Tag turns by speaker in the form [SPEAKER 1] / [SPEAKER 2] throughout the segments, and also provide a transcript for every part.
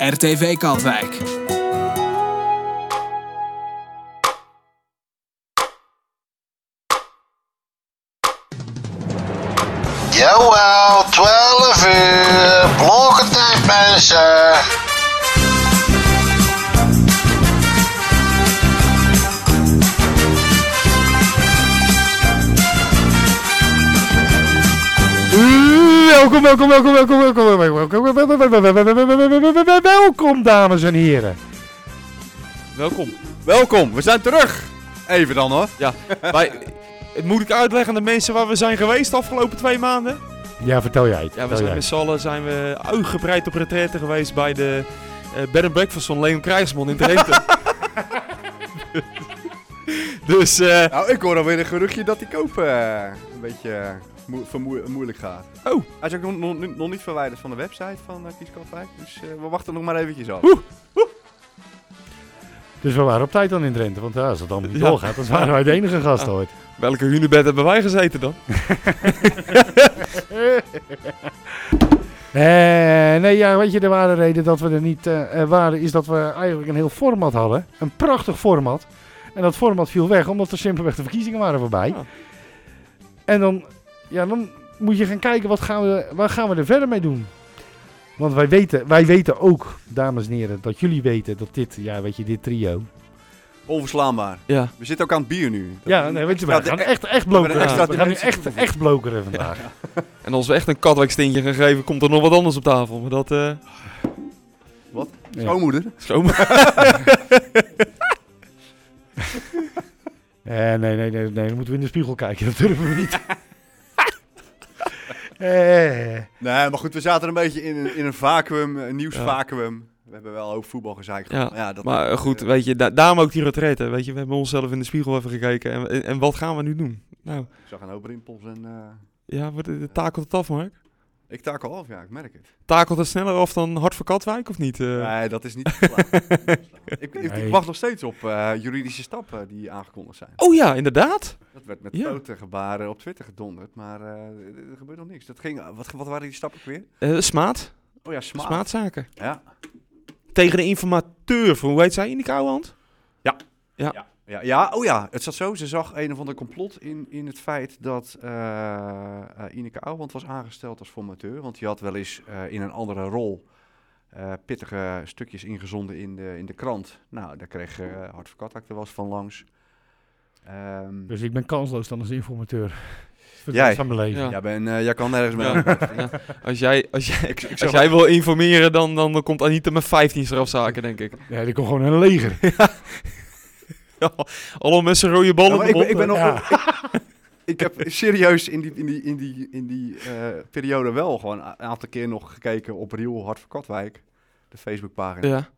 [SPEAKER 1] RTV Katwijk.
[SPEAKER 2] Jawel, 12 uur. Blokkentijd, mensen.
[SPEAKER 3] Welkom, welkom, welkom, welkom, welkom, welkom, welkom, welkom, welkom, welkom, dames en heren.
[SPEAKER 4] Welkom.
[SPEAKER 5] Welkom, we zijn terug! Even dan hoor.
[SPEAKER 4] Ja, wij, moet ik uitleggen aan de mensen waar we zijn geweest de afgelopen twee maanden?
[SPEAKER 3] Ja, vertel jij het.
[SPEAKER 4] Oh, Ja,
[SPEAKER 3] vertel
[SPEAKER 4] we zijn
[SPEAKER 3] jij
[SPEAKER 4] met
[SPEAKER 3] het.
[SPEAKER 4] z'n allen zijn we uitgebreid op retraite geweest bij de eh bed and breakfast van Leon Krijgsman in Drenthe. dus, eh,
[SPEAKER 5] Nou, ik hoor alweer een geruchtje dat die koop eh, een beetje eh, moe- vermoe- moeilijk gaat.
[SPEAKER 4] Oh.
[SPEAKER 5] Hij is ook nog, nog, nog niet verwijderd van de website van eh Kieskatwijk, dus eh, we wachten nog maar eventjes af.
[SPEAKER 3] Dus we waren op tijd dan in Drenthe, want ja, als het allemaal niet
[SPEAKER 4] Ja.
[SPEAKER 3] doorgaat, dan waren wij de enige gast
[SPEAKER 4] Ja.
[SPEAKER 3] ooit.
[SPEAKER 4] welke hunebed hebben wij gezeten dan?
[SPEAKER 3] Eh, nee, ja, weet je, de ware reden dat we er niet eh, eh, waren, is dat we eigenlijk een heel format hadden. Een prachtig format. En dat format viel weg, omdat er simpelweg de verkiezingen waren voorbij.
[SPEAKER 4] Ja.
[SPEAKER 3] En dan, ja, dan moet je gaan kijken, wat gaan we, waar gaan we er verder mee doen? Want wij weten, wij weten ook, dames en heren, dat jullie weten dat dit, ja, weet je, dit trio...
[SPEAKER 5] Onverslaanbaar.
[SPEAKER 4] Ja.
[SPEAKER 5] We zitten ook aan het bier nu. Dat-
[SPEAKER 3] ja, nee, weet je, we
[SPEAKER 5] Ja, de-
[SPEAKER 3] gaan echt, echt
[SPEAKER 5] we
[SPEAKER 3] blokeren.
[SPEAKER 5] hebben een extra
[SPEAKER 3] we gaan nu
[SPEAKER 5] dimensie
[SPEAKER 3] echt,
[SPEAKER 5] toegevoegd.
[SPEAKER 3] echt blokeren vandaag.
[SPEAKER 4] En als we echt een katwijkstintje gaan geven, komt er nog wat anders op tafel. Maar dat, eh
[SPEAKER 5] Schoonmoeder.
[SPEAKER 4] schoon.
[SPEAKER 3] Eh, nee, nee, nee, nee, dan moeten we in de spiegel kijken. Dat durven we niet. Eh,
[SPEAKER 5] Nee, maar goed, we zaten een beetje in, een- in een vacuüm, een nieuwsvacuüm. We hebben wel ook voetbalgezeik gehad.
[SPEAKER 4] Ja,
[SPEAKER 5] maar ja, dat
[SPEAKER 4] Maar eh, goed, weet je, da- daarom ook die retraite. Weet je, we hebben onszelf in de spiegel even gekeken. En, en, en wat gaan we nu doen? Nou,
[SPEAKER 5] Ik zag een hoop rimpels en eh,
[SPEAKER 4] ja, wordt- eh, takelt het af, Mark?
[SPEAKER 5] ik taak al af, ja, ik merk het.
[SPEAKER 4] Takelt het sneller af dan Hart voor Katwijk, of niet? Eh,
[SPEAKER 5] Nee, dat is niet te verslaan. ik, ik,
[SPEAKER 3] Nee.
[SPEAKER 5] ik wacht nog steeds op eh, juridische stappen die aangekondigd zijn.
[SPEAKER 4] Oh ja, inderdaad.
[SPEAKER 5] Dat werd met
[SPEAKER 4] Ja.
[SPEAKER 5] grote gebaren op Twitter gedonderd, maar eh, er gebeurt nog niks. Dat ging, eh, wat, wat waren die stappen ook weer?
[SPEAKER 4] Eh, smaad.
[SPEAKER 5] Oh ja, smaak.
[SPEAKER 4] Smaadzaken.
[SPEAKER 5] Ja.
[SPEAKER 4] Tegen de informateur van, hoe heet zij in die koude hand?
[SPEAKER 5] Ja, ja, oh ja, het zat zo. Ze zag een of ander complot in, in het feit dat eh eh, Ineke Ouwand was aangesteld als formateur. Want die had wel eens eh, in een andere rol eh, pittige stukjes ingezonden in de, in de krant. Nou, daar kreeg eh Hart van Katwijk er wel eens van langs. Ehm,
[SPEAKER 3] dus ik ben kansloos dan als informateur. Voor de
[SPEAKER 5] Jij?
[SPEAKER 3] rest van mijn leven.
[SPEAKER 4] Ja.
[SPEAKER 5] jij, ben, eh, jij kan nergens mee.
[SPEAKER 4] Ja. Ja. Als jij, als jij, als jij wil informeren, dan, dan, dan komt Anita met 15 strafzaken, denk ik.
[SPEAKER 3] Ja, er komt gewoon een leger.
[SPEAKER 4] Ja, Allemaal met zijn rode ballen.
[SPEAKER 5] Ja, maar
[SPEAKER 4] op de
[SPEAKER 5] Nou, ik, ben- ik ben
[SPEAKER 4] mond.
[SPEAKER 5] nog.
[SPEAKER 3] Ja.
[SPEAKER 5] ik- Ik heb serieus in die, in die, in die, in die eh, periode wel gewoon een aantal keer nog gekeken op Riel Hart van Katwijk. De Facebookpagina.
[SPEAKER 4] Ja. Of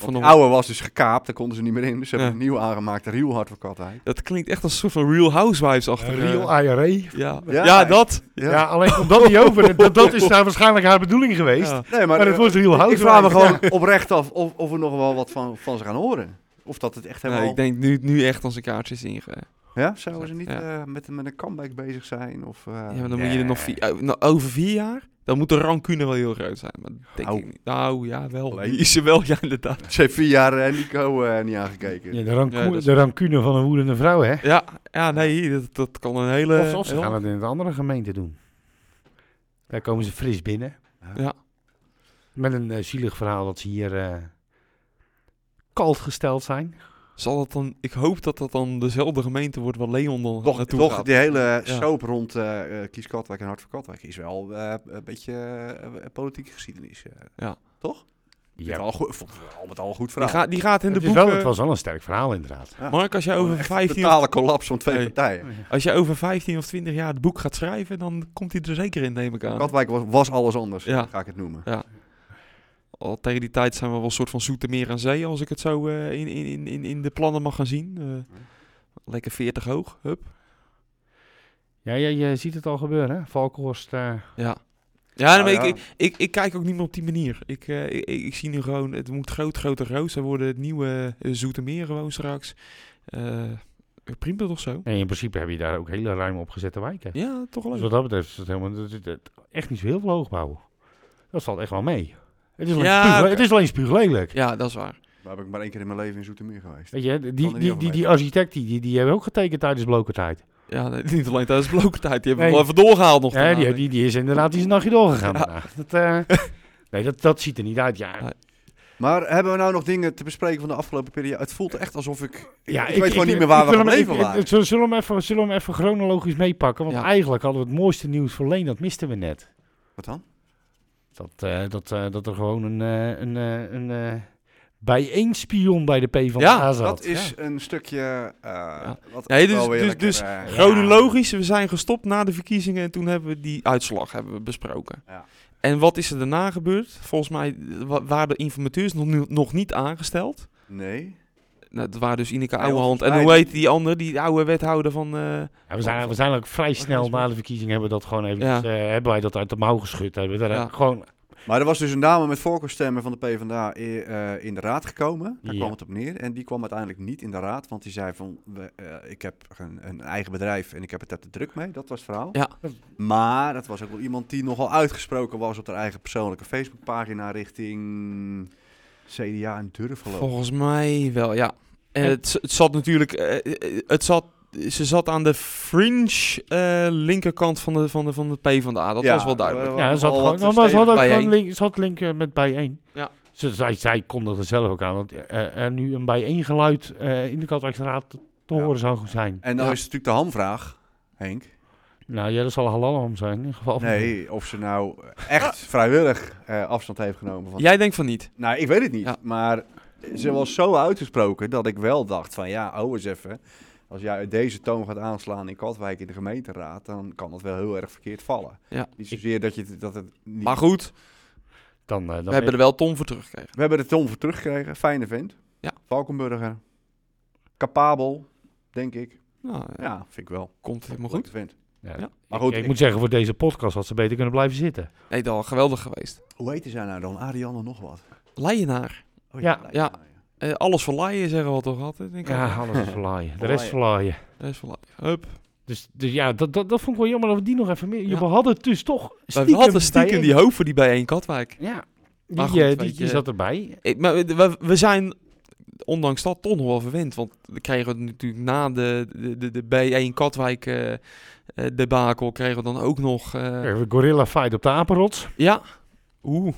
[SPEAKER 5] Want
[SPEAKER 4] van
[SPEAKER 5] die oude was dus gekaapt, daar konden ze niet meer in. Dus ze hebben
[SPEAKER 4] Ja.
[SPEAKER 5] een nieuw aangemaakt, Riel Hart van Katwijk.
[SPEAKER 4] Dat klinkt echt als een soort van Real Housewives achter. eh,
[SPEAKER 3] Real IRA. Ja,
[SPEAKER 4] ja. Ja,
[SPEAKER 5] Ja.
[SPEAKER 4] dat.
[SPEAKER 5] Ja.
[SPEAKER 3] alleen komt dat niet over. Dat, dat is daar waarschijnlijk haar bedoeling geweest.
[SPEAKER 4] Ja.
[SPEAKER 5] Nee, maar,
[SPEAKER 3] Maar het
[SPEAKER 5] eh,
[SPEAKER 3] wordt real house.
[SPEAKER 5] ik vraag me gewoon oprecht af of, of we nog wel wat van, van ze gaan horen. Of dat het echt helemaal...
[SPEAKER 4] Nee, ik denk nu, nu echt als een kaartje is inge...
[SPEAKER 5] Ja, zouden ze niet
[SPEAKER 4] Ja.
[SPEAKER 5] eh, met, met een comeback bezig zijn? Of, eh,
[SPEAKER 4] Ja, maar dan moet je er nog vier, eh, nou, over vier jaar, dan moet de rancune wel heel groot zijn. Maar dat denk
[SPEAKER 5] Au.
[SPEAKER 4] ik niet. Nou ja, wel.
[SPEAKER 5] Alleen.
[SPEAKER 4] Die is er wel, ja inderdaad.
[SPEAKER 5] Ze heeft vier jaar eh, Nico eh, niet aangekeken.
[SPEAKER 3] Ja, de, rancune,
[SPEAKER 4] Ja, dat is-
[SPEAKER 3] de rancune van een woedende vrouw, hè?
[SPEAKER 4] Ja, ja nee, dat, dat kan een hele...
[SPEAKER 3] Of, of Eh, ze
[SPEAKER 4] heel-
[SPEAKER 3] gaan het in een andere gemeente doen. Daar komen ze fris binnen.
[SPEAKER 4] Ja.
[SPEAKER 3] Met een eh, zielig verhaal dat ze hier eh kalt gesteld zijn.
[SPEAKER 4] Zal dat dan, ik hoop dat dat dan dezelfde gemeente wordt waar Leon dan
[SPEAKER 5] Toch,
[SPEAKER 4] naartoe
[SPEAKER 5] toch
[SPEAKER 4] gaat.
[SPEAKER 5] die hele
[SPEAKER 4] Ja.
[SPEAKER 5] soap rond eh eh, Kies Katwijk en Hart voor Katwijk is wel eh, een beetje eh, politieke geschiedenis. eh.
[SPEAKER 4] Ja.
[SPEAKER 5] Toch? Ja. Al, goed, vond ik al met al een goed
[SPEAKER 4] Die,
[SPEAKER 5] verhaal.
[SPEAKER 4] gaat, die gaat in
[SPEAKER 3] Het,
[SPEAKER 4] de
[SPEAKER 3] is wel,
[SPEAKER 4] boeken...
[SPEAKER 3] het was wel een sterk verhaal, inderdaad.
[SPEAKER 4] Mark, als jij, over
[SPEAKER 5] Een
[SPEAKER 4] 15 of,
[SPEAKER 5] totale collapse van twee
[SPEAKER 4] Nee.
[SPEAKER 5] partijen.
[SPEAKER 4] als jij over 15 of 20 jaar het boek gaat schrijven, dan komt hij er zeker in, neem ik aan.
[SPEAKER 5] Katwijk was, was alles anders,
[SPEAKER 4] Ja.
[SPEAKER 5] ga ik het noemen.
[SPEAKER 4] Al tegen die tijd zijn we wel een soort van zoetermeer aan zee, als ik het zo eh, in, in, in- in, in de plannen mag gaan zien. Eh, lekker 40 hoog, hup.
[SPEAKER 3] Ja, ja, je ziet het al gebeuren, hè? Valkhorst. eh,
[SPEAKER 4] Ja. Ja,
[SPEAKER 5] Nou
[SPEAKER 4] maar
[SPEAKER 5] ja.
[SPEAKER 4] Ik, ik, ik, ik kijk ook niet meer op die manier. Ik, eh, ik, ik- ik zie nu gewoon, het moet groot, groter, rood. Zij worden het nieuwe eh, Zoetermeer gewoon straks. Eh prima toch zo?
[SPEAKER 3] en in principe heb je daar ook hele ruim opgezette wijken.
[SPEAKER 4] Ja, toch
[SPEAKER 3] Dus
[SPEAKER 4] leuk.
[SPEAKER 3] wat dat betreft is het helemaal dat- dat- dat- echt niet zo heel veel hoogbouw. Dat valt echt wel mee. Het is alleen,
[SPEAKER 4] Ja,
[SPEAKER 3] spuugle-
[SPEAKER 4] oké.
[SPEAKER 3] het is alleen spuuglelijk.
[SPEAKER 4] Ja, dat is waar.
[SPEAKER 5] Daar ben ik maar één keer in mijn leven in Zoetermeer geweest.
[SPEAKER 3] Weet je, die,
[SPEAKER 5] Kan er
[SPEAKER 3] die,
[SPEAKER 5] niet
[SPEAKER 3] die,
[SPEAKER 5] over
[SPEAKER 3] die,
[SPEAKER 5] mee.
[SPEAKER 3] architect, die, die, die hebben ook getekend tijdens blokertijd.
[SPEAKER 4] Ja, nee, niet alleen tijdens blokentijd. Die hebben we
[SPEAKER 3] Nee.
[SPEAKER 4] wel even doorgehaald nog.
[SPEAKER 3] Ja,
[SPEAKER 4] daarna,
[SPEAKER 3] die,
[SPEAKER 4] denk
[SPEAKER 3] die,
[SPEAKER 4] ik.
[SPEAKER 3] die is inderdaad die is een nachtje doorgegaan daarna. Dat, eh, nee, dat, dat ziet er niet uit. Ja,
[SPEAKER 5] Nou, Maar hebben we nou nog dingen te bespreken van de afgelopen periode? Het voelt echt alsof ik... Ik,
[SPEAKER 3] Ja,
[SPEAKER 5] ik weet gewoon niet meer waar
[SPEAKER 3] ik
[SPEAKER 5] we
[SPEAKER 3] wil hem-
[SPEAKER 5] gebleven
[SPEAKER 3] ik- ik-
[SPEAKER 5] waren.
[SPEAKER 3] Zullen zullen we hem even- zullen we hem even chronologisch meepakken? Want
[SPEAKER 4] Ja.
[SPEAKER 3] eigenlijk hadden we het mooiste nieuws voor Leen, dat misten we net.
[SPEAKER 5] Wat dan?
[SPEAKER 3] Dat, eh, dat, eh, dat er gewoon een, eh een, eh, een eh, bijeenspion bij de P van
[SPEAKER 4] Ja,
[SPEAKER 3] A zat.
[SPEAKER 5] Dat is een stukje... eh wat
[SPEAKER 4] Nee, dus-
[SPEAKER 5] wel weer
[SPEAKER 4] dus-
[SPEAKER 5] lekker,
[SPEAKER 4] dus-
[SPEAKER 5] eh,
[SPEAKER 4] Chronologisch, we zijn gestopt na de verkiezingen en toen hebben we die uitslag hebben we besproken.
[SPEAKER 5] Ja.
[SPEAKER 4] En wat is er daarna gebeurd? Volgens mij eh, wa- waren de informateurs nog, ni- nog niet aangesteld.
[SPEAKER 5] Nee.
[SPEAKER 4] Nou, dat waren dus Ineke
[SPEAKER 5] Nee,
[SPEAKER 4] Ouwehand
[SPEAKER 5] want-
[SPEAKER 4] en
[SPEAKER 5] nee,
[SPEAKER 4] hoe
[SPEAKER 5] die-
[SPEAKER 4] heet die andere, die oude wethouder van... eh,
[SPEAKER 3] Ja, we, zijn, we zijn ook vrij snel na de verkiezing hebben we dat gewoon even
[SPEAKER 4] Ja.
[SPEAKER 3] hebben wij dat uit de mouw geschud. Hebben we daar
[SPEAKER 4] Ja.
[SPEAKER 3] gewoon
[SPEAKER 5] Maar er was dus een dame met voorkeurstemmen van de PvdA i- eh, in de raad gekomen. Daar
[SPEAKER 3] Ja.
[SPEAKER 5] kwam het op neer. En die kwam uiteindelijk niet in de raad. Want die zei van, we, eh, ik heb een, een eigen bedrijf en ik heb het er te druk mee. Dat was het verhaal.
[SPEAKER 4] Ja.
[SPEAKER 5] Maar dat was ook wel iemand die nogal uitgesproken was op haar eigen persoonlijke Facebookpagina richting CDA en Durf geloof ik.
[SPEAKER 4] Volgens mij wel, ja. En
[SPEAKER 3] En-
[SPEAKER 4] het, het zat natuurlijk, eh, eh, het zat, ze zat aan de fringe eh, linkerkant van de, van, de, van de P van de A. Dat
[SPEAKER 5] Ja,
[SPEAKER 4] was wel duidelijk.
[SPEAKER 5] eh,
[SPEAKER 3] Ja, ze had,
[SPEAKER 5] al
[SPEAKER 3] gewoon,
[SPEAKER 5] wat
[SPEAKER 3] nou, maar ze had ook
[SPEAKER 4] bij
[SPEAKER 3] gewoon
[SPEAKER 4] één.
[SPEAKER 3] link, ze had link eh, met bijeen.
[SPEAKER 4] Ja.
[SPEAKER 3] Ze, zij, zij kondigde zelf ook aan dat eh, er nu een bijeen geluid eh, in de Katwijkstraat te te
[SPEAKER 5] Ja.
[SPEAKER 3] horen zou zijn.
[SPEAKER 5] En dan
[SPEAKER 4] Ja.
[SPEAKER 5] is natuurlijk de hamvraag, Henk.
[SPEAKER 3] Nou ja, dat zal halal om zijn in ieder geval. van-
[SPEAKER 5] Nee, of ze nou echt vrijwillig eh, afstand heeft genomen van
[SPEAKER 4] Jij denkt van niet.
[SPEAKER 5] Nou, ik weet het niet.
[SPEAKER 4] Ja.
[SPEAKER 5] Maar ze was zo uitgesproken dat ik wel dacht van ja, hou eens even. Als jij deze toon gaat aanslaan in Katwijk in de gemeenteraad, dan kan dat wel heel erg verkeerd vallen.
[SPEAKER 4] Ja.
[SPEAKER 5] Niet zozeer dat, je, het- dat het niet...
[SPEAKER 4] Maar goed,
[SPEAKER 3] Dan, eh, dan
[SPEAKER 4] we hebben er wel ton voor teruggekregen.
[SPEAKER 5] We hebben de Tom voor teruggekregen. Fijne vent.
[SPEAKER 4] Ja.
[SPEAKER 5] Valkenburger. Capabel, denk ik.
[SPEAKER 4] Nou, eh,
[SPEAKER 5] Ja, vind ik wel.
[SPEAKER 4] komt helemaal goed.
[SPEAKER 5] Leuke vent.
[SPEAKER 3] Ja.
[SPEAKER 4] Ja.
[SPEAKER 5] Maar
[SPEAKER 3] Ik-
[SPEAKER 5] goed,
[SPEAKER 3] ik,
[SPEAKER 5] ik-
[SPEAKER 3] moet zeggen, voor deze podcast had ze beter kunnen blijven zitten.
[SPEAKER 4] Nee, dat was geweldig geweest.
[SPEAKER 5] Hoe heette zij nou dan? Ariane nog wat?
[SPEAKER 4] Leienaar.
[SPEAKER 5] Oh,
[SPEAKER 3] Ja.
[SPEAKER 5] Leiden,
[SPEAKER 4] Ja. Eh, alles voor laaien zeggen we toch altijd? Denk ik.
[SPEAKER 3] Ja, alles is verlaaien. De rest verlaaien.
[SPEAKER 4] Dat is voor laaien. Hup.
[SPEAKER 3] Dus, dus ja, dat, dat, dat vond ik wel jammer dat we die nog even meer...
[SPEAKER 4] Ja.
[SPEAKER 3] We hadden dus toch
[SPEAKER 4] we
[SPEAKER 3] stiekem
[SPEAKER 4] hadden stiekem
[SPEAKER 3] bijeen.
[SPEAKER 4] die hoofd voor die bijeen Katwijk.
[SPEAKER 3] Ja, die,
[SPEAKER 4] Maar goed,
[SPEAKER 3] eh,
[SPEAKER 4] weet
[SPEAKER 3] die, die
[SPEAKER 4] je.
[SPEAKER 3] zat erbij.
[SPEAKER 4] Ik, maar we- we, we zijn, ondanks dat, toch nog wel verwend. Want we kregen het natuurlijk na de, de, de, de B1 Katwijk eh, eh, debakel, kregen we dan ook nog... eh,
[SPEAKER 3] Eh, Gorilla fight op de apenrots.
[SPEAKER 4] ja. Oeh.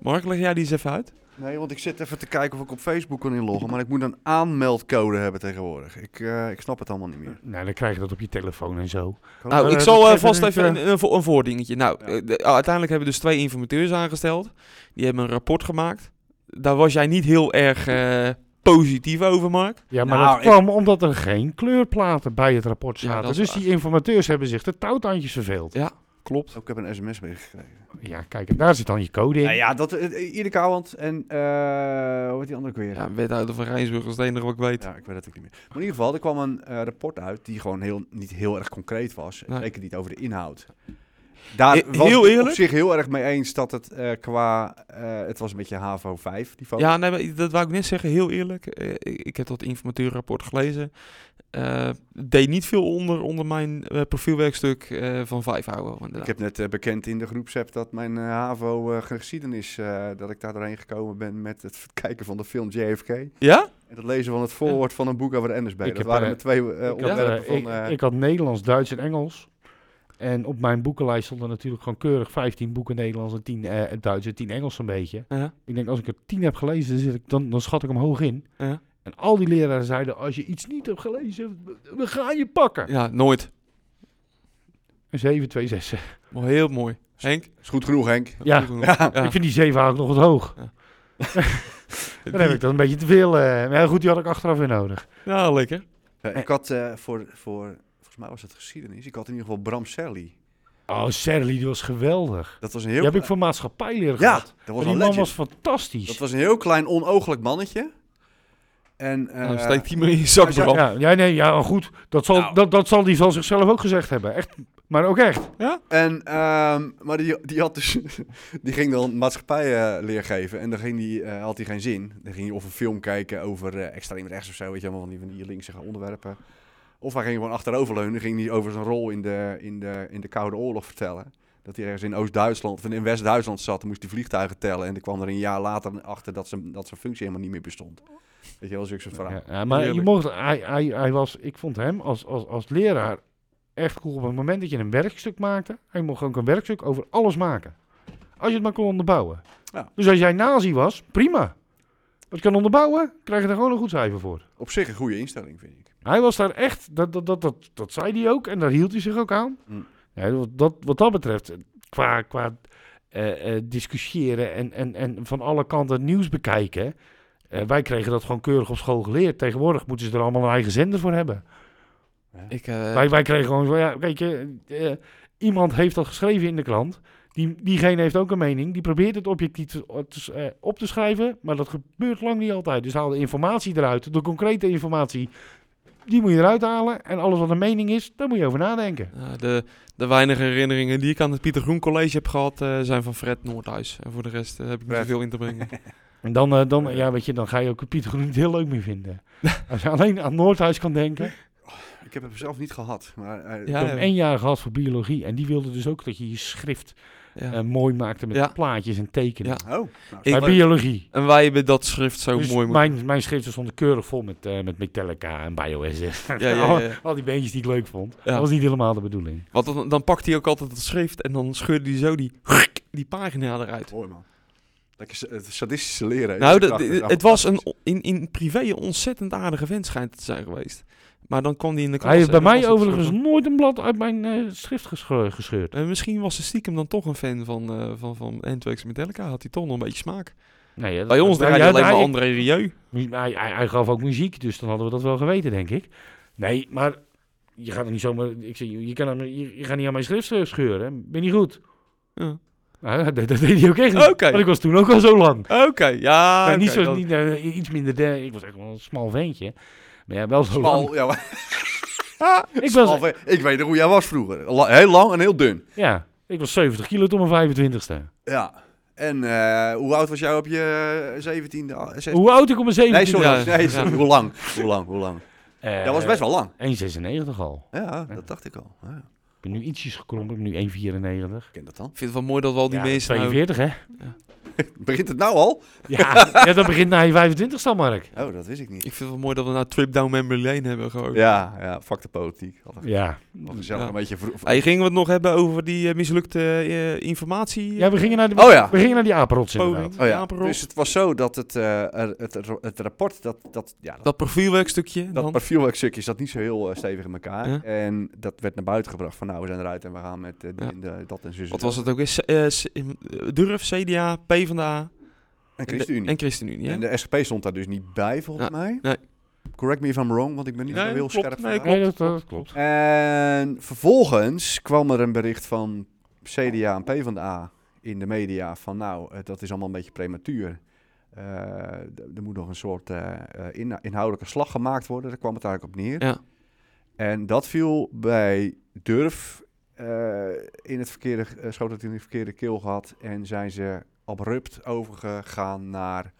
[SPEAKER 4] Mark, leg jij die eens even uit?
[SPEAKER 5] Nee, want ik zit even te kijken of ik op Facebook kan inloggen. Maar ik moet een aanmeldcode hebben tegenwoordig. Ik, eh, ik snap het allemaal niet meer.
[SPEAKER 3] Nou, dan krijg je dat op je telefoon en zo.
[SPEAKER 4] Nou,
[SPEAKER 3] Eh,
[SPEAKER 4] ik
[SPEAKER 3] dat
[SPEAKER 4] zal eh,
[SPEAKER 3] geeft
[SPEAKER 4] vast
[SPEAKER 3] niet,
[SPEAKER 4] even
[SPEAKER 3] eh,
[SPEAKER 4] een, een, vo- een voordingetje. Nou,
[SPEAKER 5] Ja.
[SPEAKER 4] eh, de- uiteindelijk hebben we dus twee informateurs aangesteld. Die hebben een rapport gemaakt. Daar was jij niet heel erg eh, positief over, Mark.
[SPEAKER 3] Ja, maar
[SPEAKER 5] Nou,
[SPEAKER 3] dat kwam omdat er geen kleurplaten bij het rapport
[SPEAKER 4] Ja,
[SPEAKER 3] zaten.
[SPEAKER 4] dat is
[SPEAKER 3] dus
[SPEAKER 4] waar.
[SPEAKER 3] die informateurs hebben zich de touwtandjes verveeld.
[SPEAKER 4] Klopt.
[SPEAKER 5] Oh, Ik heb een sms-bericht gekregen.
[SPEAKER 3] Ja, kijk, en daar zit dan je code in.
[SPEAKER 5] Nou ja, dat, eh, Ieder Kouwand en eh, hoe heet die andere ook weer? Ja.
[SPEAKER 4] Ja, wethouder van Rijnsburg is het enige wat ik weet.
[SPEAKER 5] ik weet het ook niet meer. Maar in ieder geval, er kwam een eh, rapport uit die gewoon heel, niet heel erg concreet was.
[SPEAKER 4] Nee.
[SPEAKER 5] Zeker niet over de inhoud. Daar
[SPEAKER 4] He-
[SPEAKER 5] was
[SPEAKER 4] heel
[SPEAKER 5] ik op
[SPEAKER 4] eerlijk?
[SPEAKER 5] zich heel erg mee eens dat het eh, qua... eh, het was een beetje HAVO 5 niveau.
[SPEAKER 4] Ja, nee, maar dat wou ik net zeggen, heel eerlijk. Eh, ik, ik heb dat informateurenrapport gelezen. Eh deed niet veel onder, onder mijn eh, profielwerkstuk eh, van vijf houden.
[SPEAKER 5] Ik
[SPEAKER 4] inderdaad.
[SPEAKER 5] heb net eh, bekend in de groepsapp dat mijn eh, HAVO eh, geschiedenis... eh, dat ik daar doorheen gekomen ben met het kijken van de film JFK.
[SPEAKER 4] Ja?
[SPEAKER 5] En het lezen van het voorwoord van een boek over de NSB.
[SPEAKER 3] Ik
[SPEAKER 5] dat
[SPEAKER 3] heb,
[SPEAKER 5] waren
[SPEAKER 3] eh,
[SPEAKER 5] de twee eh,
[SPEAKER 3] ik, had,
[SPEAKER 5] onderwerpen
[SPEAKER 3] eh,
[SPEAKER 5] van...
[SPEAKER 3] ik,
[SPEAKER 5] eh,
[SPEAKER 3] ik had Nederlands, Duits en Engels. En op mijn boekenlijst stonden natuurlijk gewoon keurig 15 boeken Nederlands en 10 eh, Duits en 10 Engels een beetje.
[SPEAKER 4] Ja.
[SPEAKER 3] Ik denk, als ik er 10 heb gelezen, dan, zit ik, dan, dan schat ik hem hoog in.
[SPEAKER 4] Ja.
[SPEAKER 3] En al die leraren zeiden, als je iets niet hebt gelezen, we- we gaan je pakken.
[SPEAKER 4] ja, nooit.
[SPEAKER 3] Een 7, 2, 6.
[SPEAKER 4] Maar heel mooi. Henk?
[SPEAKER 5] Is goed genoeg, Henk.
[SPEAKER 3] Ja.
[SPEAKER 4] Goed genoeg. Ja.
[SPEAKER 3] Ik vind die 7 ook nog wat hoog. Dan heb ik dan een beetje te veel. eh, maar goed, die had ik achteraf weer nodig.
[SPEAKER 4] Ja, lekker. Nou,
[SPEAKER 5] Ja, ik had eh, voor, voor, volgens mij was het geschiedenis, ik had in ieder geval Bram Sally.
[SPEAKER 3] Oh, Serli, die was geweldig.
[SPEAKER 5] Dat was een
[SPEAKER 3] Die
[SPEAKER 5] heel...
[SPEAKER 3] heb ik voor maatschappijleer
[SPEAKER 5] ja,
[SPEAKER 3] gehad.
[SPEAKER 5] dat was
[SPEAKER 3] En
[SPEAKER 5] een
[SPEAKER 3] die man
[SPEAKER 5] legend.
[SPEAKER 3] was fantastisch.
[SPEAKER 5] Dat was een heel klein, onooglijk mannetje. En, eh,
[SPEAKER 4] Nou, steek die maar in je zak,
[SPEAKER 5] ja,
[SPEAKER 4] Bram.
[SPEAKER 3] ja, ja, nee, ja, maar goed. Dat zal,
[SPEAKER 4] Nou.
[SPEAKER 3] dat, dat zal die van zichzelf ook gezegd hebben. Echt, maar ook echt.
[SPEAKER 5] en, ehm, maar die, die, had dus, die ging dan maatschappij eh, leer geven en dan ging die, eh, had hij geen zin. Dan ging hij of een film kijken over eh, extreem rechts of zo, weet je allemaal, van die, van die linkse onderwerpen. Of hij ging gewoon achteroverleunen, ging hij over zijn rol in de, in de, in de Koude Oorlog vertellen. Dat hij ergens in Oost-Duitsland of in West-Duitsland zat. Dan moest hij vliegtuigen tellen. En die kwam er een jaar later achter dat zijn, dat zijn functie helemaal niet meer bestond. Weet je wel, zulke soort verhaal.
[SPEAKER 3] Ja, ja, maar je
[SPEAKER 4] Heerlijk.
[SPEAKER 3] mocht, hij, hij, hij was, ik vond hem als, als, als leraar echt cool. Op het moment dat je een werkstuk maakte, hij mocht ook een werkstuk over alles maken. Als je het maar kon onderbouwen.
[SPEAKER 5] Ja.
[SPEAKER 3] Dus als jij nazi was, prima. Wat kan onderbouwen, krijg je er gewoon een goed cijfer voor.
[SPEAKER 5] Op zich een goede instelling, vind ik.
[SPEAKER 3] Hij was daar echt, dat, dat, dat, dat, dat zei hij ook en daar hield hij zich ook aan.
[SPEAKER 5] Mm.
[SPEAKER 3] Ja, wat, dat, wat dat betreft, qua, qua eh, eh, discussiëren en, en, en van alle kanten het nieuws bekijken. eh, wij kregen dat gewoon keurig op school geleerd. Tegenwoordig moeten ze er allemaal een eigen zender voor hebben.
[SPEAKER 4] Ik, eh,
[SPEAKER 3] wij, wij kregen gewoon, van, ja, weet je, eh, iemand heeft dat geschreven in de krant. Die, diegene heeft ook een mening. Die probeert het objectief te- te- eh, op te schrijven, maar dat gebeurt lang niet altijd. Dus haal de informatie eruit, de concrete informatie, die moet je eruit halen. En alles wat een mening is, daar moet je over nadenken.
[SPEAKER 4] Ja, eh, de, de weinige herinneringen die ik aan het Pieter Groen College heb gehad, eh, zijn van Fred Noordhuis. En voor de rest eh, heb ik niet
[SPEAKER 5] Fred.
[SPEAKER 4] zoveel in te brengen.
[SPEAKER 3] En dan, eh, dan, ja, weet je, dan ga je ook Pieter Groen niet heel leuk meer vinden. Als je alleen aan Noordhuis kan denken.
[SPEAKER 5] Ik heb hem zelf niet gehad. Maar eh,
[SPEAKER 4] Ja,
[SPEAKER 3] Ik heb
[SPEAKER 4] ja.
[SPEAKER 3] één jaar gehad voor biologie en die wilde dus ook dat je je schrift
[SPEAKER 4] Ja.
[SPEAKER 3] eh, mooi maakte met
[SPEAKER 4] Ja.
[SPEAKER 3] plaatjes en tekenen.
[SPEAKER 4] Ja.
[SPEAKER 5] Oh, nou,
[SPEAKER 4] Ik-
[SPEAKER 3] Bij biologie.
[SPEAKER 4] en wij hebben dat schrift zo
[SPEAKER 3] Dus
[SPEAKER 4] mooi moeten...
[SPEAKER 3] mijn, mijn schriften stonden keurig vol met, eh, met Metallica en Biohazard.
[SPEAKER 4] Ja, ja, ja.
[SPEAKER 3] Al die beentjes die ik leuk vond.
[SPEAKER 4] Ja.
[SPEAKER 3] Dat was niet helemaal de bedoeling.
[SPEAKER 4] Want dan, dan pakt hij ook altijd het schrift en dan scheurde hij zo die, die pagina eruit.
[SPEAKER 5] mooi man. Lekker sa- het sadistische leren. is
[SPEAKER 4] Nou, dat-
[SPEAKER 5] krachtig. Ja,
[SPEAKER 4] het was een,
[SPEAKER 5] fantastisch.
[SPEAKER 4] in, in privé een ontzettend aardige vent schijnt het te zijn geweest. Maar dan kwam hij in de klas...
[SPEAKER 3] Hij heeft bij
[SPEAKER 4] en dan
[SPEAKER 3] mij
[SPEAKER 4] was het
[SPEAKER 3] overigens
[SPEAKER 4] zo van-
[SPEAKER 3] nooit een blad uit mijn eh, schrift gesche- gescheurd.
[SPEAKER 4] Eh, misschien was ze stiekem dan toch een fan van, eh van, van Anthrax en Metallica. Had hij toch nog een beetje smaak.
[SPEAKER 3] Nee, ja, dat-
[SPEAKER 4] Bij
[SPEAKER 3] dat-
[SPEAKER 4] ons draaide
[SPEAKER 3] ja, nou,
[SPEAKER 4] alleen maar
[SPEAKER 3] hij-
[SPEAKER 4] André Rieu.
[SPEAKER 3] Hij, hij, hij gaf ook muziek, dus dan hadden we dat wel geweten, denk ik. Nee, maar je gaat er niet zomaar... Ik zeg, je, je kan hem, je, je gaat niet aan mijn schrift eh, scheuren. hè. Ben je niet goed?
[SPEAKER 4] Ja.
[SPEAKER 3] Nou, dat, dat deed hij ook echt niet.
[SPEAKER 4] Oké.
[SPEAKER 3] Want ik was toen ook al zo lang.
[SPEAKER 4] Oké, ja.
[SPEAKER 3] Nou, niet
[SPEAKER 4] oké,
[SPEAKER 3] zo,
[SPEAKER 4] dat-
[SPEAKER 3] niet, eh, iets minder... de- ik was echt wel een smal ventje. Maar ja, wel zo lang.
[SPEAKER 5] Paul, ja, maar-
[SPEAKER 4] Ah,
[SPEAKER 3] Ik was,
[SPEAKER 5] Paul, ik weet nog hoe jij was vroeger. La- heel lang en heel dun.
[SPEAKER 3] ja, ik was 70 kilo tot mijn 25ste.
[SPEAKER 5] Ja. En eh, hoe oud was jij op je 17e? ah, 16e?
[SPEAKER 3] Hoe oud ik op mijn 17e
[SPEAKER 5] Nee, sorry.
[SPEAKER 4] Ja,
[SPEAKER 5] nee,
[SPEAKER 4] ja.
[SPEAKER 5] sorry. Hoe lang? Hoe lang? Hoe lang?
[SPEAKER 3] Eh,
[SPEAKER 5] Dat was best wel lang.
[SPEAKER 3] 1,96 al.
[SPEAKER 5] Ja, dat dacht ik al. Ja,
[SPEAKER 3] Ik ben nu ietsjes gekrompen, ik ben nu 1,94.
[SPEAKER 5] ik ken dat dan.
[SPEAKER 4] Ik vind het wel mooi dat we al die
[SPEAKER 3] Ja,
[SPEAKER 4] mensen... nou-
[SPEAKER 3] 42, hè?
[SPEAKER 5] Begint het nou al?
[SPEAKER 3] Ja, ja, dat begint na je 25 ste Mark.
[SPEAKER 5] Oh, dat wist ik niet.
[SPEAKER 4] Ik vind het wel mooi dat we nou Trip Down Memory Lane hebben gewoon.
[SPEAKER 5] Ja, ja, fuck de politiek. Altijd
[SPEAKER 3] Ja.
[SPEAKER 5] wel gezellig
[SPEAKER 4] Ja.
[SPEAKER 5] een beetje vroeg.
[SPEAKER 4] Hey, gingen we het nog hebben over die eh, mislukte eh, informatie?
[SPEAKER 3] ja, we gingen naar, de,
[SPEAKER 5] Oh ja.
[SPEAKER 3] we gingen naar die apenrots inderdaad.
[SPEAKER 4] poging,
[SPEAKER 5] Oh ja,
[SPEAKER 4] Aperol.
[SPEAKER 5] dus het was zo dat het, eh, er- het, het, rapport, dat, dat, ja, dat,
[SPEAKER 4] Dat profielwerkstukje.
[SPEAKER 5] dat
[SPEAKER 4] dan?
[SPEAKER 5] profielwerkstukje zat niet zo heel eh, stevig in elkaar.
[SPEAKER 4] Ja.
[SPEAKER 5] En dat werd naar buiten gebracht van nou, we zijn eruit en we gaan met eh, die
[SPEAKER 4] Ja.
[SPEAKER 5] en de- dat en zus. en
[SPEAKER 4] Wat
[SPEAKER 5] zo.
[SPEAKER 4] was het ook weer? C- eh, C- eh, Durf, CDA, PvdA
[SPEAKER 5] En ChristenUnie.
[SPEAKER 4] en ChristenUnie. hè?
[SPEAKER 5] En de SGP stond daar dus niet bij, volgens
[SPEAKER 4] Ja,
[SPEAKER 5] mij.
[SPEAKER 4] nee.
[SPEAKER 5] Correct me if I'm wrong, want ik ben niet
[SPEAKER 4] Nee,
[SPEAKER 5] zo heel
[SPEAKER 4] klopt,
[SPEAKER 5] scherp.
[SPEAKER 4] nee,
[SPEAKER 5] vandaag.
[SPEAKER 3] Nee, dat, dat klopt.
[SPEAKER 5] En vervolgens kwam er een bericht van CDA en PvdA in de media van nou, eh, dat is allemaal een beetje prematuur. Eh, d- er moet nog een soort eh, eh, inha- inhoudelijke slag gemaakt worden. Daar kwam het eigenlijk op neer.
[SPEAKER 4] Ja.
[SPEAKER 5] En dat viel bij Durf eh, in het verkeerde, eh, schoot het in de verkeerde keel gehad. En zijn ze abrupt overgegaan naar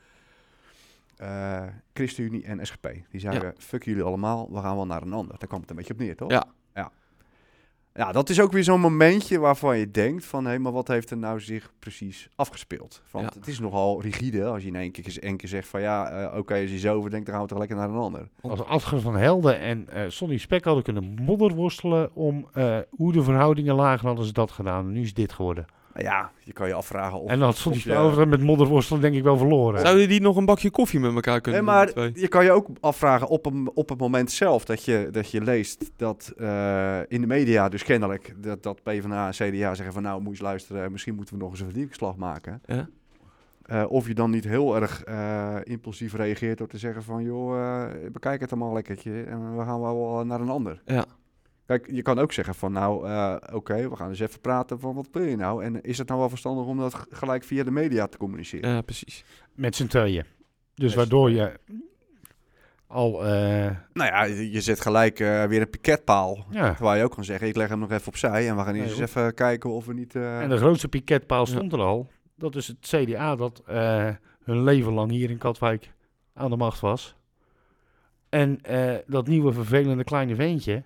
[SPEAKER 5] eh, ChristenUnie en SGP. Die zeiden, fuck jullie allemaal, we gaan wel naar een ander. Daar kwam het een beetje op neer, toch?
[SPEAKER 4] Ja.
[SPEAKER 5] Ja, ja dat is ook weer zo'n momentje waarvan je denkt van... hé, maar wat heeft er nou zich precies afgespeeld? Want
[SPEAKER 4] Ja.
[SPEAKER 5] het is nogal rigide als je in één keer, één keer zegt van... ja, eh, oké, als je zo over denkt, dan gaan we toch lekker naar een ander.
[SPEAKER 3] Als Adger van Helden en eh Sonny Spek hadden kunnen modderworstelen om eh, hoe de verhoudingen lagen, hadden ze dat gedaan. Nu is dit geworden.
[SPEAKER 5] Nou ja, je kan je afvragen of...
[SPEAKER 3] en dan had Sonny
[SPEAKER 5] of
[SPEAKER 3] Spek
[SPEAKER 5] je-
[SPEAKER 3] over- met modderworstelen denk ik wel verloren.
[SPEAKER 4] Zouden die nog een bakje koffie met elkaar
[SPEAKER 5] Nee,
[SPEAKER 4] kunnen doen, die
[SPEAKER 5] maar
[SPEAKER 4] twee?
[SPEAKER 5] je kan je ook afvragen op, een, op het moment zelf dat je, dat je leest dat eh, in de media dus kennelijk dat, dat PvdA en CDA zeggen van nou moet je eens luisteren, misschien moeten we nog eens een verdiepingsslag maken.
[SPEAKER 4] Ja.
[SPEAKER 5] Eh, of je dan niet heel erg eh, impulsief reageert door te zeggen van joh, eh, bekijk het allemaal lekkertje en we gaan wel naar een ander.
[SPEAKER 4] Ja.
[SPEAKER 5] Kijk, je kan ook zeggen van nou, eh, oké, we gaan eens even praten van wat wil je nou? En is het nou wel verstandig om dat g- gelijk via de media te communiceren?
[SPEAKER 4] Ja, precies.
[SPEAKER 3] Met z'n tweeën. Dus
[SPEAKER 5] z'n
[SPEAKER 3] waardoor je al... eh,
[SPEAKER 5] Nou ja, je je zet gelijk eh, weer een piketpaal
[SPEAKER 3] ja.
[SPEAKER 5] Waar je ook kan zeggen, ik leg hem nog even opzij en we gaan eerst
[SPEAKER 3] Nee,
[SPEAKER 5] eens even kijken of we niet... eh,
[SPEAKER 3] En de grootste piketpaal
[SPEAKER 4] Ja.
[SPEAKER 3] stond er al. Dat is het CDA dat eh, hun leven lang hier in Katwijk aan de macht was. En eh, dat nieuwe vervelende kleine ventje.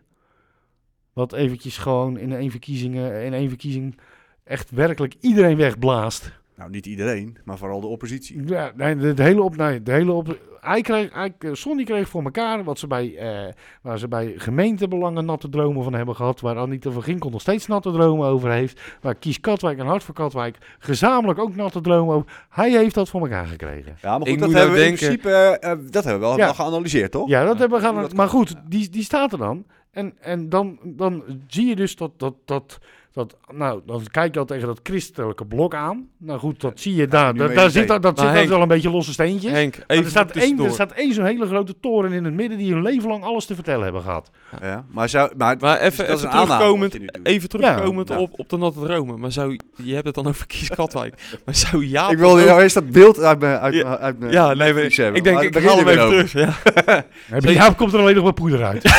[SPEAKER 3] Wat eventjes gewoon in één, verkiezingen, in één verkiezing echt werkelijk iedereen wegblaast.
[SPEAKER 5] Nou, niet iedereen, maar vooral de oppositie.
[SPEAKER 3] Ja, nee, de, de hele op, nee, de hele op, hij kreeg, hij, Sonny kreeg voor elkaar wat ze bij, eh, waar ze bij gemeentebelangen natte dromen van hebben gehad. Waar Anita van Ginkel nog steeds natte dromen over heeft. Waar Kies Katwijk en Hart voor Katwijk gezamenlijk ook natte dromen over. Hij heeft dat voor elkaar gekregen.
[SPEAKER 5] Ja, maar
[SPEAKER 4] Ik
[SPEAKER 5] goed, dat
[SPEAKER 4] moet
[SPEAKER 5] hebben we
[SPEAKER 4] nou
[SPEAKER 5] in
[SPEAKER 4] denken-
[SPEAKER 5] principe eh, eh, dat hebben we wel
[SPEAKER 3] Ja.
[SPEAKER 5] wel geanalyseerd, toch?
[SPEAKER 3] Ja, dat hebben we
[SPEAKER 5] hoe
[SPEAKER 3] gaan.
[SPEAKER 5] dat
[SPEAKER 3] Maar
[SPEAKER 5] kan.
[SPEAKER 3] goed,
[SPEAKER 5] Ja.
[SPEAKER 3] die, die staat er dan. En, en dan, dan zie je dus dat, dat, dat, dat. Nou, dan kijk je al tegen dat christelijke blok aan. Nou goed, dat zie je daar.
[SPEAKER 5] nu
[SPEAKER 3] Dat,
[SPEAKER 5] mee
[SPEAKER 3] daar
[SPEAKER 5] meteen.
[SPEAKER 3] zit, dat, dat
[SPEAKER 4] Maar
[SPEAKER 3] zit dan
[SPEAKER 4] Henk-
[SPEAKER 3] wel een beetje losse steentjes.
[SPEAKER 4] Henk, even
[SPEAKER 3] Maar er staat, één,
[SPEAKER 4] tussendoor.
[SPEAKER 3] er staat één zo'n hele grote toren in het midden die hun leven lang alles te vertellen hebben gehad.
[SPEAKER 5] Ja, maar, zou, maar,
[SPEAKER 4] Maar
[SPEAKER 5] dus
[SPEAKER 4] even,
[SPEAKER 5] dat is
[SPEAKER 4] even
[SPEAKER 5] een aanname
[SPEAKER 4] terugkomend,
[SPEAKER 5] wat je nu doet.
[SPEAKER 4] even terugkomend
[SPEAKER 5] Ja.
[SPEAKER 4] op, op de natte dromen. Maar zou, je hebt het dan over Kies Katwijk. maar zou Jaap...
[SPEAKER 5] Ik wilde
[SPEAKER 4] ook-
[SPEAKER 5] nou eens dat beeld uit mijn uit, mijn- uit mijn
[SPEAKER 4] Ja, nee,
[SPEAKER 5] fiets
[SPEAKER 4] we,
[SPEAKER 5] hebben.
[SPEAKER 4] ik denk,
[SPEAKER 5] Maar
[SPEAKER 4] ik
[SPEAKER 5] daar
[SPEAKER 4] haal
[SPEAKER 5] gaan
[SPEAKER 4] hem
[SPEAKER 5] we
[SPEAKER 4] even
[SPEAKER 5] weer
[SPEAKER 4] terug. Ja.
[SPEAKER 3] En bij Jaap komt er alleen nog wat poeder uit.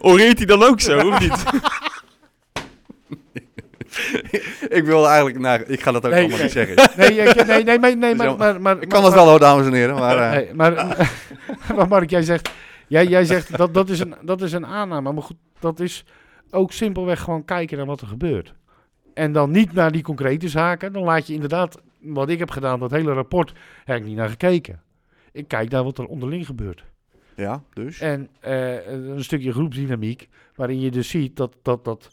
[SPEAKER 4] Oreert hij dan ook zo, of niet?
[SPEAKER 5] over. Ik wilde eigenlijk, nou, ik ga dat ook
[SPEAKER 3] Nee,
[SPEAKER 5] allemaal
[SPEAKER 3] nee.
[SPEAKER 5] niet zeggen.
[SPEAKER 3] Nee, ik- nee, nee, nee, nee, maar,
[SPEAKER 5] Zo.
[SPEAKER 3] maar, maar,
[SPEAKER 5] Ik kan dat wel hoor, dames en heren, maar... eh,
[SPEAKER 3] Nee, maar, maar Mark, jij zegt, jij, jij zegt dat, dat, is een, dat is een aanname. Maar goed, dat is ook simpelweg gewoon kijken naar wat er gebeurt. En dan niet naar die concrete zaken. Dan laat je inderdaad, wat ik heb gedaan, dat hele rapport, heb ik niet naar gekeken. Ik kijk naar wat er onderling gebeurt.
[SPEAKER 5] Ja, dus?
[SPEAKER 3] En eh, een stukje groepsdynamiek, waarin je dus ziet dat, dat, dat,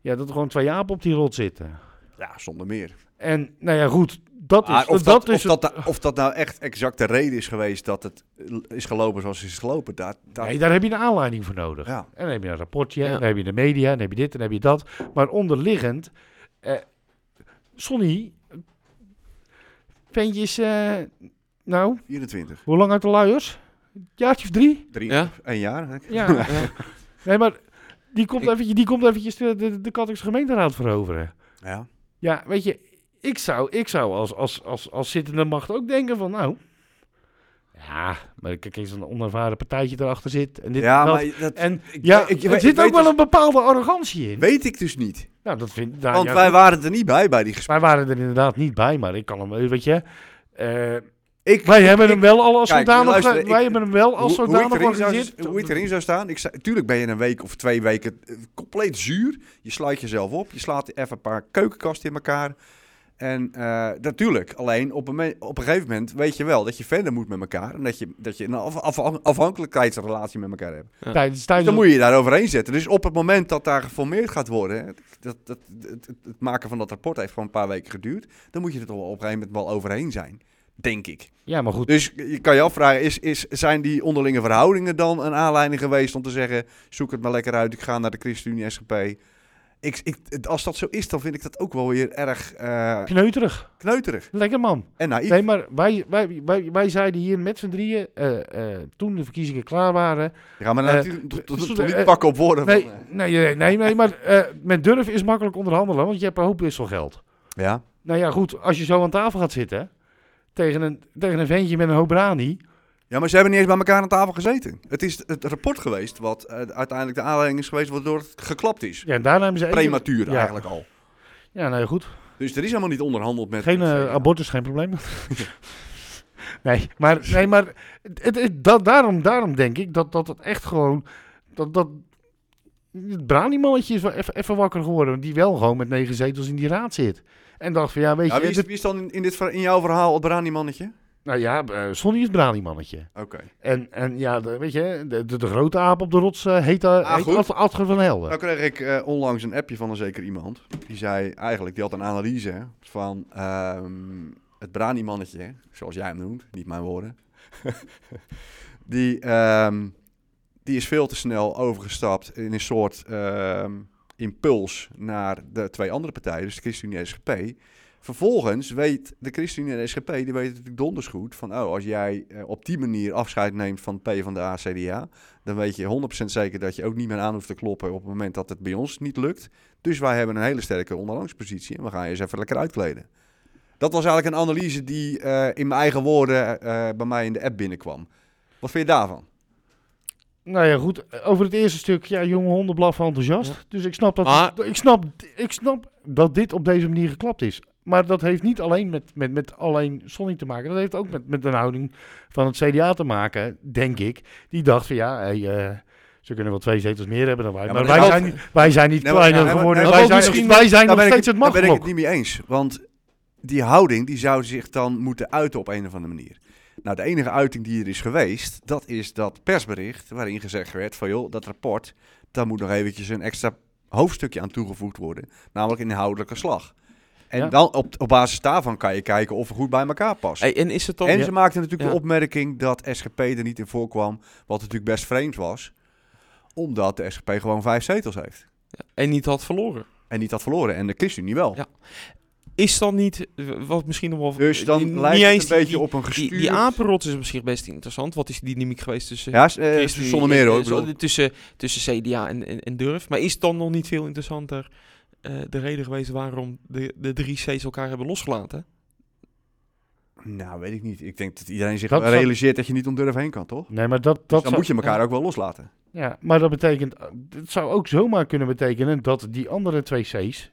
[SPEAKER 3] ja, dat er gewoon twee apen op die rot zitten.
[SPEAKER 5] Ja, zonder meer.
[SPEAKER 3] En nou ja, goed, dat is,
[SPEAKER 5] Maar Ah, of,
[SPEAKER 3] dat,
[SPEAKER 5] dat,
[SPEAKER 3] is
[SPEAKER 5] of, dat, da- of dat nou echt exact de reden is geweest dat het l- is gelopen zoals het is gelopen, daar... daar
[SPEAKER 3] Nee, daar heb je een aanleiding voor nodig.
[SPEAKER 5] ja.
[SPEAKER 3] En dan heb je een rapportje,
[SPEAKER 4] Ja.
[SPEAKER 3] en dan heb je de media, en dan heb je dit, en dan heb je dat. Maar onderliggend, eh, Sonny, ventjes, eh, nou,
[SPEAKER 5] 24,
[SPEAKER 3] hoe lang uit de luiers? Een jaartje of drie?
[SPEAKER 5] 3,
[SPEAKER 4] Ja.
[SPEAKER 5] een jaar. hè?
[SPEAKER 3] Ja. nee, maar die komt,
[SPEAKER 4] Ik-
[SPEAKER 3] eventjes, die komt eventjes de, de, de Katwijkse gemeenteraad veroveren.
[SPEAKER 5] Ja.
[SPEAKER 3] Ja, weet je, ik zou, ik zou als, als, als, als zittende macht ook denken van, nou... Ja, maar kijk eens, een onervaren partijtje erachter zit. En dit
[SPEAKER 5] Ja,
[SPEAKER 3] en dat.
[SPEAKER 5] maar dat
[SPEAKER 3] En ja,
[SPEAKER 5] ik- ik-
[SPEAKER 3] er
[SPEAKER 5] ik
[SPEAKER 3] zit
[SPEAKER 5] weet
[SPEAKER 3] ook wel
[SPEAKER 5] dus-
[SPEAKER 3] een bepaalde arrogantie in.
[SPEAKER 5] weet ik dus niet.
[SPEAKER 3] Nou, dat vind nou,
[SPEAKER 5] Want
[SPEAKER 3] ja,
[SPEAKER 5] wij
[SPEAKER 3] goed.
[SPEAKER 5] waren er niet bij, bij die gesprekken.
[SPEAKER 3] wij waren er inderdaad niet bij, maar ik kan hem, weet je. eh,
[SPEAKER 5] Ik,
[SPEAKER 3] wij hebben hem wel al als
[SPEAKER 5] kijk,
[SPEAKER 3] zodanig,
[SPEAKER 5] luister,
[SPEAKER 3] ge- wij
[SPEAKER 5] ik-
[SPEAKER 3] hebben hem wel als
[SPEAKER 5] hoe-
[SPEAKER 3] zodanig
[SPEAKER 5] hoe ik erin zou-
[SPEAKER 3] georganiseerd.
[SPEAKER 5] Hoe ik erin zou staan. Ik zei, tuurlijk ben je een week of twee weken eh, compleet zuur. Je sluit jezelf op. Je slaat even een paar keukenkasten in elkaar. En eh, natuurlijk, alleen op een, me- op een gegeven moment weet je wel dat je verder moet met elkaar. En dat je, dat je een af- afhan- afhankelijkheidsrelatie met elkaar hebt.
[SPEAKER 3] Tijdens,
[SPEAKER 5] Dus
[SPEAKER 3] tijdens,
[SPEAKER 5] dan moet je je daar overheen zetten. Dus op het moment dat daar geformeerd gaat worden, hè, dat, dat, het, het- het maken van dat rapport heeft gewoon een paar weken geduurd. Dan moet je er toch wel op een gegeven moment wel overheen zijn. Denk ik.
[SPEAKER 3] ja, maar goed.
[SPEAKER 5] Dus je kan je afvragen, is, is, zijn die onderlinge verhoudingen dan een aanleiding geweest om te zeggen, zoek het maar lekker uit, ik ga naar de ChristenUnie SGP. Ik, ik, het- als dat zo is, dan vind ik dat ook wel weer erg eh,
[SPEAKER 3] Kneuterig.
[SPEAKER 5] kneuterig
[SPEAKER 3] Lekker man.
[SPEAKER 5] en naïef.
[SPEAKER 3] Nee, maar wij, wij, wij, wij zeiden hier met z'n drieën, eh, eh, toen de verkiezingen klaar waren.
[SPEAKER 5] Ja, maar
[SPEAKER 3] eh,
[SPEAKER 5] natuurlijk tot- tot-
[SPEAKER 3] sorry,
[SPEAKER 5] tot niet
[SPEAKER 3] eh,
[SPEAKER 5] pakken op woorden.
[SPEAKER 3] Nee,
[SPEAKER 5] van, eh,
[SPEAKER 3] nee, nee, nee, nee maar eh, met durf is makkelijk onderhandelen, want je hebt een hoop wisselgeld.
[SPEAKER 5] ja,
[SPEAKER 3] Nou ja, goed, als je zo aan tafel gaat zitten, tegen een, tegen een ventje met een hoop brani,
[SPEAKER 5] Ja, maar ze hebben niet eens bij elkaar aan tafel gezeten. Het is het rapport geweest wat eh, uiteindelijk de aanleiding is geweest waardoor het geklapt is.
[SPEAKER 3] ja, en daarna hebben ze... even-
[SPEAKER 5] Prematuur
[SPEAKER 3] Ja.
[SPEAKER 5] eigenlijk al.
[SPEAKER 3] Ja, nou ja, goed.
[SPEAKER 5] Dus er is helemaal niet onderhandeld met...
[SPEAKER 3] Geen
[SPEAKER 5] met,
[SPEAKER 3] eh,
[SPEAKER 5] eh,
[SPEAKER 3] abortus, geen probleem. nee, maar, nee, maar het, het- dat, daarom, daarom denk ik dat, dat het echt gewoon... Dat, dat, het Brani-mannetje is wel even, even wakker geworden. Die wel gewoon met negen zetels in die raad zit. En dacht van, ja, weet
[SPEAKER 5] Ja,
[SPEAKER 3] je...
[SPEAKER 5] wie, is,
[SPEAKER 3] dit-
[SPEAKER 5] wie is dan in, in dit, ver- in jouw verhaal het Brani-mannetje?
[SPEAKER 3] nou ja, eh, Sonny is Brani-mannetje.
[SPEAKER 5] Oké.
[SPEAKER 3] En, en ja, de- weet je, de, de, de grote aap op de rots eh, heet, eh,
[SPEAKER 5] Ah,
[SPEAKER 3] heet
[SPEAKER 5] goed.
[SPEAKER 3] Ad- Adger van Helden.
[SPEAKER 5] Nou kreeg ik eh, onlangs een appje van een zeker iemand. Die zei eigenlijk, die had een analyse hè, van ehm, het Brani-mannetje, hè, zoals jij hem noemt, niet mijn woorden. die, ehm, die is veel te snel overgestapt in een soort ehm, impuls naar de twee andere partijen, dus de ChristenUnie en SGP. Vervolgens weet de ChristenUnie en de SGP, die weten natuurlijk donders goed van, oh, als jij eh, op die manier afscheid neemt van PvdA, CDA, dan weet je 100% zeker dat je ook niet meer aan hoeft te kloppen op het moment dat het bij ons niet lukt. Dus wij hebben een hele sterke onderhandelingspositie en we gaan je eens even lekker uitkleden. Dat was eigenlijk een analyse die eh, in mijn eigen woorden eh, bij mij in de app binnenkwam. Wat vind je daarvan?
[SPEAKER 3] Nou ja, goed. Over het eerste stuk, ja, jonge honden blaffen enthousiast. Dus ik snap, dat,
[SPEAKER 4] Maar-
[SPEAKER 3] ik, snap, ik snap dat dit op deze manier geklapt is. Maar dat heeft niet alleen met, met, met alleen Sonny te maken. Dat heeft ook met, met de houding van het CDA te maken, denk ik. Die dacht van ja, hey, eh, Ze kunnen wel twee zetels meer hebben dan wij.
[SPEAKER 5] Ja,
[SPEAKER 3] maar
[SPEAKER 5] maar
[SPEAKER 3] wij
[SPEAKER 5] dat-
[SPEAKER 3] zijn, niet- wij zijn niet
[SPEAKER 5] Nee, maar-
[SPEAKER 3] kleiner
[SPEAKER 5] ja, maar-
[SPEAKER 3] geworden.
[SPEAKER 5] nee,
[SPEAKER 3] wij
[SPEAKER 5] maar
[SPEAKER 3] zijn,
[SPEAKER 5] misschien-
[SPEAKER 3] wij zijn nog
[SPEAKER 5] ben
[SPEAKER 3] steeds
[SPEAKER 5] ik,
[SPEAKER 3] het
[SPEAKER 5] Nou, daar ben ik
[SPEAKER 3] machtblok.
[SPEAKER 5] het niet mee eens. Want die houding die zou zich dan moeten uiten op een of andere manier. Nou, de enige uiting die er is geweest, dat is dat persbericht waarin gezegd werd van joh, dat rapport, daar moet nog eventjes een extra hoofdstukje aan toegevoegd worden. Namelijk inhoudelijke slag. En
[SPEAKER 3] Ja.
[SPEAKER 5] dan op, op basis daarvan kan je kijken of we goed bij elkaar passen.
[SPEAKER 4] Hey, en is het dan...
[SPEAKER 5] en
[SPEAKER 4] Ja.
[SPEAKER 5] ze maakten natuurlijk
[SPEAKER 4] Ja.
[SPEAKER 5] de opmerking dat SGP er niet in voorkwam, wat natuurlijk best vreemd was. Omdat de SGP gewoon vijf zetels heeft.
[SPEAKER 4] en niet had verloren.
[SPEAKER 5] En niet had verloren. En de ChristenUnie wel.
[SPEAKER 4] Ja. Is dan niet, eh, wat misschien nog wel...
[SPEAKER 5] Dus dan
[SPEAKER 4] eh, niet
[SPEAKER 5] lijkt het
[SPEAKER 4] eens
[SPEAKER 5] een
[SPEAKER 4] die-
[SPEAKER 5] beetje
[SPEAKER 4] die-
[SPEAKER 5] op een gestuurd...
[SPEAKER 4] Die, die apenrots is op zich best interessant. Wat is die dynamiek geweest tussen...
[SPEAKER 5] Ja, is, eh,
[SPEAKER 4] ChristenUnie
[SPEAKER 5] zonder meer
[SPEAKER 4] en-
[SPEAKER 5] hoor.
[SPEAKER 4] en-
[SPEAKER 5] Ik bedoel,
[SPEAKER 4] Tussen, tussen CDA en, en, en Durf. Maar is het dan nog niet veel interessanter eh, de reden geweest waarom de, de drie C's elkaar hebben losgelaten?
[SPEAKER 5] nou, weet ik niet. Ik denk dat iedereen zich
[SPEAKER 3] Dat
[SPEAKER 5] wel
[SPEAKER 3] zou-
[SPEAKER 5] realiseert dat je niet om durf heen kan, toch?
[SPEAKER 3] Nee, maar dat, dat
[SPEAKER 5] Dus dan
[SPEAKER 3] zou-
[SPEAKER 5] moet je elkaar ook wel loslaten.
[SPEAKER 3] Ja, maar dat betekent, het zou ook zomaar kunnen betekenen dat die andere twee C's,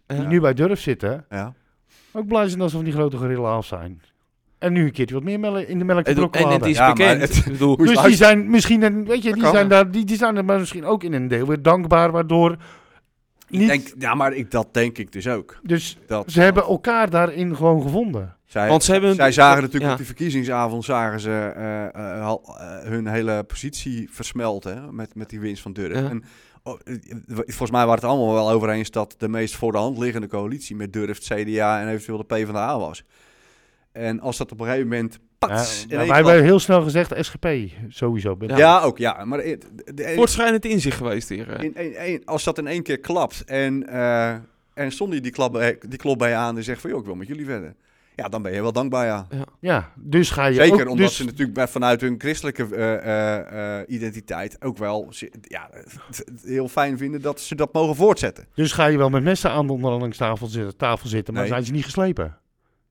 [SPEAKER 3] die
[SPEAKER 4] Ja.
[SPEAKER 3] nu bij Durf zitten,
[SPEAKER 5] Ja.
[SPEAKER 3] ook blij zijn alsof die grote gorillen af zijn. En nu een keertje wat meer mel- in de melk te
[SPEAKER 4] En, en
[SPEAKER 3] brokkelen
[SPEAKER 4] het
[SPEAKER 3] hadden.
[SPEAKER 4] is
[SPEAKER 5] Ja, maar
[SPEAKER 4] bekend.
[SPEAKER 5] het-
[SPEAKER 4] Ik bedoel,
[SPEAKER 5] Moet je
[SPEAKER 3] Dus die
[SPEAKER 5] luisteren.
[SPEAKER 3] zijn misschien, een, weet je,
[SPEAKER 5] Dat
[SPEAKER 3] die
[SPEAKER 5] kan.
[SPEAKER 3] zijn, daar, die, die zijn er maar misschien ook in een deel weer dankbaar, waardoor niet...
[SPEAKER 5] Ik denk, ja, maar ik, dat denk ik dus ook.
[SPEAKER 3] dus
[SPEAKER 5] Dat,
[SPEAKER 3] ze hebben elkaar daarin gewoon gevonden.
[SPEAKER 5] zij,
[SPEAKER 4] want ze hebben...
[SPEAKER 5] zij zagen natuurlijk
[SPEAKER 4] Ja.
[SPEAKER 5] op die verkiezingsavond zagen ze, eh, eh, al- eh, hun hele positie versmelten hè, met, met die winst van Durf.
[SPEAKER 4] Ja.
[SPEAKER 5] En, oh, eh, volgens mij waren het allemaal wel over eens dat de meest voor de hand liggende coalitie met Durf, CDA en eventueel de PvdA was. En als dat op een gegeven moment... Pats,
[SPEAKER 3] Ja,
[SPEAKER 5] in
[SPEAKER 3] maar
[SPEAKER 5] één
[SPEAKER 3] wij
[SPEAKER 5] klap-
[SPEAKER 3] hebben heel snel gezegd SGP, sowieso.
[SPEAKER 5] Ja, ook, ja. Maar i- de- de-
[SPEAKER 4] Voortschrijdend inzicht geweest hier. eh.
[SPEAKER 5] in, in, in- als dat in één keer klapt en, eh en Sonny die klap bij, die klopt bij je aan en zegt van, joh, ik wil met jullie verder. Ja, dan ben je wel dankbaar, ja.
[SPEAKER 3] Ja, dus ga je
[SPEAKER 5] Zeker
[SPEAKER 3] ook...
[SPEAKER 5] omdat
[SPEAKER 3] dus,
[SPEAKER 5] ze natuurlijk bij- vanuit hun christelijke eh, eh, eh, identiteit ook wel zi- ja, het heel fijn vinden dat ze dat mogen voortzetten.
[SPEAKER 3] dus ga je wel met mensen aan de onderhandelingstafel zitten, tafel zitten maar
[SPEAKER 5] Nee.
[SPEAKER 3] zijn ze niet geslepen.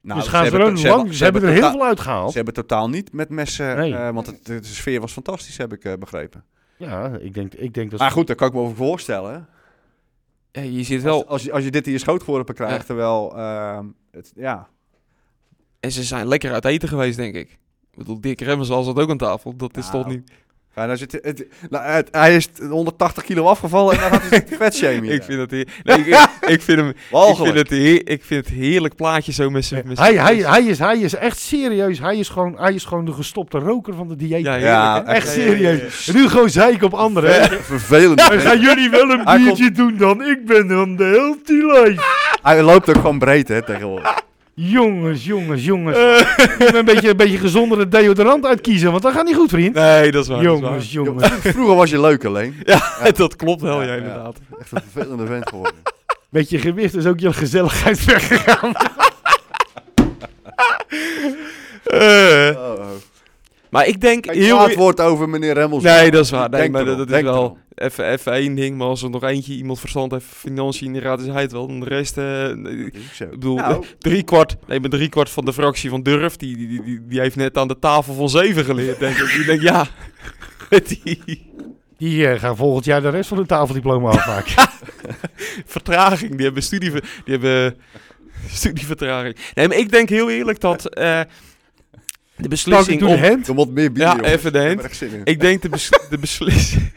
[SPEAKER 5] Nou,
[SPEAKER 3] dus gaan ze, er
[SPEAKER 5] hebben
[SPEAKER 3] ook
[SPEAKER 5] to-
[SPEAKER 3] lang... Ze, hebben er heel
[SPEAKER 5] totaal-
[SPEAKER 3] veel uitgehaald.
[SPEAKER 5] Ze hebben totaal niet met messen,
[SPEAKER 3] Nee.
[SPEAKER 5] eh, want het, de sfeer was fantastisch, heb ik eh, begrepen.
[SPEAKER 3] Ja, ik denk, ik denk dat...
[SPEAKER 5] Maar goed, daar kan ik me over voorstellen.
[SPEAKER 4] Ja, je zit wel...
[SPEAKER 5] Als, als, je, als je dit in je schootworpen krijgt,
[SPEAKER 4] Ja.
[SPEAKER 5] terwijl... ehm, het, ja,
[SPEAKER 4] En ze zijn lekker uit eten geweest, denk ik. Ik bedoel, Dick Remmers was dat ook aan tafel. Dat is
[SPEAKER 5] Nou,
[SPEAKER 4] toch niet...
[SPEAKER 5] Ja, nou zit, het, nou, het- hij is 180 kilo afgevallen en dan gaat hij zitten vet shamen.
[SPEAKER 4] Ik vind dat... heer- Nee, ik, ik, ik vind hem... Ik vind, het heer- ik vind het heerlijk plaatje zo met zijn... met zijn-
[SPEAKER 3] Hij, hij, hij, is, hij is echt serieus. Hij is gewoon, hij is gewoon de gestopte roker van de dieet.
[SPEAKER 4] Ja,
[SPEAKER 5] Ja,
[SPEAKER 4] heerlijk, hè?
[SPEAKER 3] echt
[SPEAKER 4] Ja, ja, ja, ja.
[SPEAKER 3] serieus. En nu gewoon zeik op anderen. hè.
[SPEAKER 5] Vervelend.
[SPEAKER 3] Dan gaan jullie wel een
[SPEAKER 5] Hij
[SPEAKER 3] biertje doen dan. Ik ben dan de helft die lijst.
[SPEAKER 5] hij loopt ook gewoon breed, hè, tegenwoordig.
[SPEAKER 3] Jongens, jongens, jongens. Je moet een beetje, een beetje gezondere deodorant uitkiezen, want dat gaat niet goed, vriend.
[SPEAKER 4] Nee, dat is waar. dat is waar.
[SPEAKER 3] jongens, jongens.
[SPEAKER 5] Vroeger was je leuk alleen.
[SPEAKER 4] dat klopt wel,
[SPEAKER 5] Ja,
[SPEAKER 4] ja,
[SPEAKER 5] ja.
[SPEAKER 4] inderdaad.
[SPEAKER 5] Echt een vervelende vent geworden.
[SPEAKER 3] Met je gewicht is ook je gezelligheid weggegaan.
[SPEAKER 4] Eh,
[SPEAKER 5] Oh, oh.
[SPEAKER 4] maar ik denk
[SPEAKER 5] Kijk,
[SPEAKER 4] heel...
[SPEAKER 5] kwaad woord over meneer Remmels.
[SPEAKER 4] Nee, dat is waar. Nee,
[SPEAKER 5] Denk
[SPEAKER 4] maar dat,
[SPEAKER 5] erom,
[SPEAKER 4] dat is
[SPEAKER 5] denk
[SPEAKER 4] wel
[SPEAKER 5] erom.
[SPEAKER 4] even, even één ding. Maar als er nog eentje iemand verstand heeft van financiën, inderdaad, is hij het wel. En de rest, eh, nee,
[SPEAKER 5] Dat is ook zo.
[SPEAKER 4] ik bedoel,
[SPEAKER 5] Nou.
[SPEAKER 4] drie kwart, nee, maar drie kwart van de fractie van Durf, die, die, die- die, die heeft net aan de tafel van zeven geleerd, denk ik. Die denkt, ja, die
[SPEAKER 3] Die eh, gaan volgend jaar de rest van hun tafeldiploma afmaken.
[SPEAKER 4] vertraging, die hebben, studie, die hebben studievertraging. Nee, maar ik denk heel eerlijk dat eh, de
[SPEAKER 3] Pak ik
[SPEAKER 4] beslissing
[SPEAKER 3] doe de
[SPEAKER 4] om...
[SPEAKER 3] hand.
[SPEAKER 5] Er moet meer bier,
[SPEAKER 4] Ja,
[SPEAKER 5] jongens.
[SPEAKER 4] even de
[SPEAKER 5] Ik heb
[SPEAKER 4] hand.
[SPEAKER 5] er echt zin in.
[SPEAKER 4] Ik denk de, bes- de beslissing...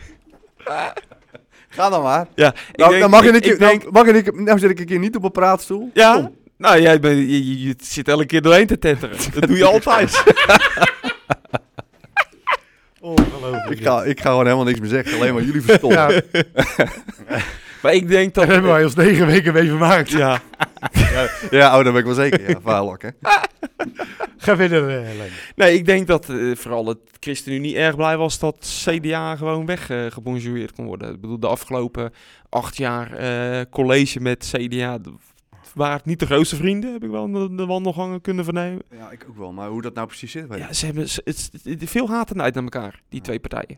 [SPEAKER 5] Ga dan maar.
[SPEAKER 4] Ja, ik
[SPEAKER 5] Nou,
[SPEAKER 4] denk-
[SPEAKER 5] dan mag
[SPEAKER 4] ik-
[SPEAKER 5] ik, een keer-
[SPEAKER 4] ik denk-
[SPEAKER 5] dan mag ik, nou zit ik een keer niet op mijn praatstoel.
[SPEAKER 4] Ja?
[SPEAKER 5] Kom.
[SPEAKER 4] Nou, jij bent, je, je- je zit elke keer doorheen te tetteren. Dat doe je altijd.
[SPEAKER 5] Ik ga, ik ga gewoon helemaal niks meer zeggen, alleen maar jullie verstoppen.
[SPEAKER 3] Ja,
[SPEAKER 5] Ja.
[SPEAKER 3] daar
[SPEAKER 4] maar ik denk dat...
[SPEAKER 3] hebben wij ons negen weken mee vermaakt.
[SPEAKER 4] Ja,
[SPEAKER 5] oh, dat ben ik wel zeker. Ja, vuilak, hè.
[SPEAKER 3] Ga verder, eh, Leen.
[SPEAKER 4] nee, ik denk dat eh, vooral het ChristenUnie erg blij was dat CDA gewoon weggebonjourdeerd kon worden. Ik bedoel, de afgelopen acht jaar eh, college met CDA d- waren het niet de grootste vrienden, heb ik wel aan de, de wandelgangen kunnen vernemen.
[SPEAKER 5] Ja, ik ook wel. Maar hoe dat nou precies zit, weet ik
[SPEAKER 4] Ja, ze hebben ze- het, het- het- veel haat en uit naar elkaar, die twee partijen.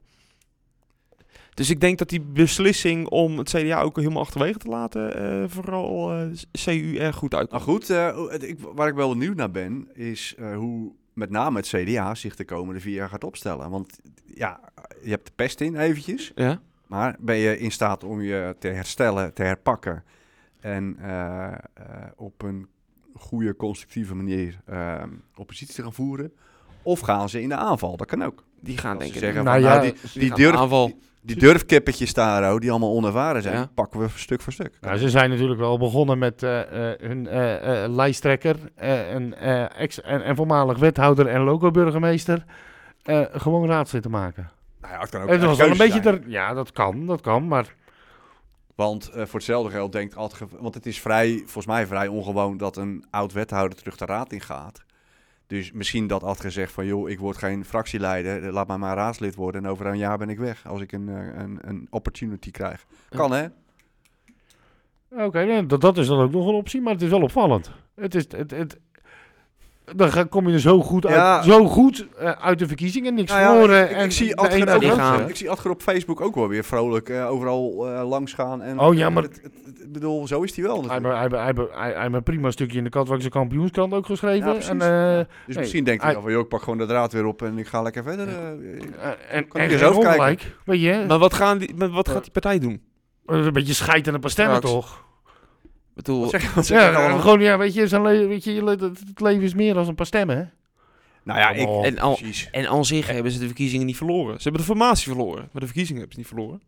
[SPEAKER 4] Dus ik denk dat die beslissing om het CDA ook helemaal achterwege te laten, eh, vooral eh, CU erg goed
[SPEAKER 5] Nou
[SPEAKER 4] uitkomt.
[SPEAKER 5] goed, eh, hoe- het- ik, waar ik wel benieuwd naar ben, is eh, hoe met name het CDA zich de komende vier jaar gaat opstellen. Want ja, je hebt de pest in eventjes,
[SPEAKER 4] Ja?
[SPEAKER 5] maar ben je in staat om je te herstellen, te herpakken en eh, eh, op een goede, constructieve manier eh, oppositie te gaan voeren? Of gaan ze in de aanval? Dat kan ook.
[SPEAKER 4] Die gaan
[SPEAKER 5] Als
[SPEAKER 4] denk
[SPEAKER 5] ze
[SPEAKER 4] ik
[SPEAKER 5] zeggen,
[SPEAKER 3] Nou
[SPEAKER 5] van,
[SPEAKER 3] ja,
[SPEAKER 5] nou, die, die,
[SPEAKER 4] gaan
[SPEAKER 5] durf,
[SPEAKER 4] aanval.
[SPEAKER 5] die, Die durfkippetjes daar, oh, die allemaal onervaren zijn,
[SPEAKER 4] Ja.
[SPEAKER 5] pakken we stuk voor stuk.
[SPEAKER 3] Nou, ze zijn natuurlijk wel begonnen met eh, eh, hun eh, eh, lijsttrekker eh, en, eh, ex- en, en voormalig wethouder en loco-burgemeester eh, gewoon raadslid te maken.
[SPEAKER 5] Nou ja, het kan ook
[SPEAKER 3] het was wel een
[SPEAKER 5] keuze
[SPEAKER 3] beetje...
[SPEAKER 5] zijn.
[SPEAKER 3] ter- ja, dat kan, dat kan, maar...
[SPEAKER 5] Want eh, voor hetzelfde geld denkt Adge... Want het is vrij, volgens mij vrij ongewoon dat een oud-wethouder terug de raad in gaat. Dus misschien dat Adge zegt van... joh, ik word geen fractieleider, eh, laat mij maar raadslid worden... en over een jaar ben ik weg als ik een, eh, een, een opportunity krijg. Kan hè?
[SPEAKER 3] Oké, nee, dat, dat is dan ook nog een optie, maar het is wel opvallend. Het is, het, het, dan ga- kom je er zo goed uit,
[SPEAKER 5] Ja.
[SPEAKER 3] zo goed eh, uit de verkiezingen, niks
[SPEAKER 5] Nou ja,
[SPEAKER 3] verloren.
[SPEAKER 5] ik, ik
[SPEAKER 3] eh, en
[SPEAKER 5] zie
[SPEAKER 3] de een
[SPEAKER 5] Adger ook,
[SPEAKER 3] ook
[SPEAKER 4] niet
[SPEAKER 5] wel-
[SPEAKER 4] gaan.
[SPEAKER 5] ik zie Adger op Facebook ook wel weer vrolijk eh, overal eh, langs gaan. En,
[SPEAKER 3] Oh, ja, maar-
[SPEAKER 5] Het, het- het- ik bedoel, zo is hij wel
[SPEAKER 3] Hij
[SPEAKER 5] natuurlijk.
[SPEAKER 3] heeft- hij heeft- hij- hij heeft een prima stukje in de Katwijkse kampioenskrant ook geschreven.
[SPEAKER 5] Ja, precies.
[SPEAKER 3] en, eh,
[SPEAKER 5] Dus
[SPEAKER 3] nee,
[SPEAKER 5] misschien denkt hij
[SPEAKER 3] hij-
[SPEAKER 5] dan van... joh, ik pak gewoon de draad weer op en ik ga lekker verder. eh, eh.
[SPEAKER 3] eh, en,
[SPEAKER 5] Kan
[SPEAKER 3] en
[SPEAKER 5] ik eens
[SPEAKER 3] geen
[SPEAKER 5] overkijken?
[SPEAKER 3] ongelijk. Weet je,
[SPEAKER 4] Maar wat, gaan die, maar wat
[SPEAKER 3] Ja.
[SPEAKER 4] gaat die partij doen? Ik
[SPEAKER 3] een beetje scheid aan de pastemmen
[SPEAKER 4] Straks.
[SPEAKER 3] toch?
[SPEAKER 4] bedoel,
[SPEAKER 5] Wat zeg, wat zeg
[SPEAKER 3] Ja,
[SPEAKER 5] ik nou allemaal?
[SPEAKER 3] gewoon, ja, weet je, zijn le- weet je je le- dat- het leven is meer dan een paar stemmen. hè?
[SPEAKER 5] Nou ja, ik...
[SPEAKER 3] Oh.
[SPEAKER 4] en, al,
[SPEAKER 5] Precies.
[SPEAKER 4] en aan zich hebben ze de verkiezingen niet verloren. Ze hebben de formatie verloren, maar de verkiezingen hebben ze niet verloren.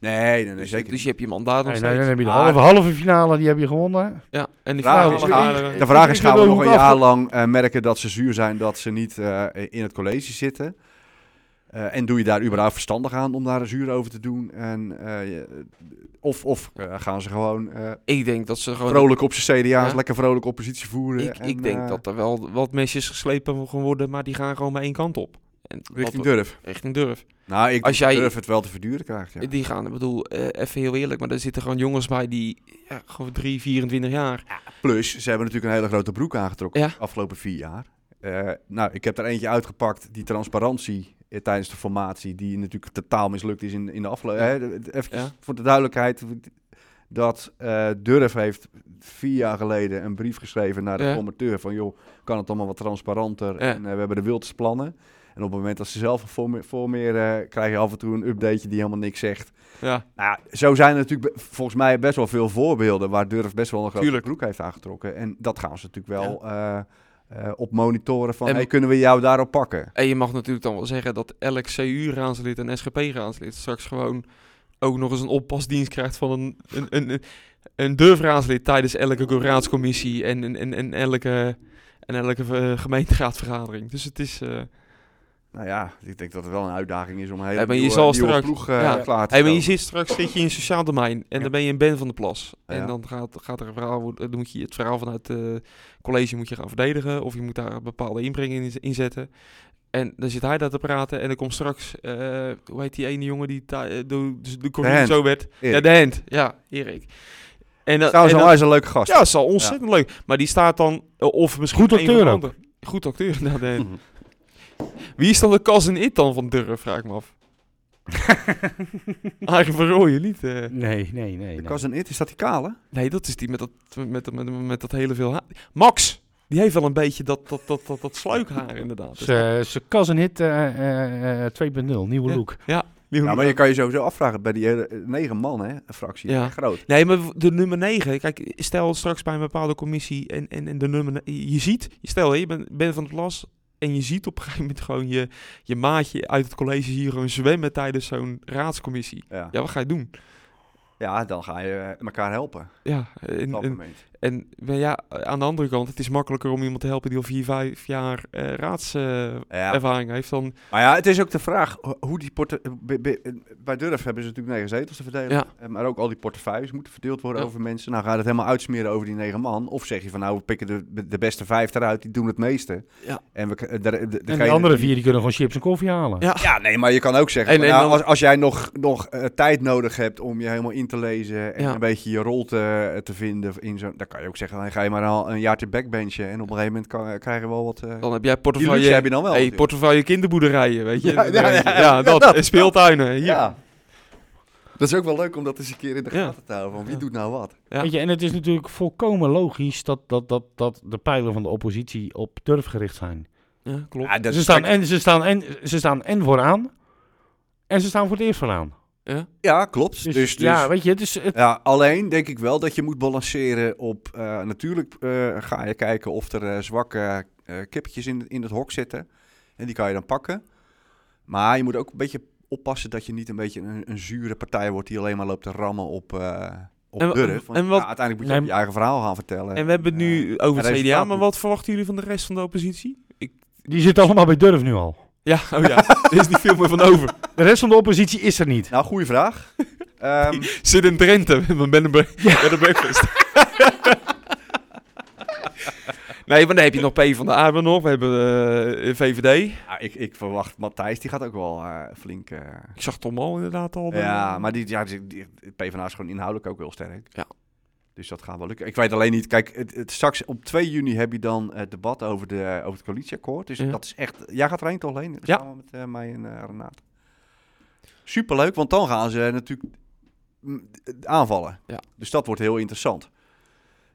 [SPEAKER 5] Nee, nee, nee,
[SPEAKER 4] Dus,
[SPEAKER 5] zeker
[SPEAKER 4] dus je hebt je mandaat nog
[SPEAKER 3] Nee,
[SPEAKER 4] steeds.
[SPEAKER 3] nee, dan heb je de
[SPEAKER 5] Ah.
[SPEAKER 3] halve, halve finale, die heb je gewonnen.
[SPEAKER 4] Ja, en die
[SPEAKER 5] Nou,
[SPEAKER 4] finale
[SPEAKER 5] ik-
[SPEAKER 4] gaan we-
[SPEAKER 5] De vraag
[SPEAKER 3] Ik-
[SPEAKER 5] is,
[SPEAKER 3] ik
[SPEAKER 5] gaan we
[SPEAKER 3] wil
[SPEAKER 5] nog
[SPEAKER 3] ook
[SPEAKER 5] een
[SPEAKER 3] af-
[SPEAKER 5] jaar lang eh, merken dat ze zuur zijn dat ze niet eh, in het college zitten? Eh, en doe je daar überhaupt verstandig aan om daar zuur over te doen? En, eh, je- of of eh, gaan ze gewoon eh,
[SPEAKER 4] Ik denk dat ze gewoon...
[SPEAKER 5] vrolijk op zijn CDA's,
[SPEAKER 4] Ja.
[SPEAKER 5] lekker vrolijk oppositie voeren?
[SPEAKER 4] Ik,
[SPEAKER 5] en,
[SPEAKER 4] ik denk
[SPEAKER 5] eh,
[SPEAKER 4] dat er wel wat mesjes geslepen gaan worden, maar die gaan gewoon maar één kant op. En wat
[SPEAKER 5] Richting
[SPEAKER 4] we-
[SPEAKER 5] durf.
[SPEAKER 4] richting durf.
[SPEAKER 5] Nou, ik
[SPEAKER 4] Als jij-
[SPEAKER 5] durf het wel te verduren krijgt. Ja.
[SPEAKER 4] Die gaan, ik bedoel, eh, even heel eerlijk, maar er zitten gewoon jongens bij die ja, gewoon 3, 24 jaar.
[SPEAKER 5] Plus, ze hebben natuurlijk een hele grote broek aangetrokken
[SPEAKER 4] Ja.
[SPEAKER 5] de afgelopen vier jaar. Eh, nou, ik heb er eentje uitgepakt, die transparantie eh, tijdens de formatie, die natuurlijk totaal mislukt is in, in de afgelopen... Even
[SPEAKER 4] Ja.
[SPEAKER 5] voor de duidelijkheid, dat eh, Durf heeft vier jaar geleden een brief geschreven naar de
[SPEAKER 4] Ja.
[SPEAKER 5] formateur van joh, kan het allemaal wat transparanter
[SPEAKER 4] Ja.
[SPEAKER 5] en eh, we hebben de wildersplannen. En op het moment dat ze zelf voor formeren, krijg je af en toe een updateje die helemaal niks zegt.
[SPEAKER 4] Ja,
[SPEAKER 5] Nou, ja, zo zijn er natuurlijk be- volgens mij best wel veel voorbeelden waar Durf best wel een grote
[SPEAKER 4] Tuurlijk.
[SPEAKER 5] broek heeft aangetrokken. En dat gaan ze natuurlijk wel eh, eh, op monitoren van,
[SPEAKER 4] En-
[SPEAKER 5] hey, kunnen we jou daarop pakken?
[SPEAKER 4] en je mag natuurlijk dan wel zeggen dat elk CU-raadslid en SGP-raadslid straks gewoon ook nog eens een oppasdienst krijgt van een, een, een, een, een durfraadslid tijdens elke raadscommissie en, en, en, en elke, en elke eh, gemeenteraadsvergadering. Dus het is... eh,
[SPEAKER 5] Nou ja, ik denk dat het wel een uitdaging is om een hele
[SPEAKER 4] Ja, maar je
[SPEAKER 5] nieuwe,
[SPEAKER 4] zal
[SPEAKER 5] nieuwe
[SPEAKER 4] straks-
[SPEAKER 5] ploeg eh,
[SPEAKER 4] ja.
[SPEAKER 5] klaar te
[SPEAKER 4] Hey, maar je
[SPEAKER 5] stellen.
[SPEAKER 4] zit straks zit je in sociaal domein en
[SPEAKER 5] Ja.
[SPEAKER 4] dan ben je een Ben van de Plas.
[SPEAKER 5] Ja.
[SPEAKER 4] En dan gaat, gaat er een verhaal, worden- dan moet je het verhaal vanuit het college moet je gaan verdedigen. Of je moet daar een bepaalde inbreng in, in zetten. En dan zit hij daar te praten en dan komt straks, eh, hoe heet die ene jongen die ta- eh, de, de, de Corine
[SPEAKER 5] Hand.
[SPEAKER 4] zo werd?
[SPEAKER 5] Erik.
[SPEAKER 4] Ja, de hand. Ja, Erik. En dan,
[SPEAKER 5] Trouwens,
[SPEAKER 4] en
[SPEAKER 5] wel,
[SPEAKER 4] dan-
[SPEAKER 5] hij is een leuke gast.
[SPEAKER 4] ja, dat is al ontzettend leuk. Maar die staat dan, eh, of misschien
[SPEAKER 3] Goed
[SPEAKER 4] een van
[SPEAKER 3] acteur
[SPEAKER 4] de
[SPEAKER 3] ook.
[SPEAKER 4] anderen. Goed acteur, nou, de hand. Wie is dan de cousin It dan van Durf, vraag ik me af. Eigen van Rooyen, niet... eh.
[SPEAKER 3] Nee, nee, nee.
[SPEAKER 5] De Kazan It, is dat die kale?
[SPEAKER 4] Nee, dat is die met dat, met, dat- met, met, met dat hele veel haar. Max, die heeft wel een beetje dat, dat, dat, dat, dat sluikhaar inderdaad. Dus
[SPEAKER 3] Ze, ze kas een hit eh, eh, eh, 2.0, nieuwe
[SPEAKER 4] Ja.
[SPEAKER 3] look.
[SPEAKER 4] die-
[SPEAKER 5] Ja, maar je kan je sowieso afvragen bij die hele, eh, negen man, hè, een fractie.
[SPEAKER 4] Ja.
[SPEAKER 5] echt Groot.
[SPEAKER 4] Nee, maar de nummer 9. Kijk, stel straks bij een bepaalde commissie en, en, en de nummer... ne- Je ziet, stel hè, je bent, bent van het las en je ziet op een gegeven moment gewoon je, je maatje uit het college hier gewoon zwemmen tijdens zo'n raadscommissie.
[SPEAKER 5] Ja.
[SPEAKER 4] Ja, wat ga je doen?
[SPEAKER 5] ja, dan ga je eh, elkaar helpen. op
[SPEAKER 4] Ja, en,
[SPEAKER 5] dat
[SPEAKER 4] en,
[SPEAKER 5] moment.
[SPEAKER 4] en maar ja, aan de andere kant, het is makkelijker om iemand te helpen die al vier, vijf jaar eh, raadservaring
[SPEAKER 5] Ja,
[SPEAKER 4] heeft dan...
[SPEAKER 5] Maar ja, het is ook de vraag ho- hoe die porte be- be- bij Durf hebben ze natuurlijk negen zetels te verdelen.
[SPEAKER 4] Ja.
[SPEAKER 5] Eh, Maar ook al die portefeuilles moeten verdeeld worden
[SPEAKER 4] Ja.
[SPEAKER 5] over mensen. Nou, gaat het helemaal uitsmeren over die negen man? Of zeg je van nou, we pikken de, de beste vijf eruit, die doen het meeste.
[SPEAKER 4] Ja.
[SPEAKER 5] En we k- eh, de, de,
[SPEAKER 3] En
[SPEAKER 5] degene
[SPEAKER 3] de andere
[SPEAKER 5] die-
[SPEAKER 3] vier die kunnen gewoon chips en koffie halen.
[SPEAKER 4] Ja.
[SPEAKER 5] Ja, nee, maar je kan ook zeggen,
[SPEAKER 4] En-
[SPEAKER 5] van,
[SPEAKER 4] en
[SPEAKER 5] nou,
[SPEAKER 4] dan-
[SPEAKER 5] als, als jij nog, nog eh, tijd nodig hebt om je helemaal in te lezen en
[SPEAKER 4] Ja.
[SPEAKER 5] een beetje je rol te, eh, te vinden, in zo'n, dan kan je ook zeggen, dan ga je maar al een jaartje backbenchen en op een gegeven moment kan, krijg je wel wat... eh,
[SPEAKER 4] Dan heb jij
[SPEAKER 5] die luxe
[SPEAKER 4] portefeuille...
[SPEAKER 5] heb je dan wel.
[SPEAKER 4] Oh, Hey,
[SPEAKER 5] natuurlijk.
[SPEAKER 4] portefeuille kinderboerderijen, weet je?
[SPEAKER 5] Ja,
[SPEAKER 4] Ja,
[SPEAKER 5] ja, ja, ja,
[SPEAKER 4] dat.
[SPEAKER 5] dat.
[SPEAKER 4] en speeltuinen. Hier.
[SPEAKER 5] Ja. Dat is ook wel leuk om dat eens een keer in de
[SPEAKER 4] Ja.
[SPEAKER 5] gaten te houden. Van wie
[SPEAKER 4] Ja.
[SPEAKER 5] doet nou wat?
[SPEAKER 4] Ja.
[SPEAKER 3] Weet je, en het is natuurlijk volkomen logisch dat, dat, dat, dat de pijlen van de oppositie op durf gericht zijn.
[SPEAKER 4] Ja, klopt.
[SPEAKER 5] dus
[SPEAKER 3] Ze staan, en, ze, staan en, ze staan en vooraan, en ze staan voor het eerst vooraan.
[SPEAKER 5] Ja, klopt. Dus,
[SPEAKER 3] Dus,
[SPEAKER 5] dus,
[SPEAKER 3] ja,
[SPEAKER 5] ja,
[SPEAKER 3] weet je, het is, het,
[SPEAKER 5] alleen denk ik wel dat je moet balanceren op... eh, natuurlijk eh, ga je kijken of er eh, zwakke eh, kippetjes in, in het hok zitten. En die kan je dan pakken. Maar je moet ook een beetje oppassen dat je niet een beetje een, een zure partij wordt die alleen maar loopt te rammen op, eh op
[SPEAKER 4] En wa-
[SPEAKER 5] durf. Want
[SPEAKER 4] en wat-
[SPEAKER 5] ja, uiteindelijk moet je
[SPEAKER 3] Nee,
[SPEAKER 5] ook je eigen verhaal gaan vertellen.
[SPEAKER 4] En we hebben het nu over
[SPEAKER 5] het
[SPEAKER 4] het CDA,
[SPEAKER 5] resultaat
[SPEAKER 4] maar
[SPEAKER 5] moet-
[SPEAKER 4] wat verwachten jullie van de rest van de oppositie? Ik,
[SPEAKER 3] Die zitten allemaal bij Durf nu al.
[SPEAKER 4] ja, oh ja, er is niet veel meer van over.
[SPEAKER 3] De rest van de oppositie is er niet.
[SPEAKER 5] Nou, goede vraag. Ehm,
[SPEAKER 4] Zit in Drenthe met mijn bed and break- bed and breakfast. nee, maar dan heb je nog P van de A nog. We hebben eh, VVD.
[SPEAKER 5] ja, Ah, ik, ik verwacht Matthijs, die gaat ook wel eh, flink... eh,
[SPEAKER 4] Ik zag Tom al inderdaad al. eh. bij-
[SPEAKER 5] ja, maar die, ja, die, die- het PvdA is gewoon inhoudelijk ook heel sterk.
[SPEAKER 4] Ja.
[SPEAKER 5] Dus dat gaat wel lukken. Ik weet alleen niet, kijk, het, het, straks op 2 juni heb je dan het debat over, de, over het coalitieakkoord. Dus
[SPEAKER 4] Ja.
[SPEAKER 5] dat is echt, jij gaat er eind toch heen?
[SPEAKER 4] Ja.
[SPEAKER 5] Samen met eh, mij en eh Renate. Superleuk, want dan gaan ze natuurlijk mm, aanvallen.
[SPEAKER 4] Ja.
[SPEAKER 5] Dus dat wordt heel interessant.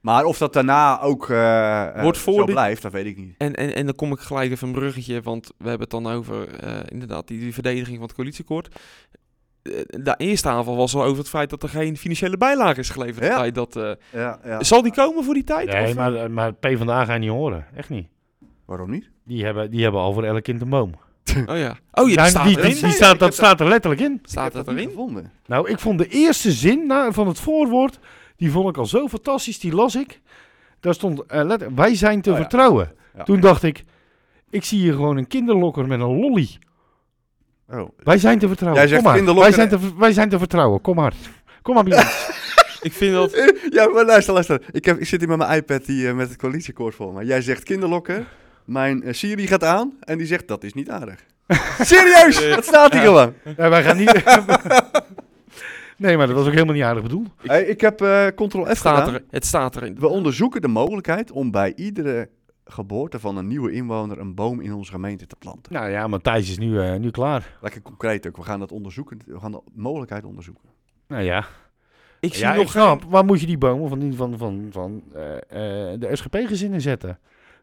[SPEAKER 5] Maar of dat daarna ook eh, eh,
[SPEAKER 4] Wordt voor
[SPEAKER 5] zo
[SPEAKER 4] de-
[SPEAKER 5] blijft, dat weet ik niet.
[SPEAKER 4] En, en, en dan kom ik gelijk even een bruggetje, want we hebben het dan over eh, inderdaad die, die verdediging van het coalitieakkoord. Eh, De eerste aanval was al over het feit dat er geen financiële bijlage is geleverd.
[SPEAKER 5] Ja.
[SPEAKER 4] Het feit Dat, eh,
[SPEAKER 5] Ja, ja.
[SPEAKER 4] Zal die komen voor die tijd?
[SPEAKER 3] Nee,
[SPEAKER 4] Of-
[SPEAKER 3] maar, maar PvdA ga je niet horen. Echt niet.
[SPEAKER 5] Waarom niet?
[SPEAKER 3] Die hebben, die hebben al voor elk kind een boom.
[SPEAKER 4] Oh ja. Oh ja,
[SPEAKER 3] Ja,
[SPEAKER 4] dat staat
[SPEAKER 3] die,
[SPEAKER 4] erin.
[SPEAKER 3] die, die staat, dat staat er letterlijk in.
[SPEAKER 5] Ik
[SPEAKER 4] Staat
[SPEAKER 5] heb
[SPEAKER 4] dat
[SPEAKER 5] niet
[SPEAKER 4] erin?
[SPEAKER 5] gevonden.
[SPEAKER 3] Nou, ik vond de eerste zin na, van het voorwoord, die vond ik al zo fantastisch, die las ik. Daar stond, eh, letter- wij zijn te
[SPEAKER 5] Oh ja.
[SPEAKER 3] vertrouwen.
[SPEAKER 5] Ja.
[SPEAKER 3] Toen dacht ik, ik zie hier gewoon een kinderlokker met een lolly.
[SPEAKER 5] Oh,
[SPEAKER 3] Wij zijn te vertrouwen,
[SPEAKER 5] Jij zegt
[SPEAKER 3] kom maar.
[SPEAKER 5] kinderlokker-
[SPEAKER 3] Wij zijn, te, ver- wij zijn te vertrouwen, kom maar. Kom maar, Björn.
[SPEAKER 4] Ik vind dat...
[SPEAKER 5] Ja, maar luister, luister. Ik, heb, ik zit hier met mijn iPad die, eh, met het coalitieakkoord voor me. Jij zegt kinderlokken. Mijn eh, Siri gaat aan en die zegt dat is niet aardig. Serieus? Dat staat hier gewoon.
[SPEAKER 3] Nee, wij gaan niet... nee, maar dat was ook helemaal niet aardig bedoeld.
[SPEAKER 5] Hey, ik heb eh Ctrl F
[SPEAKER 4] Het staat,
[SPEAKER 5] gedaan.
[SPEAKER 4] er, het staat erin.
[SPEAKER 5] We onderzoeken de mogelijkheid om bij iedere geboorte van een nieuwe inwoner een boom in onze gemeente te planten.
[SPEAKER 3] Nou ja, Matthijs is nu, eh, nu klaar.
[SPEAKER 5] Lekker concreet ook. We gaan dat onderzoeken. We gaan de mogelijkheid onderzoeken.
[SPEAKER 3] Nou ja.
[SPEAKER 4] Ik zie
[SPEAKER 3] ja,
[SPEAKER 4] nog...
[SPEAKER 3] ik snap. Waar moet je die bomen van, die- van, van, van eh, eh, de SGP-gezinnen zetten?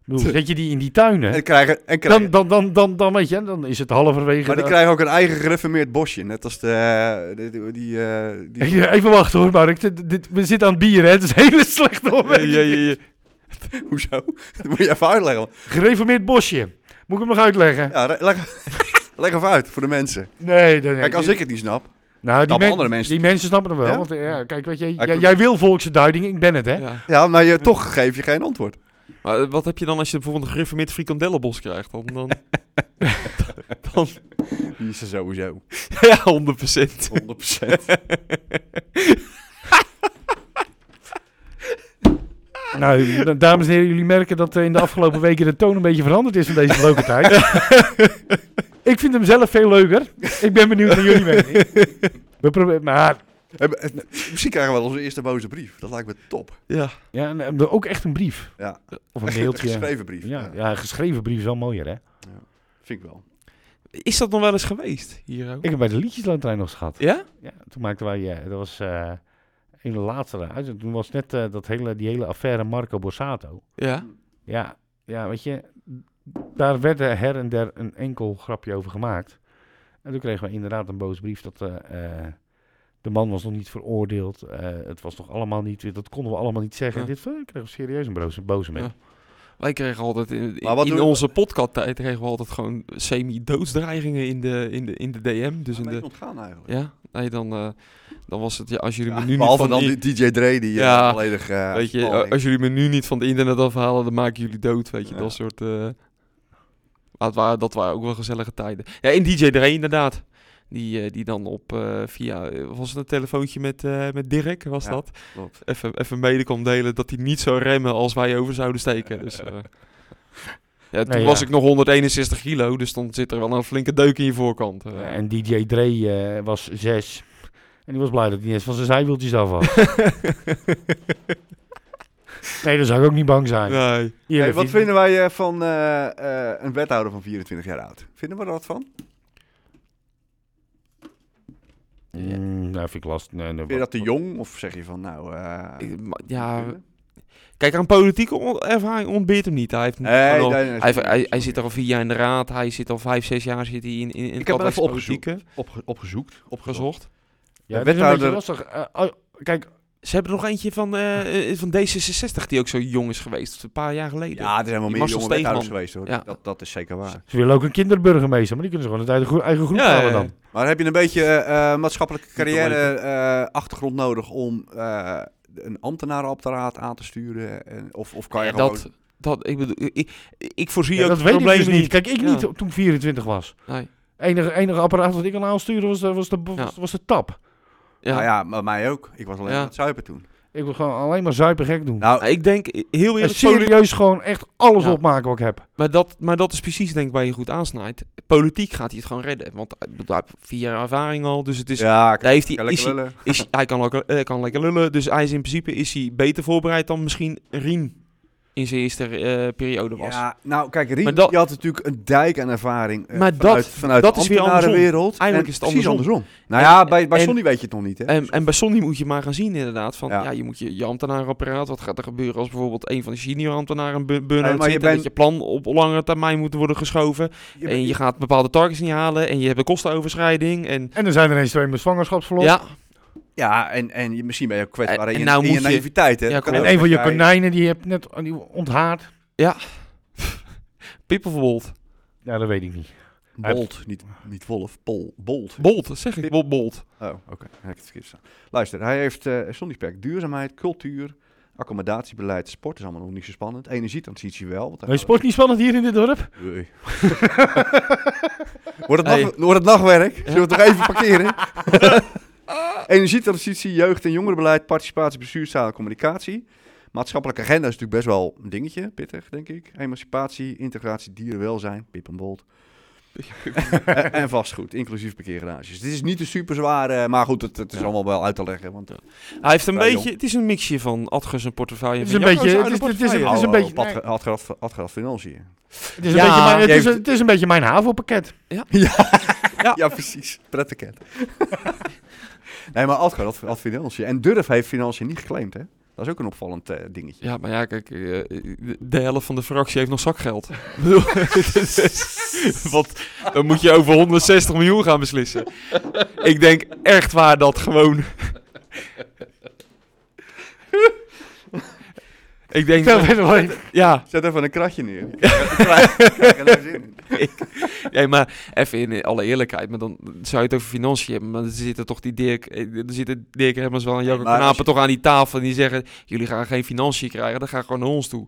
[SPEAKER 3] Ik bedoel, zet je die in die tuinen?
[SPEAKER 5] En krijgen, en krijgen,
[SPEAKER 3] Dan, dan, dan, dan, dan weet je, dan is het halverwege.
[SPEAKER 5] maar die
[SPEAKER 3] de-
[SPEAKER 5] krijgen ook een eigen gereformeerd bosje. Net als de, de- die, die, eh, die-
[SPEAKER 3] Ja, Even wachten hoor, Mark. Dit, dit- we zitten aan het bier, hè? Het is een hele slecht
[SPEAKER 4] Ja,
[SPEAKER 3] moment.
[SPEAKER 4] ja, ja, ja.
[SPEAKER 5] Hoezo? Dat moet je even uitleggen.
[SPEAKER 3] Gereformeerd bosje. Moet ik hem nog uitleggen?
[SPEAKER 5] Ja, re- leg, leg even uit voor de mensen.
[SPEAKER 3] Nee, nee, nee.
[SPEAKER 5] Kijk, als ik het niet snap.
[SPEAKER 3] nou, die,
[SPEAKER 5] snappen
[SPEAKER 3] men-
[SPEAKER 5] andere mensen.
[SPEAKER 3] die mensen snappen het wel.
[SPEAKER 5] Ja?
[SPEAKER 3] Want eh, ja, kijk, weet je,
[SPEAKER 5] Hij
[SPEAKER 3] jij,
[SPEAKER 5] kon-
[SPEAKER 3] jij wil volkse duiding, ik ben het, hè?
[SPEAKER 4] Ja.
[SPEAKER 5] Ja, maar je, toch geef je geen antwoord.
[SPEAKER 4] Maar eh, wat heb je dan als je bijvoorbeeld een gereformeerd frikandellenbos krijgt? Dan, dan, dan,
[SPEAKER 5] Die is er sowieso.
[SPEAKER 4] ja, 100 procent.
[SPEAKER 5] 100%.
[SPEAKER 3] Nou, d- dames en heren, jullie merken dat eh, in de afgelopen weken de toon een beetje veranderd is van deze leuke tijd. ik vind hem zelf veel leuker. Ik ben benieuwd naar jullie mening. We proberen, maar
[SPEAKER 5] Misschien krijgen we wel onze eerste boze brief. Dat lijkt me top.
[SPEAKER 4] Ja.
[SPEAKER 3] ja, en, eh, ook echt een brief.
[SPEAKER 5] Ja.
[SPEAKER 3] Of een
[SPEAKER 5] Een
[SPEAKER 3] mailtje.
[SPEAKER 5] geschreven brief.
[SPEAKER 3] Ja, ja, een geschreven brief is wel mooier, hè?
[SPEAKER 5] Vind ik wel.
[SPEAKER 4] Is dat nog wel eens geweest hier ook?
[SPEAKER 3] Ik heb bij de liedjeslandtrein nog eens gehad.
[SPEAKER 4] Ja?
[SPEAKER 3] Ja, toen maakten wij, eh, dat was eh een latere uitzending. Toen was net eh, dat hele, die hele affaire Marco Borsato.
[SPEAKER 4] Ja.
[SPEAKER 3] Ja, ja, weet je, daar werd eh, her en der een enkel grapje over gemaakt. En toen kregen we inderdaad een boos brief dat eh, eh, de man was nog niet veroordeeld. eh, het was nog allemaal niet, dat konden we allemaal niet zeggen.
[SPEAKER 4] Ja.
[SPEAKER 3] Dit eh, kregen we serieus een boze, boze mee.
[SPEAKER 4] Ja. Wij kregen altijd in, in-
[SPEAKER 5] Maar wat
[SPEAKER 4] in
[SPEAKER 5] doen we-
[SPEAKER 4] onze podcast-tijd kregen we altijd gewoon semi-doodsdreigingen in de, in, de, in de DM. Dus in de,
[SPEAKER 5] ontgaan eigenlijk.
[SPEAKER 4] ja, nee, dan, eh, dan was het, ja, als jullie me nu niet
[SPEAKER 5] Behalve
[SPEAKER 4] van
[SPEAKER 5] dan
[SPEAKER 4] die-
[SPEAKER 5] die DJ Dre die eh,
[SPEAKER 4] Ja.
[SPEAKER 5] volledig... eh,
[SPEAKER 4] Weet je, oh,
[SPEAKER 5] balling.
[SPEAKER 4] als jullie me nu niet van de internet afhalen, dan maken jullie dood, weet je,
[SPEAKER 5] Ja.
[SPEAKER 4] dat soort... eh. maar het waren, dat waren ook wel gezellige tijden. Ja, en DJ Dre inderdaad. Die, eh, die dan op eh, via, eh, was het een telefoontje met, eh, met Dirk, was
[SPEAKER 5] Ja,
[SPEAKER 4] dat?
[SPEAKER 5] klopt.
[SPEAKER 4] Even, even mede kon delen dat hij niet zou remmen als wij over zouden steken. Dus, eh, ja, toen
[SPEAKER 3] Nee,
[SPEAKER 4] was
[SPEAKER 3] ja.
[SPEAKER 4] ik nog 161 kilo, dus dan zit er wel een flinke deuk in je voorkant. eh.
[SPEAKER 3] En DJ Dre eh, was zes. En die was blij dat hij niet eens van zijn zijwieltjes af was. nee, daar zou ik ook niet bang zijn.
[SPEAKER 4] nee.
[SPEAKER 3] Hier,
[SPEAKER 5] Hey,
[SPEAKER 3] dat
[SPEAKER 5] wat
[SPEAKER 3] is-
[SPEAKER 5] vinden wij eh, van eh, eh, een wethouder van 24 jaar oud? Vinden we er wat van?
[SPEAKER 3] Mm, nou, vind ik lastig. Nee, nee,
[SPEAKER 5] Vind je dat
[SPEAKER 3] wat-
[SPEAKER 5] te jong? Of zeg je van, nou... eh,
[SPEAKER 4] Ik- maar- ja,
[SPEAKER 5] kunnen?
[SPEAKER 4] kijk, aan politieke on- ervaring ontbeert hem niet. Hij heeft
[SPEAKER 5] Nee,
[SPEAKER 4] gewoon al-
[SPEAKER 5] nee, nee,
[SPEAKER 4] Hij,
[SPEAKER 5] sorry,
[SPEAKER 4] hij, hij
[SPEAKER 5] sorry.
[SPEAKER 4] zit er al vier jaar in de raad. Hij zit al vijf, zes jaar zit hij in, in, in
[SPEAKER 5] Ik heb hem even
[SPEAKER 4] opgezocht.
[SPEAKER 5] opgezocht. Opge- opgezoekt.
[SPEAKER 4] opgezocht.
[SPEAKER 3] Ja, het is een beetje
[SPEAKER 5] wethouder-
[SPEAKER 3] lastig. Eh, oh, kijk,
[SPEAKER 4] Ze hebben er nog eentje van, eh, eh, van D66 die ook zo jong is geweest, een paar jaar geleden.
[SPEAKER 5] Ja, er zijn wel
[SPEAKER 4] Die
[SPEAKER 5] meer
[SPEAKER 4] Marcel
[SPEAKER 5] jonge wethouders
[SPEAKER 4] Steegman.
[SPEAKER 5] geweest hoor.
[SPEAKER 4] Ja.
[SPEAKER 5] Dat, dat is zeker waar.
[SPEAKER 3] Ze willen ook een kinderburgemeester, maar die kunnen ze gewoon het eigen, gro- eigen groep
[SPEAKER 4] Ja,
[SPEAKER 3] halen
[SPEAKER 4] ja,
[SPEAKER 3] dan.
[SPEAKER 4] ja.
[SPEAKER 5] Maar heb je een beetje eh, eh, maatschappelijke carrière
[SPEAKER 4] weten.
[SPEAKER 5] eh, achtergrond nodig om eh, een ambtenarenapparaat aan te sturen? En, of, of kan je
[SPEAKER 4] Ja,
[SPEAKER 5] gewoon...
[SPEAKER 4] dat, dat, ik, bedoel, ik, ik voorzie
[SPEAKER 3] Ja,
[SPEAKER 4] ook
[SPEAKER 3] dat
[SPEAKER 4] de
[SPEAKER 3] weet ik dus
[SPEAKER 4] problemen
[SPEAKER 3] niet. Kijk, ik
[SPEAKER 4] Ja.
[SPEAKER 3] niet toen ik 24 was.
[SPEAKER 4] Nee.
[SPEAKER 3] Enige, enige apparaat wat ik kon aansturen was de, was de, was,
[SPEAKER 4] Ja.
[SPEAKER 3] was de tap.
[SPEAKER 4] Ja.
[SPEAKER 5] Nou ja, maar mij ook. Ik was alleen
[SPEAKER 4] Ja.
[SPEAKER 5] aan het zuipen toen.
[SPEAKER 3] Ik wil gewoon alleen maar zuipen gek doen.
[SPEAKER 5] Nou,
[SPEAKER 4] Maar Ik denk heel
[SPEAKER 3] en
[SPEAKER 4] eerlijk, poli-
[SPEAKER 3] serieus gewoon echt alles
[SPEAKER 4] Ja.
[SPEAKER 3] opmaken wat ik heb.
[SPEAKER 4] maar, dat, maar dat is precies denk ik waar je goed aansnijdt. Politiek gaat hij het gewoon redden, want hij bedoel, hij heeft vier jaar ervaring al, dus het is...
[SPEAKER 5] ja, ik
[SPEAKER 4] Daar heeft
[SPEAKER 5] kan
[SPEAKER 4] hij, is
[SPEAKER 5] lekker
[SPEAKER 4] hij,
[SPEAKER 5] lullen.
[SPEAKER 4] is, hij- hij kan, ook, eh, kan lekker lullen, dus hij is in principe is hij beter voorbereid dan misschien Rien in zijn eerste eh, periode was.
[SPEAKER 5] Ja, nou kijk, Rien,
[SPEAKER 4] Maar dat-
[SPEAKER 5] die had natuurlijk een dijk aan ervaring eh,
[SPEAKER 4] Maar dat-
[SPEAKER 5] vanuit, vanuit
[SPEAKER 4] dat
[SPEAKER 5] de
[SPEAKER 4] is weer andersom.
[SPEAKER 5] ambtenarenwereld.
[SPEAKER 4] Eigenlijk
[SPEAKER 5] En
[SPEAKER 4] is het
[SPEAKER 5] precies
[SPEAKER 4] andersom.
[SPEAKER 5] Nou
[SPEAKER 4] En-
[SPEAKER 5] ja, bij, bij
[SPEAKER 4] en-
[SPEAKER 5] Sonny weet je het nog niet, hè?
[SPEAKER 4] En, en bij Sony moet je maar gaan zien inderdaad, van
[SPEAKER 5] Ja.
[SPEAKER 4] ja, je moet je, je ambtenarenapparaat, wat gaat er gebeuren als bijvoorbeeld een van de senior ambtenaren een bu- burn-out
[SPEAKER 5] Nee, maar je
[SPEAKER 4] zit en
[SPEAKER 5] bent-
[SPEAKER 4] dat je plan op langere termijn moet worden geschoven en je gaat bepaalde targets niet halen en je hebt een kostenoverschrijding en
[SPEAKER 3] En dan zijn er ineens twee met zwangerschapsverlof.
[SPEAKER 4] ja,
[SPEAKER 5] Ja, en, en je- misschien ben je ook kwetsbaar
[SPEAKER 4] En-
[SPEAKER 5] in,
[SPEAKER 4] en nou
[SPEAKER 5] in je
[SPEAKER 4] moet je-
[SPEAKER 5] naïviteit, hè?
[SPEAKER 4] Ja,
[SPEAKER 5] Dat kan
[SPEAKER 4] klopt.
[SPEAKER 3] En
[SPEAKER 5] ook.
[SPEAKER 3] een van je
[SPEAKER 5] Ja,
[SPEAKER 3] konijnen die heb net die onthaard.
[SPEAKER 4] Pippenvold.
[SPEAKER 3] Ja, dat weet ik niet.
[SPEAKER 5] Bolt, niet, niet Wolf, Pol, Bolt.
[SPEAKER 4] Bolt, dat zeg ik. Bolt, Bolt.
[SPEAKER 5] Oh, oké. Dan heb ik het verkeerd staan. Luister, hij heeft eh Sonny Pack duurzaamheid, cultuur, accommodatiebeleid, sport is allemaal nog niet zo spannend. Energietransitie wel. Want hij
[SPEAKER 3] Is sport niet spannend hier in dit dorp?
[SPEAKER 5] Oei. wordt, het
[SPEAKER 4] Hey.
[SPEAKER 5] nacht- wordt het nachtwerk? Zullen we het nog even parkeren? Energietransitie, jeugd- en jongerenbeleid, participatie, bestuurstaal en communicatie. Maatschappelijke agenda is natuurlijk best wel een dingetje, pittig, denk ik. Emancipatie, integratie, dierenwelzijn, pip en bolt. en, en vastgoed, inclusief parkeergarages. Dit is niet een super zware, maar goed, het, het is allemaal wel uit te leggen. Want
[SPEAKER 4] Hij heeft een
[SPEAKER 5] Vrij jong.
[SPEAKER 4] beetje, het is een mixje van Adgus en portefeuille.
[SPEAKER 3] Nou, Het is
[SPEAKER 4] van
[SPEAKER 3] een
[SPEAKER 4] Jacco's
[SPEAKER 3] beetje-
[SPEAKER 4] oude
[SPEAKER 3] het is- het is-
[SPEAKER 5] eh,
[SPEAKER 4] portefeuille.
[SPEAKER 3] het is een beetje-
[SPEAKER 5] Had, had, had, had, had, had financiën.
[SPEAKER 3] Het is,
[SPEAKER 4] Ja,
[SPEAKER 3] een, beetje mijn, het,
[SPEAKER 5] je
[SPEAKER 3] is,
[SPEAKER 5] heeft-
[SPEAKER 3] het is een beetje mijn havenpakket.
[SPEAKER 5] Ja, precies. Pretpakket. nee, maar Adgar had, had financiën. En Durf heeft financiën niet geclaimd, hè? Dat is ook een opvallend eh, dingetje.
[SPEAKER 4] Ja, maar ja, kijk, eh, de- de helft van de fractie heeft nog zakgeld. Ik bedoel, het is- Wat, dan moet je over 160 miljoen gaan beslissen. Ik denk echt waar dat gewoon... Ik denk,
[SPEAKER 3] Vertel verder wel even.
[SPEAKER 4] ja,
[SPEAKER 5] Zet even een kratje neer. Ik krijg- ik krijg er nou zin in.
[SPEAKER 4] nee, maar even in alle eerlijkheid, maar dan zou je het over financiën hebben, maar dan zitten toch die Dirk, eh, dan zitten Dirk Hermans wel en Jacco
[SPEAKER 5] maar als
[SPEAKER 4] Knapen
[SPEAKER 5] je-
[SPEAKER 4] toch aan die tafel en die zeggen, jullie gaan geen financiën krijgen, dan ga gewoon naar ons toe.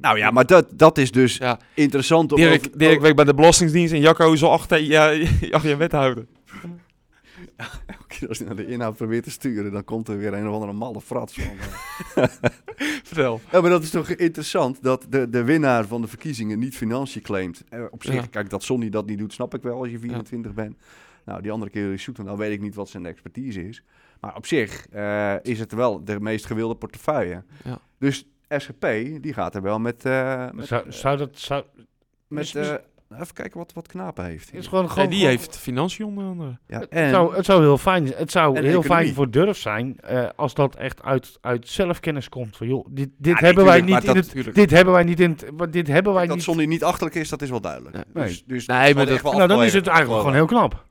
[SPEAKER 5] Nou ja, maar dat, dat is dus
[SPEAKER 4] Ja.
[SPEAKER 5] interessant. om
[SPEAKER 4] Dirk,
[SPEAKER 5] over- Oh,
[SPEAKER 4] Dirk werkt bij de Belastingsdienst en Jacco is al achter ja, achter je wethouder.
[SPEAKER 5] over- Als je naar de inhoud probeert te sturen, dan komt er weer een of andere malle frats van.
[SPEAKER 4] Vertel.
[SPEAKER 5] Ja, maar dat is toch interessant dat de, de winnaar van de verkiezingen niet financiën claimt. Eh, op zich,
[SPEAKER 4] Ja.
[SPEAKER 5] kijk, dat Sonny dat niet doet, snap ik wel als je 24 bent. Nou, die andere keer is zoet, dan weet ik niet wat zijn expertise is. Maar op zich eh, is het wel de meest gewilde portefeuille.
[SPEAKER 4] Ja.
[SPEAKER 5] Dus SGP, die gaat er wel met... eh, met,
[SPEAKER 3] Zou, zou dat... Zou,
[SPEAKER 5] met
[SPEAKER 3] is- is-
[SPEAKER 5] eh, even kijken wat, wat Knapen heeft.
[SPEAKER 3] het is gewoon, gewoon,
[SPEAKER 4] En die heeft financiën onder andere.
[SPEAKER 5] Ja,
[SPEAKER 3] Het
[SPEAKER 5] en,
[SPEAKER 4] eh,
[SPEAKER 3] zou, het zou heel fijn, het zou
[SPEAKER 5] En
[SPEAKER 3] heel
[SPEAKER 5] economie.
[SPEAKER 3] fijn voor Durf zijn eh, als dat echt uit, uit zelfkennis komt. Van, joh, dit, dit,
[SPEAKER 5] nee,
[SPEAKER 3] hebben wij
[SPEAKER 5] tuurlijk,
[SPEAKER 3] niet
[SPEAKER 5] maar
[SPEAKER 3] in
[SPEAKER 5] dat-
[SPEAKER 3] het, dit hebben wij niet in het... want Dit hebben wij
[SPEAKER 5] dat
[SPEAKER 3] niet...
[SPEAKER 5] Sonny niet achterlijk is, dat is wel duidelijk.
[SPEAKER 4] Nee.
[SPEAKER 5] Dus, dus
[SPEAKER 4] Nee,
[SPEAKER 5] dat zal
[SPEAKER 4] maar dat-
[SPEAKER 5] echt wel
[SPEAKER 3] Nou, dan is
[SPEAKER 5] afwegen.
[SPEAKER 3] het eigenlijk gewoon heel knap.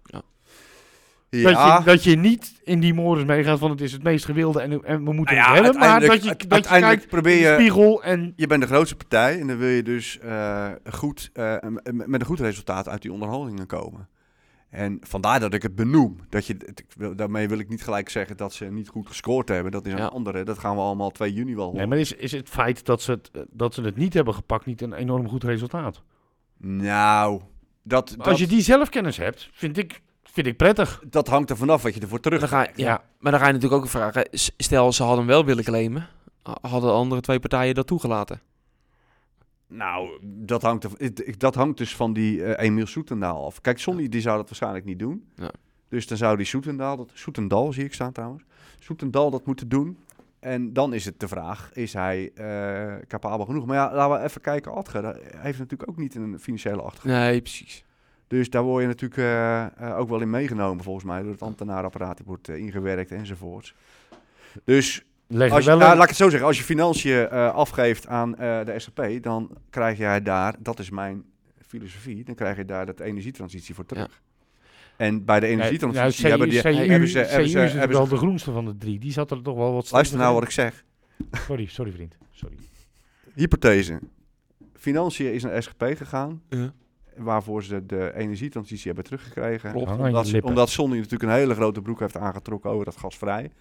[SPEAKER 5] Ja.
[SPEAKER 3] Dat, je, dat je niet in die modus meegaat van het is het meest gewilde en, en we moeten
[SPEAKER 5] Nou ja,
[SPEAKER 3] het hebben. Maar dat
[SPEAKER 5] uiteindelijk-
[SPEAKER 3] je, dat je
[SPEAKER 5] uiteindelijk
[SPEAKER 3] kijkt
[SPEAKER 5] probeer
[SPEAKER 3] in de
[SPEAKER 5] je-
[SPEAKER 3] spiegel en...
[SPEAKER 5] Je bent de grootste partij en dan wil je dus eh, goed, eh, m- m- met een goed resultaat uit die onderhandelingen komen. En vandaar dat ik het benoem. Dat je, het- ik wil- daarmee wil ik niet gelijk zeggen dat ze niet goed gescoord hebben. Dat is een
[SPEAKER 4] Ja.
[SPEAKER 5] andere. Dat gaan we allemaal 2 juni wel
[SPEAKER 3] Nee,
[SPEAKER 5] horen.
[SPEAKER 3] maar is, is het feit dat ze het, eh, dat ze het niet hebben gepakt niet een enorm goed resultaat?
[SPEAKER 5] Nou, dat, dat,
[SPEAKER 3] Als je die zelfkennis hebt, vind ik, vind ik prettig.
[SPEAKER 5] dat hangt er vanaf wat je ervoor terug
[SPEAKER 4] Dan ga, je- ja. Maar dan ga je natuurlijk ook vragen, s- stel ze hadden hem wel willen claimen, ha- hadden de andere twee partijen dat toegelaten?
[SPEAKER 5] Nou, dat hangt, er, het- ik- dat hangt dus van die eh, Emiel Soetendaal af. Kijk, Sonny die zou dat waarschijnlijk niet doen.
[SPEAKER 4] Ja.
[SPEAKER 5] Dus dan zou die Soetendaal, dat, Soetendal zie ik staan trouwens, Soetendal dat moeten doen. En dan is het de vraag, is hij eh, capabel genoeg? Maar ja, laten we even kijken, Adger dat heeft natuurlijk ook niet een financiële achtergrond.
[SPEAKER 4] Nee, precies.
[SPEAKER 5] Dus daar word je natuurlijk eh, eh, ook wel in meegenomen volgens mij, door het ambtenaarapparaat die wordt eh, ingewerkt enzovoorts. Dus
[SPEAKER 3] Leg er
[SPEAKER 5] als je,
[SPEAKER 3] wel
[SPEAKER 5] nou,
[SPEAKER 3] een-
[SPEAKER 5] laat ik het zo zeggen. Als je financiën eh, afgeeft aan eh, de SGP, dan krijg jij daar, dat is mijn filosofie, dan krijg je daar dat energietransitie voor terug. En bij de energietransitie
[SPEAKER 3] nou,
[SPEAKER 5] hebben, die,
[SPEAKER 3] CU
[SPEAKER 5] hebben ze... Hebben ze,
[SPEAKER 3] CU is
[SPEAKER 5] hebben ze
[SPEAKER 3] wel de groenste van de drie. Die zat er toch wel wat
[SPEAKER 5] luister nou
[SPEAKER 3] slechter
[SPEAKER 5] wat ik zeg.
[SPEAKER 3] in. Sorry, sorry vriend. Sorry.
[SPEAKER 5] Hypothese. Financiën is naar SGP gegaan,
[SPEAKER 4] Ja.
[SPEAKER 5] waarvoor ze de energietransitie hebben teruggekregen.
[SPEAKER 4] Klopt.
[SPEAKER 3] Hang aan je
[SPEAKER 5] Omdat, ze-
[SPEAKER 3] lippen.
[SPEAKER 5] omdat Sony natuurlijk een hele grote broek heeft aangetrokken over dat gasvrij.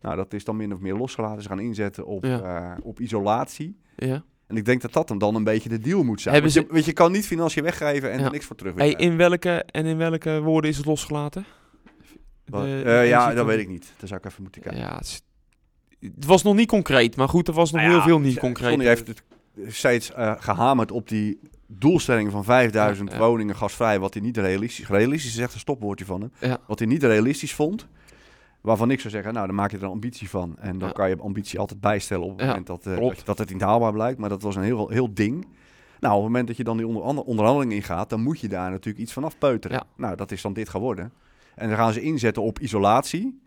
[SPEAKER 5] Nou, dat is dan min of meer losgelaten. Ze gaan inzetten op, eh, op isolatie.
[SPEAKER 4] Ja.
[SPEAKER 5] En ik denk dat dat hem dan een beetje de deal moet zijn.
[SPEAKER 4] Hebben
[SPEAKER 5] Want, je, want je kan niet financiën weggeven en
[SPEAKER 4] Ja.
[SPEAKER 5] er niks voor terug.
[SPEAKER 4] Hey, in wilke, en in welke woorden is het losgelaten?
[SPEAKER 5] Wat?
[SPEAKER 4] De-
[SPEAKER 5] Eh,
[SPEAKER 4] de
[SPEAKER 5] ja,
[SPEAKER 4] energie-
[SPEAKER 5] dat weet ik niet. Daar zou ik even moeten kijken.
[SPEAKER 4] Ja, het, is- het was nog niet concreet, maar goed, er was nog
[SPEAKER 5] Nou
[SPEAKER 4] heel
[SPEAKER 5] ja,
[SPEAKER 4] veel niet
[SPEAKER 5] Z-
[SPEAKER 4] concreet.
[SPEAKER 5] Sony heeft het steeds eh, gehamerd op die doelstelling van 5000
[SPEAKER 4] Ja, ja.
[SPEAKER 5] woningen gasvrij, wat hij niet realistisch... Realistisch is echt een stopwoordje van hem.
[SPEAKER 4] Ja.
[SPEAKER 5] Wat hij niet realistisch vond. Waarvan ik zou zeggen, nou, dan maak je er een ambitie van. En dan
[SPEAKER 4] Ja.
[SPEAKER 5] kan je ambitie altijd bijstellen op het
[SPEAKER 4] Ja,
[SPEAKER 5] moment dat, eh,
[SPEAKER 4] klopt.
[SPEAKER 5] dat, dat het niet haalbaar blijkt. Maar dat was een heel, heel ding. Nou, op het moment dat je dan die onder, ander- onderhandeling ingaat, dan moet je daar natuurlijk iets van afpeuteren.
[SPEAKER 4] Ja.
[SPEAKER 5] Nou, dat is dan dit geworden. En dan gaan ze inzetten op isolatie.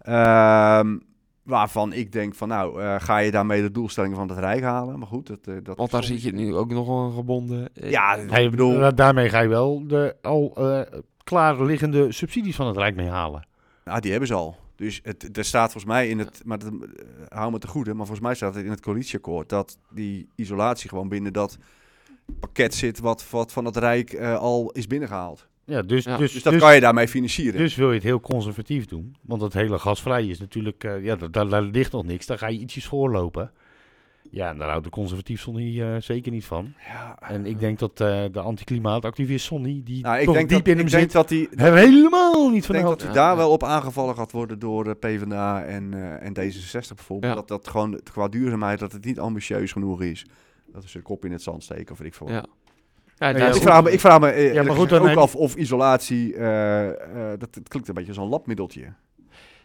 [SPEAKER 5] Ehm, waarvan ik denk van, nou, eh, ga je daarmee de doelstellingen van het Rijk halen? Maar goed, dat... eh, dat
[SPEAKER 4] Want daar zit je nu ook nog aan gebonden. Eh,
[SPEAKER 5] Ja,
[SPEAKER 3] Hij,
[SPEAKER 5] ik bedoel...
[SPEAKER 3] da- nou, daarmee ga je wel de al eh, klaar liggende subsidies van het Rijk mee halen.
[SPEAKER 5] Nou, die hebben ze al. Dus het, er staat volgens mij in het, maar dat, eh, hou me te goede, maar volgens mij staat het in het coalitieakkoord dat die isolatie gewoon binnen dat pakket zit wat, wat van het Rijk eh, al is binnengehaald.
[SPEAKER 3] Ja, dus,
[SPEAKER 4] Ja,
[SPEAKER 3] dus,
[SPEAKER 5] Dus dat
[SPEAKER 3] dus-
[SPEAKER 5] kan je daarmee financieren.
[SPEAKER 3] dus wil je het heel conservatief doen. Want dat hele gasvrij is natuurlijk, eh, ja, da- daar, daar ligt nog niks. Daar ga je ietsjes voorlopen. Ja, en daar houdt de conservatief Sonny eh, zeker niet van.
[SPEAKER 5] ja.
[SPEAKER 3] En ik denk dat eh, de anticlimaatactivist Sonny, die
[SPEAKER 5] Nou, ik
[SPEAKER 3] toch
[SPEAKER 5] denk
[SPEAKER 3] diep
[SPEAKER 5] dat,
[SPEAKER 3] in hem
[SPEAKER 5] ik denk
[SPEAKER 3] zit,
[SPEAKER 5] dat die,
[SPEAKER 3] er helemaal niet
[SPEAKER 5] ik
[SPEAKER 3] van
[SPEAKER 5] denk
[SPEAKER 3] houdt.
[SPEAKER 5] dat hij
[SPEAKER 4] Ja,
[SPEAKER 5] daar
[SPEAKER 4] ja.
[SPEAKER 5] wel op aangevallen gaat worden door eh, PvdA en, eh, en D66 bijvoorbeeld.
[SPEAKER 4] Ja.
[SPEAKER 5] Dat, dat gewoon qua duurzaamheid, dat het niet ambitieus genoeg is. Dat is een kop in het zand steken, of weet ik veel. wat.
[SPEAKER 4] Ja. Ja,
[SPEAKER 3] Nee,
[SPEAKER 4] daar-
[SPEAKER 3] ja,
[SPEAKER 5] ik, vraag me, ik vraag me eh,
[SPEAKER 3] maar
[SPEAKER 5] eerlijk
[SPEAKER 3] goed,
[SPEAKER 5] gezegd
[SPEAKER 3] dan
[SPEAKER 5] ook
[SPEAKER 3] heb-
[SPEAKER 5] af of isolatie, eh, eh, dat, het klinkt een beetje als een labmiddeltje.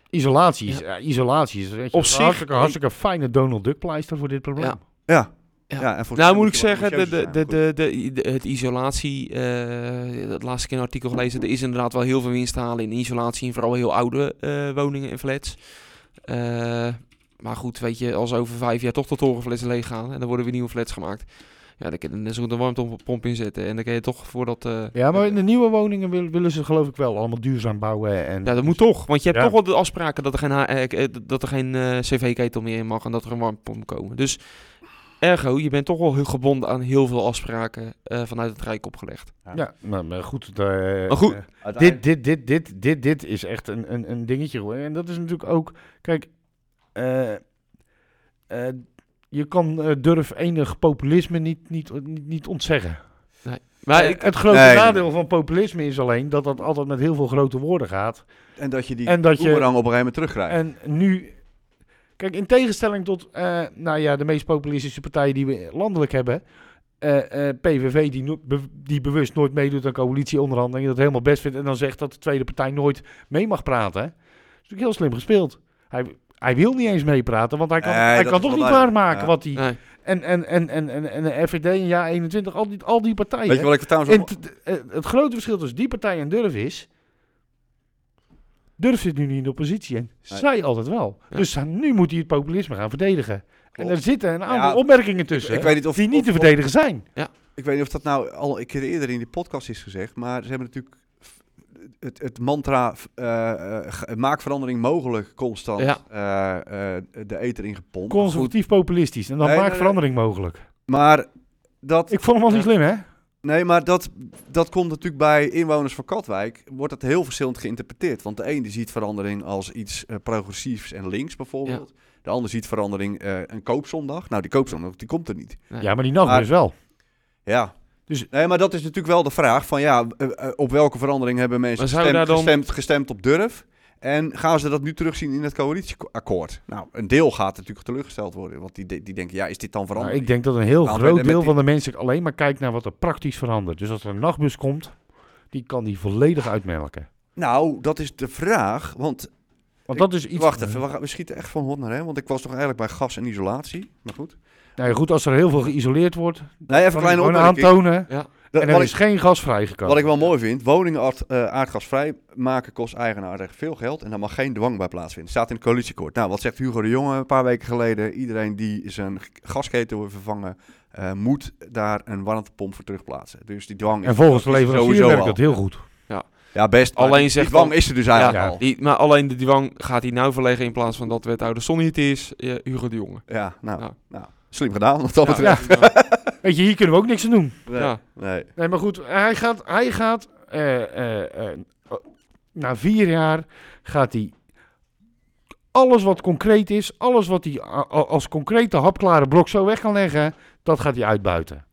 [SPEAKER 3] Isolatie is, ja, isolatie is weet je,
[SPEAKER 4] Op
[SPEAKER 3] een
[SPEAKER 4] zich-
[SPEAKER 3] hartstikke, hartstikke fijne Donald Duck pleister voor dit probleem.
[SPEAKER 4] Ja.
[SPEAKER 5] Ja.
[SPEAKER 4] Ja.
[SPEAKER 5] en volgens mij
[SPEAKER 4] Nou moet ik
[SPEAKER 5] je wel
[SPEAKER 4] zeggen, de,
[SPEAKER 5] ambitieuzer
[SPEAKER 4] de,
[SPEAKER 5] zijn,
[SPEAKER 4] de,
[SPEAKER 5] maar
[SPEAKER 4] de, de, de- het isolatie, eh dat laatste keer een artikel gelezen, er is inderdaad wel heel veel winst te halen in isolatie, en vooral heel oude eh, woningen en flats. Eh, maar goed, weet je, als over vijf jaar toch de torenflats leeg gaan en dan worden weer nieuwe flats gemaakt, ja, dan kun je er net zo goed een warmtepomp in zetten en dan kun je toch voor dat... eh,
[SPEAKER 3] Ja, maar in de nieuwe woningen wil- willen ze geloof ik wel allemaal duurzaam bouwen. En
[SPEAKER 4] ja, dat moet toch, want je hebt
[SPEAKER 3] Ja.
[SPEAKER 4] toch wel de afspraken dat er geen, ha- eh, eh, dat er geen eh, cv-ketel meer in mag en dat er een warmtepomp moet komen. Dus ergo, je bent toch wel heel gebonden aan heel veel afspraken eh, vanuit het Rijk opgelegd.
[SPEAKER 3] Ja, maar, maar goed. eh,
[SPEAKER 4] Maar goed,
[SPEAKER 3] eh, dit,
[SPEAKER 5] uiteindelijk-
[SPEAKER 3] dit, dit, dit, dit, dit is echt een, een, een dingetje geworden. En dat is natuurlijk ook... Kijk, eh, eh, je kan eh, durf enig populisme niet, niet, niet, niet ontzeggen.
[SPEAKER 4] Maar
[SPEAKER 3] Eh,
[SPEAKER 4] ik,
[SPEAKER 3] het grote
[SPEAKER 5] nee,
[SPEAKER 3] nadeel
[SPEAKER 5] nee.
[SPEAKER 3] van populisme is alleen dat dat altijd met heel veel grote woorden gaat.
[SPEAKER 5] En dat je die
[SPEAKER 3] en
[SPEAKER 5] en
[SPEAKER 3] dat je-
[SPEAKER 5] op een gegeven moment terugkrijgt.
[SPEAKER 3] En nu... Kijk, in tegenstelling tot eh, nou ja, de meest populistische partijen die we landelijk hebben... eh, eh, PVV die, no- be- die bewust nooit meedoet aan coalitieonderhandelingen... dat helemaal best vindt en dan zegt dat de tweede partij nooit mee mag praten. Dat is natuurlijk heel slim gespeeld. Hij, hij wil niet eens meepraten, want hij kan,
[SPEAKER 5] Nee,
[SPEAKER 3] hij
[SPEAKER 5] dat
[SPEAKER 3] kan
[SPEAKER 5] is
[SPEAKER 3] toch
[SPEAKER 5] wel
[SPEAKER 3] niet
[SPEAKER 5] duidelijk.
[SPEAKER 3] waarmaken
[SPEAKER 5] Ja.
[SPEAKER 3] wat hij...
[SPEAKER 4] nee.
[SPEAKER 3] En, en, en, en, en, en de FVD en JA21, al die, al die partijen...
[SPEAKER 5] Weet je wat ik trouwens
[SPEAKER 3] En
[SPEAKER 5] ook...
[SPEAKER 3] t- t- eh, het grote verschil tussen die partij en Durf is... Durf zit nu niet in de oppositie en
[SPEAKER 5] Nee.
[SPEAKER 3] zij altijd wel.
[SPEAKER 4] Ja.
[SPEAKER 3] Dus nu moet hij het populisme gaan verdedigen. En
[SPEAKER 5] Klopt.
[SPEAKER 3] er zitten een aantal
[SPEAKER 5] Ja,
[SPEAKER 3] opmerkingen tussen
[SPEAKER 5] Ik weet niet of,
[SPEAKER 3] die niet
[SPEAKER 5] of-
[SPEAKER 3] te
[SPEAKER 5] of-
[SPEAKER 3] verdedigen zijn.
[SPEAKER 5] ik weet niet of dat nou al een keer eerder in die podcast is gezegd, maar ze hebben natuurlijk f- het, het mantra f- eh, eh, g- maak verandering mogelijk constant
[SPEAKER 4] Ja.
[SPEAKER 5] eh, eh, de eter ingepompt.
[SPEAKER 3] Conservatief populistisch. En dan
[SPEAKER 5] Nee,
[SPEAKER 3] maakt
[SPEAKER 5] nee, nee.
[SPEAKER 3] verandering mogelijk.
[SPEAKER 5] Maar dat,
[SPEAKER 3] Ik vond hem al niet
[SPEAKER 4] Ja.
[SPEAKER 3] slim, hè?
[SPEAKER 5] nee, maar dat, dat komt natuurlijk bij inwoners van Katwijk, wordt dat heel verschillend geïnterpreteerd. Want de een die ziet verandering als iets eh, progressiefs en links bijvoorbeeld. De ander ziet verandering eh, een koopzondag. Nou, die koopzondag die komt er niet.
[SPEAKER 3] Ja, maar die nacht
[SPEAKER 5] Maar-
[SPEAKER 3] dus wel.
[SPEAKER 5] Ja.
[SPEAKER 3] Dus-
[SPEAKER 5] nee, maar dat is natuurlijk wel de vraag van ja, eh, eh, op welke verandering hebben mensen
[SPEAKER 4] Maar zou
[SPEAKER 5] gestemd,
[SPEAKER 4] daar dan-
[SPEAKER 5] gestemd, gestemd op durf? En gaan ze dat nu terugzien in het coalitieakkoord? Nou, een deel gaat natuurlijk teleurgesteld worden, want die, de- die denken ja, is dit dan
[SPEAKER 3] Nou,
[SPEAKER 5] veranderd?
[SPEAKER 3] ik denk dat een heel
[SPEAKER 5] Nou, met-
[SPEAKER 3] groot
[SPEAKER 5] met
[SPEAKER 3] deel
[SPEAKER 5] die-
[SPEAKER 3] van de mensen alleen maar kijkt naar wat er praktisch verandert. Dus als er een nachtbus komt, die kan die volledig uitmelken.
[SPEAKER 5] Nou, dat is de vraag, want
[SPEAKER 3] Want
[SPEAKER 5] Ik-
[SPEAKER 3] dat is iets...
[SPEAKER 5] wacht even, we, gaan- we schieten echt van hot naar hem, want ik was toch eigenlijk bij gas en isolatie, maar goed.
[SPEAKER 3] Nou ja, goed, als er heel veel geïsoleerd wordt,
[SPEAKER 5] Nee, even een
[SPEAKER 3] kan je
[SPEAKER 5] kleine
[SPEAKER 3] gewoon
[SPEAKER 5] opmerking.
[SPEAKER 3] aantonen...
[SPEAKER 5] Dat-
[SPEAKER 3] en er
[SPEAKER 5] wat ik-
[SPEAKER 3] is geen gas vrijgekomen.
[SPEAKER 5] Wat ik wel mooi vind, woningen aard- eh, aardgasvrij maken kost eigenaardig veel geld en daar mag geen dwang bij plaatsvinden. Staat in het coalitieakkoord. Nou, wat zegt Hugo de Jonge een paar weken geleden? Iedereen die zijn g- gasketel wil vervangen, eh, moet daar een warmtepomp voor terugplaatsen. Dus die dwang is
[SPEAKER 3] en volgens de
[SPEAKER 5] is
[SPEAKER 3] leverancier
[SPEAKER 5] sowieso
[SPEAKER 3] werkt
[SPEAKER 5] al.
[SPEAKER 3] dat heel goed.
[SPEAKER 5] Ja, best. maar
[SPEAKER 4] Alleen
[SPEAKER 5] die-
[SPEAKER 4] zegt
[SPEAKER 5] die dwang
[SPEAKER 4] dan-
[SPEAKER 5] is er dus eigenlijk
[SPEAKER 3] Ja.
[SPEAKER 5] al.
[SPEAKER 4] Die, maar alleen de Diwang gaat hij nou verleggen in plaats van dat wethouder Sonny het is, eh, Hugo de Jonge.
[SPEAKER 5] Ja, nou,
[SPEAKER 4] Ja.
[SPEAKER 5] nou, slim gedaan wat dat
[SPEAKER 4] Ja.
[SPEAKER 5] betreft.
[SPEAKER 3] Weet je, hier kunnen we ook niks aan doen.
[SPEAKER 5] Nee,
[SPEAKER 4] Ja.
[SPEAKER 5] nee.
[SPEAKER 3] Nee, maar goed, hij gaat, hij gaat eh, eh, eh, na vier jaar gaat hij alles wat concreet is, alles wat hij a- a- als concrete hapklare blok zo weg kan leggen, dat gaat hij uitbuiten.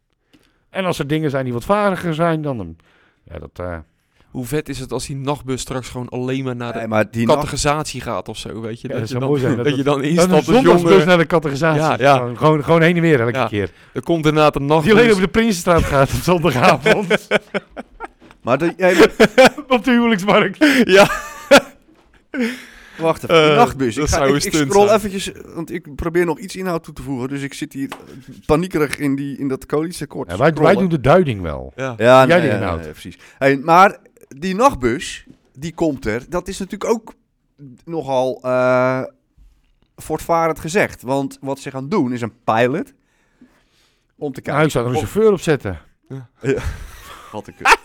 [SPEAKER 3] En als er dingen zijn die wat variger zijn dan hem, ja, dat, eh,
[SPEAKER 4] Hoe vet is het als die nachtbus straks gewoon alleen maar naar de
[SPEAKER 5] Nee, maar die nacht,
[SPEAKER 4] categorisatie gaat of zo, weet je?
[SPEAKER 3] Ja,
[SPEAKER 4] dat,
[SPEAKER 3] dat
[SPEAKER 4] je
[SPEAKER 3] zou
[SPEAKER 4] dan,
[SPEAKER 3] mooi zijn, dat
[SPEAKER 4] dat, je dan
[SPEAKER 3] dan een
[SPEAKER 5] dus
[SPEAKER 4] instapt als
[SPEAKER 3] zondagsbus
[SPEAKER 4] jongen.
[SPEAKER 3] naar de categorisatie.
[SPEAKER 4] Ja, ja.
[SPEAKER 3] Gewoon, gewoon, gewoon heen en weer elke
[SPEAKER 4] Ja.
[SPEAKER 3] keer.
[SPEAKER 4] Er komt daarna de
[SPEAKER 3] Die alleen
[SPEAKER 4] nachtbus.
[SPEAKER 3] over de Prinsenstraat gaat op zondagavond,
[SPEAKER 5] maar die, hey, maar-
[SPEAKER 3] op de huwelijksmarkt.
[SPEAKER 5] wacht even, die
[SPEAKER 4] Eh,
[SPEAKER 5] nachtbus. Ik,
[SPEAKER 4] dat
[SPEAKER 5] ga,
[SPEAKER 4] zou
[SPEAKER 5] ik,
[SPEAKER 4] een
[SPEAKER 5] ik
[SPEAKER 4] stunt
[SPEAKER 5] scroll
[SPEAKER 4] zijn.
[SPEAKER 5] eventjes, want ik probeer nog iets inhoud toe te voegen. Dus ik zit hier paniekerig in, die, in dat coalitieakkoord.
[SPEAKER 3] Ja,
[SPEAKER 5] te
[SPEAKER 3] wij, wij
[SPEAKER 5] scrollen.
[SPEAKER 3] doen de duiding wel.
[SPEAKER 4] Ja.
[SPEAKER 5] Ja,
[SPEAKER 3] Jij
[SPEAKER 5] nee,
[SPEAKER 3] die
[SPEAKER 5] ja,
[SPEAKER 3] inhoudt.
[SPEAKER 5] nee, precies. Hey, maar die nachtbus, die komt er. Dat is natuurlijk ook nogal eh voortvarend gezegd. Want wat ze gaan doen is een pilot. Om
[SPEAKER 3] Nou,
[SPEAKER 5] te kijken.
[SPEAKER 3] ik zou er een chauffeur op zetten.
[SPEAKER 5] Wat een kut.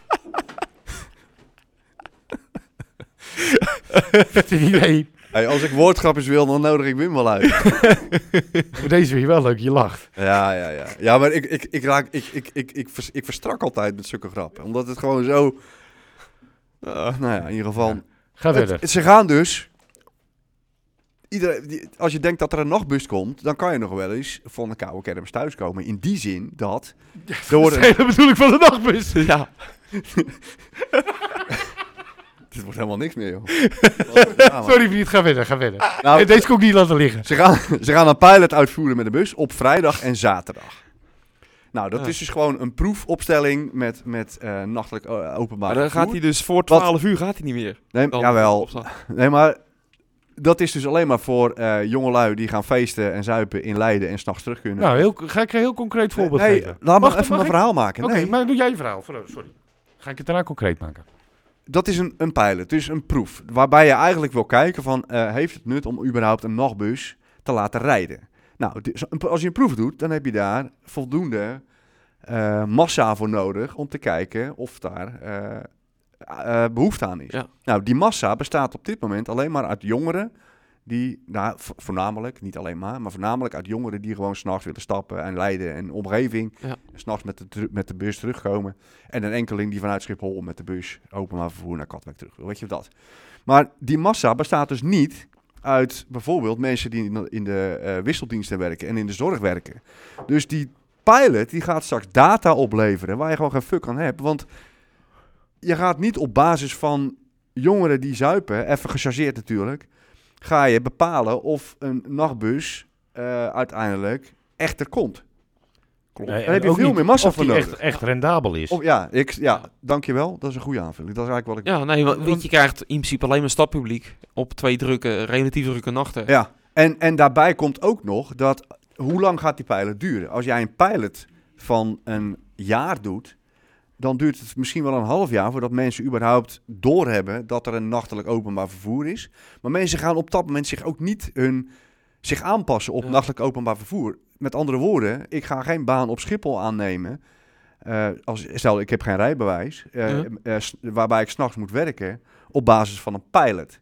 [SPEAKER 3] Vet idee.
[SPEAKER 5] Hey, als ik woordgrapjes wil, dan nodig ik Wim wel uit.
[SPEAKER 3] Maar deze vind je wel leuk, je lacht.
[SPEAKER 5] Ja, ja, ja. Ja, maar ik, ik, ik, raak, ik, ik, ik, ik, vers- ik verstrak altijd met zulke grappen. Omdat het gewoon zo... eh, nou ja, in ieder geval...
[SPEAKER 3] Ga
[SPEAKER 5] Het-
[SPEAKER 3] verder.
[SPEAKER 5] het- ze gaan dus. Iedereen, die- als je denkt dat er een nachtbus komt, dan kan je nog wel eens van de koude kermis thuiskomen. In die zin dat. er
[SPEAKER 3] Dat is
[SPEAKER 5] worden-
[SPEAKER 3] de hele bedoeling van de nachtbus.
[SPEAKER 4] Ja.
[SPEAKER 5] dit wordt helemaal niks meer, joh.
[SPEAKER 3] Sorry Piet, ga verder, ga verder.
[SPEAKER 5] Nou,
[SPEAKER 3] Eh, Deze kon ik niet laten liggen.
[SPEAKER 5] ze, gaan, ze gaan een pilot uitvoeren met de bus op vrijdag en zaterdag. Nou, dat
[SPEAKER 4] Ja.
[SPEAKER 5] is dus gewoon een proefopstelling met, met eh, nachtelijk eh, openbaar.
[SPEAKER 4] Maar dan gaat hij
[SPEAKER 5] vervoer.
[SPEAKER 4] dus voor 12 uur gaat hij niet meer.
[SPEAKER 5] Nee,
[SPEAKER 4] Dan-
[SPEAKER 5] jawel,
[SPEAKER 4] of zo.
[SPEAKER 5] Nee, maar dat is dus alleen maar voor eh jongelui die gaan feesten en zuipen in Leiden en s'nachts terug kunnen.
[SPEAKER 3] Nou, heel, ga ik een heel concreet voorbeeld
[SPEAKER 5] nee,
[SPEAKER 3] geven.
[SPEAKER 5] laat me
[SPEAKER 3] Mag-
[SPEAKER 5] even
[SPEAKER 3] mag
[SPEAKER 5] mijn
[SPEAKER 3] ik?
[SPEAKER 5] verhaal maken.
[SPEAKER 3] Oké,
[SPEAKER 5] nee.
[SPEAKER 3] maar doe jij je verhaal. Voor- Sorry. Ga ik het daarna concreet maken.
[SPEAKER 5] dat is een, een pilot, dus een proef. Waarbij je eigenlijk wil kijken van, eh, heeft het nut om überhaupt een nachtbus te laten rijden? Nou, dus een- als je een proef doet, dan heb je daar voldoende eh, massa voor nodig om te kijken of daar eh, eh, behoefte aan is.
[SPEAKER 4] Ja.
[SPEAKER 5] Nou, die massa bestaat op dit moment alleen maar uit jongeren die, nou, vo- voornamelijk, niet alleen maar, maar voornamelijk uit jongeren die gewoon s'nachts willen stappen en leiden en omgeving.
[SPEAKER 4] Ja.
[SPEAKER 5] En s'nachts met de, tru- met de bus terugkomen. En een enkeling die vanuit Schiphol met de bus openbaar vervoer naar Katwijk terug wil. Weet je dat? Maar die massa bestaat dus niet uit bijvoorbeeld mensen die in de- in de eh, wisseldiensten werken en in de zorg werken. Dus die pilot die gaat straks data opleveren waar je gewoon geen fuck aan hebt. Want je gaat niet op basis van jongeren die zuipen, even gechargeerd natuurlijk, ga je bepalen of een nachtbus eh, uiteindelijk echter komt.
[SPEAKER 4] Klopt.
[SPEAKER 3] Nee,
[SPEAKER 5] Dan heb
[SPEAKER 3] en
[SPEAKER 5] je
[SPEAKER 3] ook
[SPEAKER 5] veel
[SPEAKER 3] niet
[SPEAKER 5] meer massa
[SPEAKER 3] of
[SPEAKER 5] voor
[SPEAKER 3] die
[SPEAKER 5] nodig.
[SPEAKER 3] echt, echt rendabel is.
[SPEAKER 5] Of, ja, ik, ja, dankjewel. Dat is een goede aanvulling. Dat is eigenlijk wat ik...
[SPEAKER 4] Ja, nee, want- want je krijgt in principe alleen maar stadpubliek op twee drukke, relatief drukke nachten.
[SPEAKER 5] Ja, en, en daarbij komt ook nog dat hoe lang gaat die pilot duren? Als jij een pilot van een jaar doet, dan duurt het misschien wel een half jaar voordat mensen überhaupt doorhebben dat er een nachtelijk openbaar vervoer is. Maar mensen gaan op dat moment zich ook niet hun, zich aanpassen op
[SPEAKER 4] Ja.
[SPEAKER 5] nachtelijk openbaar vervoer. Met andere woorden, ik ga geen baan op Schiphol aannemen. eh, als, stel, ik heb geen rijbewijs, eh,
[SPEAKER 4] Ja.
[SPEAKER 5] eh, s- waarbij ik s'nachts moet werken op basis van een pilot.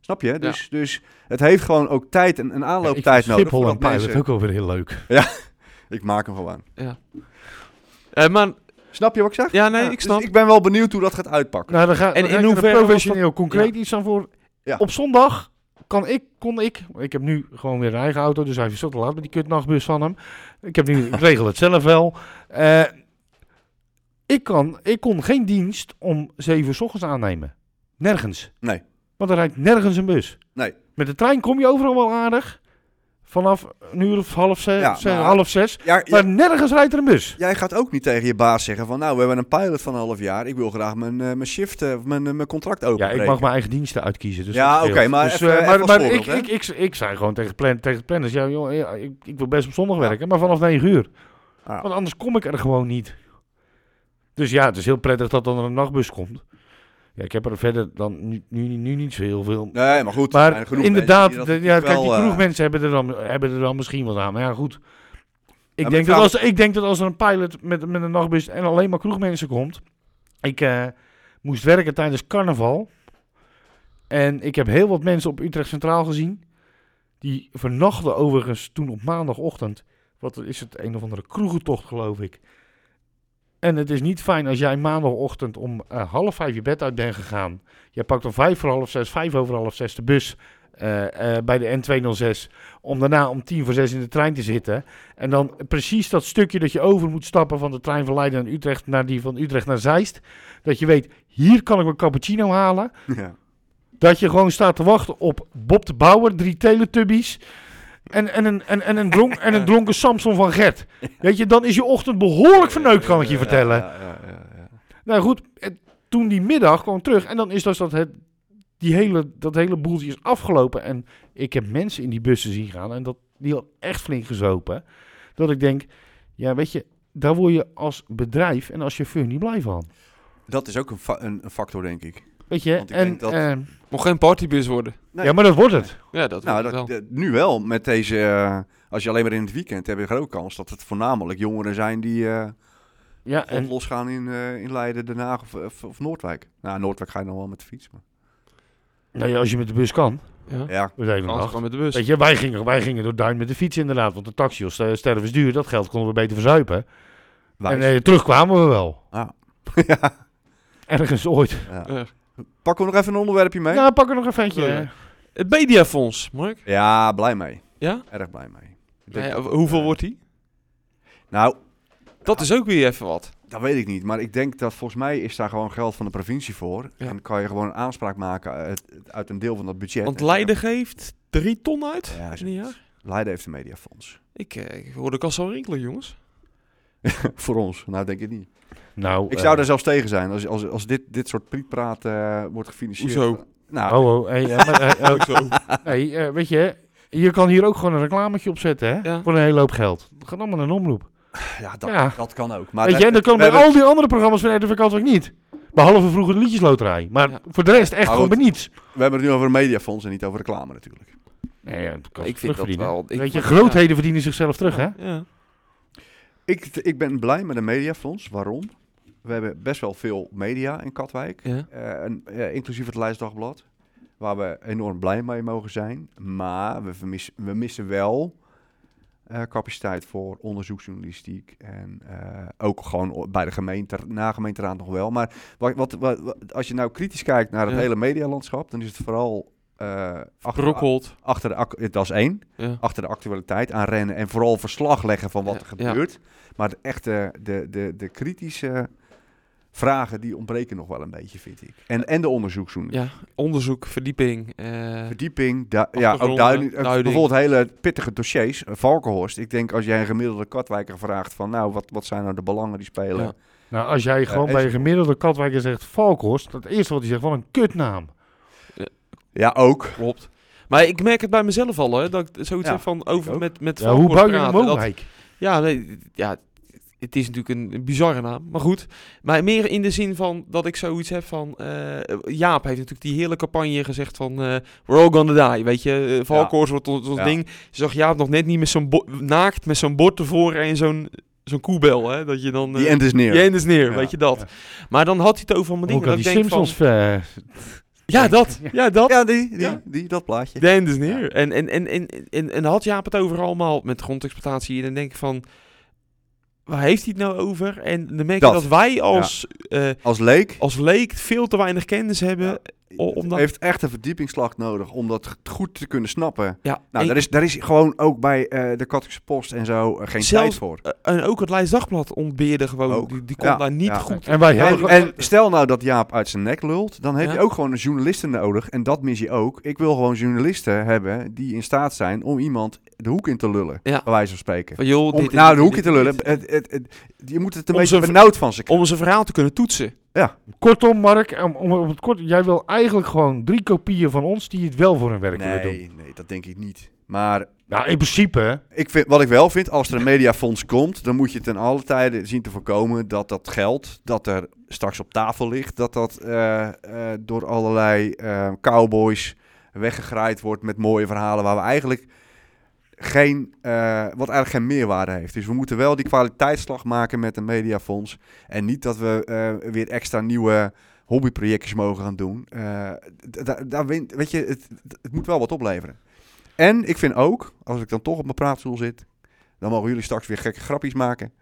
[SPEAKER 5] Snap je? Dus, dus het heeft gewoon ook tijd en een
[SPEAKER 3] Ja, ik
[SPEAKER 5] aanlooptijd
[SPEAKER 3] vind
[SPEAKER 5] nodig.
[SPEAKER 3] Schiphol en
[SPEAKER 5] voordat
[SPEAKER 3] Pilot
[SPEAKER 5] mensen-
[SPEAKER 3] ook alweer heel leuk.
[SPEAKER 5] Ik maak hem gewoon.
[SPEAKER 4] Eh, maar,
[SPEAKER 5] Snap je wat ik zeg?
[SPEAKER 4] ja, nee,
[SPEAKER 5] Ja,
[SPEAKER 4] ik
[SPEAKER 5] dus
[SPEAKER 4] snap.
[SPEAKER 5] ik ben wel benieuwd hoe dat gaat uitpakken.
[SPEAKER 3] Nou, dan ga,
[SPEAKER 4] in
[SPEAKER 3] en in
[SPEAKER 4] hoeverre was
[SPEAKER 3] professioneel concreet iets aan voor.
[SPEAKER 5] Ja.
[SPEAKER 3] Op zondag kan ik, kon ik, ik heb nu gewoon weer een eigen auto, dus hij is zo te laat met die kutnachtbus van hem. Ik heb nu, ik regel het zelf wel. Eh, ik, kan, ik kon geen dienst om 7 uur 's ochtends aannemen. Nergens.
[SPEAKER 5] Nee.
[SPEAKER 3] Want er rijdt nergens een bus.
[SPEAKER 5] Nee.
[SPEAKER 3] Met de trein kom je overal wel aardig. Vanaf een uur of half zes,
[SPEAKER 5] Ja,
[SPEAKER 3] zes-
[SPEAKER 5] maar-
[SPEAKER 3] half zes.
[SPEAKER 5] Ja, ja,
[SPEAKER 3] Maar nergens rijdt er een bus.
[SPEAKER 5] jij gaat ook niet tegen je baas zeggen van... nou, we hebben een pilot van een half jaar. Ik wil graag mijn, eh, mijn shift, eh, of mijn, eh, mijn contract
[SPEAKER 3] Ja,
[SPEAKER 5] openbreken.
[SPEAKER 3] ik mag mijn eigen diensten uitkiezen. Dus
[SPEAKER 5] Ja,
[SPEAKER 3] dat scheelt.
[SPEAKER 5] oké, maar
[SPEAKER 3] Dus,
[SPEAKER 5] even-
[SPEAKER 3] eh,
[SPEAKER 5] even
[SPEAKER 3] maar,
[SPEAKER 5] als
[SPEAKER 3] maar
[SPEAKER 5] voorbeeld,
[SPEAKER 3] ik,
[SPEAKER 5] hè?
[SPEAKER 3] ik, ik, ik zei gewoon tegen, plan, tegen de planners: ja, joh, ja, ik, ik wil best op zondag werken, maar vanaf 9 uur.
[SPEAKER 5] Ah.
[SPEAKER 3] Want anders kom ik er gewoon niet. Dus ja, het is heel prettig dat dan er een nachtbus komt. Ja, ik heb er verder dan nu, nu, nu niet zo heel veel.
[SPEAKER 5] Nee, maar goed. Nou, er zijn
[SPEAKER 3] maar
[SPEAKER 5] genoeg
[SPEAKER 3] inderdaad,
[SPEAKER 5] mensen
[SPEAKER 3] de-
[SPEAKER 5] die dat
[SPEAKER 3] ja, kijk, die
[SPEAKER 5] wel, eh,
[SPEAKER 3] kroegmensen hebben, er dan, hebben er dan misschien wat aan. Maar ja, goed. Ik,
[SPEAKER 5] maar
[SPEAKER 3] denk,
[SPEAKER 5] ik
[SPEAKER 3] dat
[SPEAKER 5] vraag
[SPEAKER 3] als, ik denk dat als er een pilot met, met een nachtbus en alleen maar kroegmensen komt. Ik eh, moest werken tijdens carnaval. En ik heb heel wat mensen op Utrecht Centraal gezien. Die vernachten overigens toen op maandagochtend. Wat is het? Een of andere kroegentocht, geloof ik. En het is niet fijn als jij maandagochtend om eh, half vijf je bed uit bent gegaan. Je pakt om vijf voor half zes, vijf over half zes de bus eh, eh, bij de N206. Om daarna om tien voor zes in de trein te zitten. En dan precies dat stukje dat je over moet stappen van de trein van Leiden naar Utrecht naar die van Utrecht naar Zeist. Dat je weet, hier kan ik mijn cappuccino halen.
[SPEAKER 5] eh, Ja.
[SPEAKER 3] Dat je gewoon staat te wachten op Bob de Bouwer, drie Teletubbies. En, en, een, en, en, een dronk, en een dronken Samson van Gert. Weet je, dan is je ochtend behoorlijk verneukt, kan ik je vertellen.
[SPEAKER 5] Ja, ja, ja, ja.
[SPEAKER 3] Nou goed, en toen die middag kwam terug. En dan is dus dat, het, die hele, dat hele boeltje is afgelopen. En ik heb mensen in die bussen zien gaan. En dat, die had echt flink gezopen. Dat ik denk, ja weet je, daar word je als bedrijf en als chauffeur niet blij van.
[SPEAKER 5] Dat is ook een, fa- een, een factor, denk ik.
[SPEAKER 3] Weet je,
[SPEAKER 5] Want ik
[SPEAKER 3] en,
[SPEAKER 5] denk dat-
[SPEAKER 3] eh,
[SPEAKER 4] Mocht geen partybus worden.
[SPEAKER 5] Nee.
[SPEAKER 3] ja maar dat wordt het.
[SPEAKER 4] Ja, dat nou,
[SPEAKER 5] Nou, dat,
[SPEAKER 4] wel.
[SPEAKER 5] dat- nu wel. Met deze, eh, als je alleen maar in het weekend hebt, heb je ook kans dat het voornamelijk jongeren zijn die eh
[SPEAKER 3] Ja,
[SPEAKER 5] en...
[SPEAKER 3] en,
[SPEAKER 5] losgaan in, eh, in Leiden, Den Haag of, of, of Noordwijk. Nou, Noordwijk ga je nog wel met de fiets. Maar...
[SPEAKER 3] nou ja, als je met de bus kan,
[SPEAKER 4] Ja.
[SPEAKER 5] Ja,
[SPEAKER 3] we zijn
[SPEAKER 4] Anders
[SPEAKER 3] nog.
[SPEAKER 4] gewoon met de bus.
[SPEAKER 3] Weet je, wij gingen, wij gingen door Duin met de fiets inderdaad. Want de taxi was eh, stervensduur. Dat geld konden we beter verzuipen.
[SPEAKER 5] wijs.
[SPEAKER 3] En eh, terugkwamen we wel.
[SPEAKER 5] Ah.
[SPEAKER 4] eh,
[SPEAKER 3] ja. Ergens ooit.
[SPEAKER 5] Ja.
[SPEAKER 4] Ja.
[SPEAKER 5] Pakken we nog even een onderwerpje mee?
[SPEAKER 3] Nou, pak er nog een ventje.
[SPEAKER 4] Ja. Het Mediafonds, Mark.
[SPEAKER 5] Ja, blij mee.
[SPEAKER 4] Ja?
[SPEAKER 5] Erg blij mee. Ik
[SPEAKER 4] Nou
[SPEAKER 5] denk
[SPEAKER 4] ja,
[SPEAKER 5] dat- Eh,
[SPEAKER 4] hoeveel wordt die?
[SPEAKER 5] Nou,
[SPEAKER 4] Dat is ook weer even wat.
[SPEAKER 5] dat weet ik niet. Maar ik denk dat volgens mij is daar gewoon geld van de provincie voor.
[SPEAKER 4] Ja.
[SPEAKER 5] En kan je gewoon een aanspraak maken uit, uit een deel van dat budget.
[SPEAKER 4] Want
[SPEAKER 5] En-
[SPEAKER 4] Leiden geeft drie ton uit
[SPEAKER 5] Ja,
[SPEAKER 4] in een jaar.
[SPEAKER 5] Leiden heeft een mediafonds.
[SPEAKER 4] Ik, eh, ik hoorde Kassel rinkelen, jongens.
[SPEAKER 5] voor ons, nou denk ik niet.
[SPEAKER 3] Nou,
[SPEAKER 5] Ik
[SPEAKER 3] eh,
[SPEAKER 5] zou daar zelfs tegen zijn als, als, als dit, dit soort prietpraat eh, wordt gefinancierd.
[SPEAKER 4] Hoezo?
[SPEAKER 5] Nou,
[SPEAKER 3] Oh, oh, hey, eh, maar, eh, oh, nee, eh, weet je, je kan hier ook gewoon een reclametje op zetten, hè?
[SPEAKER 4] Ja. Ah,
[SPEAKER 3] Voor een hele hoop geld. Dat gaat allemaal naar een omroep.
[SPEAKER 5] ja, dat,
[SPEAKER 3] ja.
[SPEAKER 5] dat kan ook. Maar
[SPEAKER 3] weet je, en dat kan
[SPEAKER 5] we
[SPEAKER 3] bij
[SPEAKER 5] hebben-
[SPEAKER 3] al die andere programma's van RTV Kant ook niet. Behalve vroeger de liedjesloterij. Maar
[SPEAKER 4] Ja.
[SPEAKER 3] voor de rest echt
[SPEAKER 5] Maar
[SPEAKER 3] gewoon
[SPEAKER 5] goed.
[SPEAKER 3] bij niets.
[SPEAKER 5] We hebben het nu over een mediafonds en niet over reclame natuurlijk.
[SPEAKER 3] Nee, ja, dat kan
[SPEAKER 4] Ik
[SPEAKER 3] ik
[SPEAKER 4] vind dat wel. Ik-
[SPEAKER 3] weet je, grootheden verdienen zichzelf terug, hè?
[SPEAKER 4] Ja.
[SPEAKER 5] Ik, ik ben blij met een mediafonds. Waarom? We hebben best wel veel media in Katwijk.
[SPEAKER 4] Ja.
[SPEAKER 5] Eh, en, eh, inclusief het Lijstdagblad. Waar we enorm blij mee mogen zijn. Maar we, vermissen, we missen wel eh, capaciteit voor onderzoeksjournalistiek. En eh, ook gewoon o- bij de gemeente, na gemeenteraad nog wel. Maar wat, wat, wat- wat- als je nou kritisch kijkt naar het
[SPEAKER 4] Ja.
[SPEAKER 5] hele medialandschap, dan is het vooral eh, achter,
[SPEAKER 4] Broekhold.
[SPEAKER 5] achter de, ac- dat is één
[SPEAKER 4] Ja.
[SPEAKER 5] achter de actualiteit aan rennen en vooral verslag leggen van wat
[SPEAKER 4] Ja,
[SPEAKER 5] er
[SPEAKER 4] ja.
[SPEAKER 5] gebeurt. Maar de echte, de, de, de kritische vragen, die ontbreken nog wel een beetje, vind ik. En, en de onderzoeksjournalistiek.
[SPEAKER 4] ja. Onderzoek, verdieping. eh,
[SPEAKER 5] Verdieping, du- ja, ook duiding,
[SPEAKER 4] duiding.
[SPEAKER 5] eh, bijvoorbeeld hele pittige dossiers. Eh, Valkenhorst, ik denk als jij een gemiddelde katwijker vraagt van nou, wat, wat zijn nou de belangen die spelen?
[SPEAKER 4] Ja.
[SPEAKER 3] Nou, als jij gewoon bij een
[SPEAKER 5] even-
[SPEAKER 3] gemiddelde katwijker zegt Valkhorst, dat eerste wat hij zegt, wat een kutnaam.
[SPEAKER 5] Ja, ook.
[SPEAKER 4] Klopt. Maar ik merk het bij mezelf al, hè, dat ik zoiets
[SPEAKER 5] Ja,
[SPEAKER 4] heb van over
[SPEAKER 5] ook.
[SPEAKER 4] met, met
[SPEAKER 3] Ja, hoe
[SPEAKER 4] Valkhoort
[SPEAKER 3] bouw je een
[SPEAKER 4] praten, dat-
[SPEAKER 3] woonwijk?
[SPEAKER 4] Ja, nee, ja, het is natuurlijk een, een bizarre naam, maar goed. Maar meer in de zin van dat ik zoiets heb van... eh, Jaap heeft natuurlijk die hele campagne gezegd van... eh, We're all gonna die, weet je. Uh, wordt ons, ons
[SPEAKER 5] Ja.
[SPEAKER 4] ding. Zag Jaap nog net niet met zo'n bo- naakt met zo'n bord tevoren en zo'n zo'n koebel, hè. Dat je dan...
[SPEAKER 5] Die end is neer.
[SPEAKER 4] je end is neer,
[SPEAKER 5] Ja,
[SPEAKER 4] weet je dat.
[SPEAKER 3] ja.
[SPEAKER 4] Maar dan had hij het over allemaal
[SPEAKER 3] Hoe
[SPEAKER 4] dingen
[SPEAKER 3] kan
[SPEAKER 4] dat
[SPEAKER 3] die
[SPEAKER 4] ik denk van...
[SPEAKER 3] Simpsons... eh,
[SPEAKER 4] Ja, dat. Ja, dat.
[SPEAKER 5] Ja, die, die,
[SPEAKER 4] Ja.
[SPEAKER 5] die, dat plaatje.
[SPEAKER 4] De end is neer. dus En, en, en, en, en, en had Jaap het over allemaal met grondexploitatie. En dan denk ik van, waar heeft hij het nou over? En dan merk je
[SPEAKER 5] Dat.
[SPEAKER 4] dat, wij als, eh,
[SPEAKER 5] Als leek
[SPEAKER 4] als leek veel te weinig kennis hebben.
[SPEAKER 5] Ja.
[SPEAKER 4] O- om dat-
[SPEAKER 5] heeft echt een verdiepingsslag nodig om dat goed te kunnen snappen.
[SPEAKER 4] Ja,
[SPEAKER 5] Nou,
[SPEAKER 4] en,
[SPEAKER 5] daar is, daar is gewoon ook bij eh, de Kattische Post en zo eh, geen
[SPEAKER 4] Zelfs-
[SPEAKER 5] tijd voor.
[SPEAKER 4] eh, en ook het Leijs Dagblad ontbeerde gewoon.
[SPEAKER 5] Ook.
[SPEAKER 4] Die, die kon
[SPEAKER 5] Ja,
[SPEAKER 4] daar niet
[SPEAKER 5] ja.
[SPEAKER 4] goed.
[SPEAKER 3] En wij hebben...
[SPEAKER 5] En, en stel nou dat Jaap uit zijn nek lult, dan heb
[SPEAKER 4] Ja.
[SPEAKER 5] je ook gewoon een journalisten nodig. En dat mis je ook. Ik wil gewoon journalisten hebben die in staat zijn om iemand de hoek in te lullen,
[SPEAKER 4] Ja.
[SPEAKER 5] bij wijze van spreken.
[SPEAKER 4] Van, joh,
[SPEAKER 5] Om,
[SPEAKER 4] dit is-
[SPEAKER 5] nou, de hoek in
[SPEAKER 4] dit-
[SPEAKER 5] te lullen,
[SPEAKER 4] dit-
[SPEAKER 5] het, het, het- je moet het een
[SPEAKER 4] Om
[SPEAKER 5] beetje
[SPEAKER 4] zijn ver-
[SPEAKER 5] benauwd van ze krijgen.
[SPEAKER 4] om zijn verhaal te kunnen toetsen.
[SPEAKER 3] Kortom, Mark, om, om, om het kort, jij wil eigenlijk gewoon drie kopieën van ons die het wel voor hun werk willen doen.
[SPEAKER 5] Nee, nee, dat denk ik niet. Maar
[SPEAKER 3] Nou, in principe, hè.
[SPEAKER 5] ik vind, wat ik wel vind, als er een mediafonds komt, dan moet je ten alle tijde zien te voorkomen dat dat geld dat er straks op tafel ligt, dat dat eh, eh, door allerlei eh, cowboys weggegraaid wordt met mooie verhalen waar we eigenlijk geen, eh, wat eigenlijk geen meerwaarde heeft. Dus we moeten wel die kwaliteitsslag maken met een mediafonds. En niet dat we eh, weer extra nieuwe hobbyprojectjes mogen gaan doen. Eh, d- daar- daar win- weet je, het, het moet wel wat opleveren. En ik vind ook, als ik dan toch op mijn praatstoel zit, dan mogen jullie straks weer gekke grapjes maken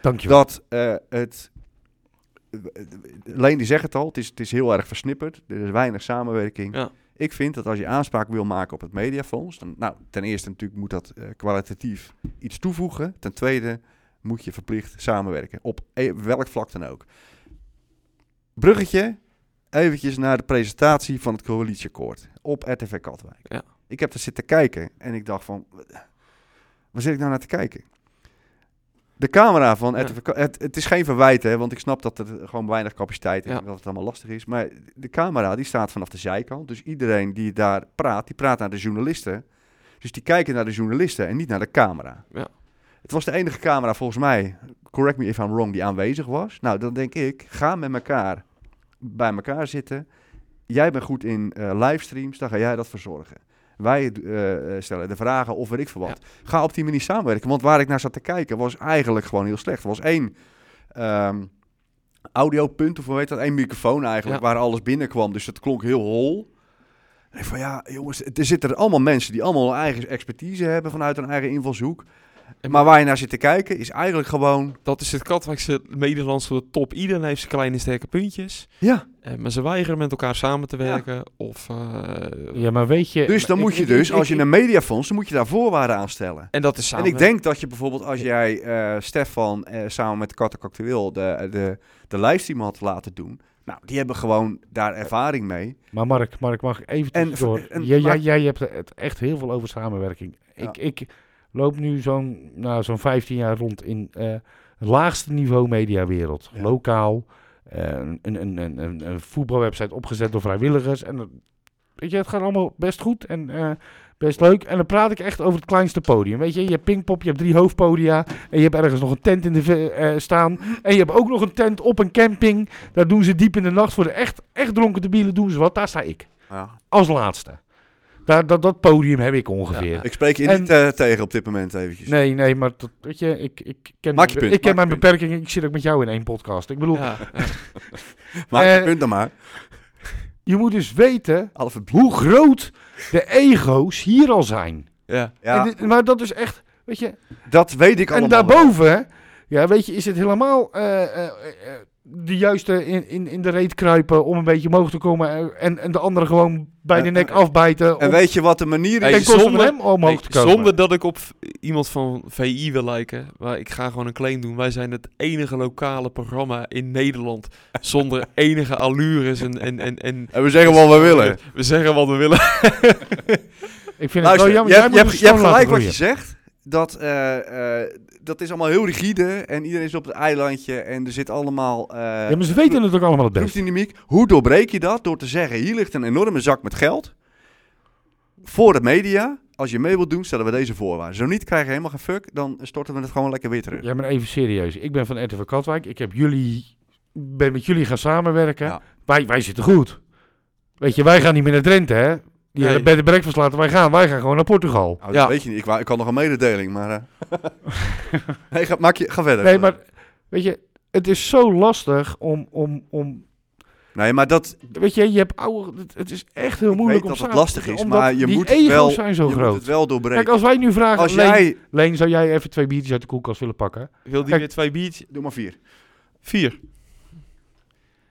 [SPEAKER 3] Dankjewel.
[SPEAKER 5] dat eh, het. Leen die zegt het al, het is, het is heel erg versnipperd. Er is weinig samenwerking.
[SPEAKER 4] Ja.
[SPEAKER 5] Ik vind dat als je aanspraak wil maken op het mediafonds, dan, nou, ten eerste natuurlijk moet dat eh, kwalitatief iets toevoegen. Ten tweede moet je verplicht samenwerken, op e- welk vlak dan ook. Bruggetje, eventjes naar de presentatie van het coalitieakkoord op RTV Katwijk.
[SPEAKER 4] Ja.
[SPEAKER 5] Ik heb er zitten kijken en ik dacht van, waar zit ik nou naar te kijken? De camera van
[SPEAKER 4] Ja.
[SPEAKER 5] RTV Ka- het, het is geen verwijt, hè, want ik snap dat er gewoon weinig capaciteit is
[SPEAKER 4] Ja.
[SPEAKER 5] en dat het allemaal lastig is. Maar de camera die staat vanaf de zijkant. Dus iedereen die daar praat, die praat naar de journalisten. Dus die kijken naar de journalisten en niet naar de camera.
[SPEAKER 4] Ja.
[SPEAKER 5] Het was de enige camera volgens mij, correct me if I'm wrong, die aanwezig was. Nou, dan denk ik, ga met elkaar bij elkaar zitten. Jij bent goed in eh, livestreams, dan ga jij dat verzorgen. Wij eh, stellen de vragen of weet ik veel wat. Ga op die manier samenwerken. Want waar ik naar zat te kijken was eigenlijk gewoon heel slecht. Er was één ehm, audiopunt, of hoe heet dat? Eén microfoon eigenlijk, waar alles binnenkwam. Dus het klonk heel hol. En ik van ja, jongens, er zitten er allemaal mensen die allemaal hun eigen expertise hebben vanuit hun eigen invalshoek.
[SPEAKER 4] En-
[SPEAKER 5] Maar waar je naar zit te kijken is eigenlijk gewoon,
[SPEAKER 4] Dat is het Katwijkse Nederlandse top. Iedereen heeft zijn kleine sterke puntjes.
[SPEAKER 5] ja,
[SPEAKER 4] Eh, maar ze weigeren met elkaar samen te werken. Of, eh,
[SPEAKER 3] Ja, maar weet je...
[SPEAKER 5] Dus dan
[SPEAKER 3] ik-
[SPEAKER 5] moet je
[SPEAKER 3] ik-
[SPEAKER 5] dus,
[SPEAKER 3] ik-
[SPEAKER 5] als je
[SPEAKER 3] ik-
[SPEAKER 5] een mediafonds, dan moet je daar voorwaarden aan stellen.
[SPEAKER 4] en dat is samen.
[SPEAKER 5] En ik denk dat je bijvoorbeeld als jij eh, Stefan eh, samen met Katten Actueel de, eh, de, de livestream had laten doen. Nou, die hebben gewoon daar ervaring mee.
[SPEAKER 3] Maar Mark, Mark, mag ik even
[SPEAKER 5] En-
[SPEAKER 3] tussendoor?
[SPEAKER 5] en-
[SPEAKER 3] jij, jij,
[SPEAKER 5] maar-
[SPEAKER 3] jij hebt het echt heel veel over samenwerking.
[SPEAKER 5] Ja.
[SPEAKER 3] Ik, ik loop nu zo'n nou, zo'n 15 jaar rond in eh, het laagste niveau mediawereld.
[SPEAKER 5] Ja.
[SPEAKER 3] Lokaal, eh, een, een, een, een, een voetbalwebsite opgezet door vrijwilligers. En, dat- weet je, het gaat allemaal best goed en eh, best leuk. En dan praat ik echt over het kleinste podium. Weet je, je hebt Pinkpop, je hebt drie hoofdpodia. En je hebt ergens nog een tent in de ve- eh, staan. En je hebt ook nog een tent op een camping. Daar doen ze diep in de nacht voor de echt, echt dronken debielen doen ze wat. Daar sta ik.
[SPEAKER 5] Ja.
[SPEAKER 3] Als laatste. Daar, dat, dat podium heb ik ongeveer.
[SPEAKER 4] Ja.
[SPEAKER 5] Ik spreek je
[SPEAKER 3] En-
[SPEAKER 5] niet eh, tegen op dit moment eventjes.
[SPEAKER 3] Nee, nee, maar dat, weet je, ik, ik ken,
[SPEAKER 5] Maak je
[SPEAKER 3] mijn-
[SPEAKER 5] punt,
[SPEAKER 3] ik ken
[SPEAKER 5] maak
[SPEAKER 3] mijn
[SPEAKER 5] je punt.
[SPEAKER 3] beperkingen. Ik zit ook met jou in één podcast. Ik bedoel,
[SPEAKER 4] Ja, ja.
[SPEAKER 5] Maak je
[SPEAKER 3] Eh,
[SPEAKER 5] punt dan maar.
[SPEAKER 3] je moet dus weten
[SPEAKER 5] Alfabie.
[SPEAKER 3] hoe groot de ego's hier al zijn.
[SPEAKER 4] ja.
[SPEAKER 5] Ja,
[SPEAKER 3] En dit- maar dat is echt, weet je,
[SPEAKER 5] dat weet ik allemaal.
[SPEAKER 3] En daarboven, ja, weet je, is het helemaal eh, eh, eh, de juiste in, in, in de reet kruipen om een beetje omhoog te komen. eh, En, en de andere gewoon bij de
[SPEAKER 5] En-
[SPEAKER 3] nek
[SPEAKER 5] en-
[SPEAKER 3] afbijten.
[SPEAKER 5] eh, En
[SPEAKER 3] om-
[SPEAKER 5] weet je wat de manier
[SPEAKER 4] Hey,
[SPEAKER 5] is?
[SPEAKER 3] ten koste van
[SPEAKER 4] zonder-
[SPEAKER 3] hem omhoog
[SPEAKER 4] Hey,
[SPEAKER 3] te komen.
[SPEAKER 4] Zonder dat ik op v- iemand van VI wil lijken. Maar ik ga gewoon een claim doen. Wij zijn het enige lokale programma in Nederland. Zonder enige allures. En, en, en, en
[SPEAKER 5] En we zeggen wat we willen.
[SPEAKER 4] We zeggen wat we willen.
[SPEAKER 3] Ik vind het wel
[SPEAKER 5] Luister,
[SPEAKER 3] jammer.
[SPEAKER 5] je,
[SPEAKER 3] jij
[SPEAKER 5] hebt,
[SPEAKER 3] moet
[SPEAKER 5] je, hebt,
[SPEAKER 3] het
[SPEAKER 5] je hebt
[SPEAKER 3] schoon laten
[SPEAKER 5] gelijk wat je
[SPEAKER 3] groeien.
[SPEAKER 5] zegt. Dat, eh, eh, dat is allemaal heel rigide en iedereen is op het eilandje en er zit allemaal... eh,
[SPEAKER 3] Ja, maar ze weten het ook allemaal het best.
[SPEAKER 5] Groepsdynamiek. Hoe doorbreek je dat? Door te zeggen, hier ligt een enorme zak met geld. Voor de media. Als je mee wilt doen, stellen we deze voorwaarden. Zo niet, krijg je helemaal geen fuck. Dan storten we het gewoon lekker weer terug.
[SPEAKER 3] Ja, maar even serieus. Ik ben van RTV Katwijk. Ik heb jullie, ben met jullie gaan samenwerken.
[SPEAKER 5] Ja.
[SPEAKER 3] Wij, wij zitten goed. Weet je, wij gaan niet meer naar Drenthe, hè? Die
[SPEAKER 4] Nee.
[SPEAKER 3] hele bed en breakfast laten wij gaan. Wij gaan gewoon naar Portugal.
[SPEAKER 5] Nou, dat
[SPEAKER 4] Ja.
[SPEAKER 5] weet je niet. Ik, wou- ik had nog een mededeling, maar... eh. nee, ga, maak je, ga verder.
[SPEAKER 3] Nee, maar weet je, het is zo lastig om, om, om
[SPEAKER 5] Nee, maar dat,
[SPEAKER 3] Weet je, je hebt oude. Het, het is echt heel
[SPEAKER 5] ik
[SPEAKER 3] moeilijk
[SPEAKER 5] weet
[SPEAKER 3] om
[SPEAKER 5] dat
[SPEAKER 3] samen-
[SPEAKER 5] het lastig is,
[SPEAKER 3] omdat
[SPEAKER 5] maar je
[SPEAKER 3] die
[SPEAKER 5] moet het
[SPEAKER 3] ego's
[SPEAKER 5] wel,
[SPEAKER 3] zijn zo
[SPEAKER 5] je
[SPEAKER 3] groot.
[SPEAKER 5] Moet het wel doorbreken.
[SPEAKER 3] Kijk, als wij nu vragen.
[SPEAKER 5] als
[SPEAKER 3] Leen,
[SPEAKER 5] jij...
[SPEAKER 3] Leen, zou jij even twee biertjes uit de koelkast willen pakken?
[SPEAKER 4] Wil die
[SPEAKER 3] Kijk.
[SPEAKER 4] weer twee biertjes?
[SPEAKER 5] Doe maar vier.
[SPEAKER 4] Vier.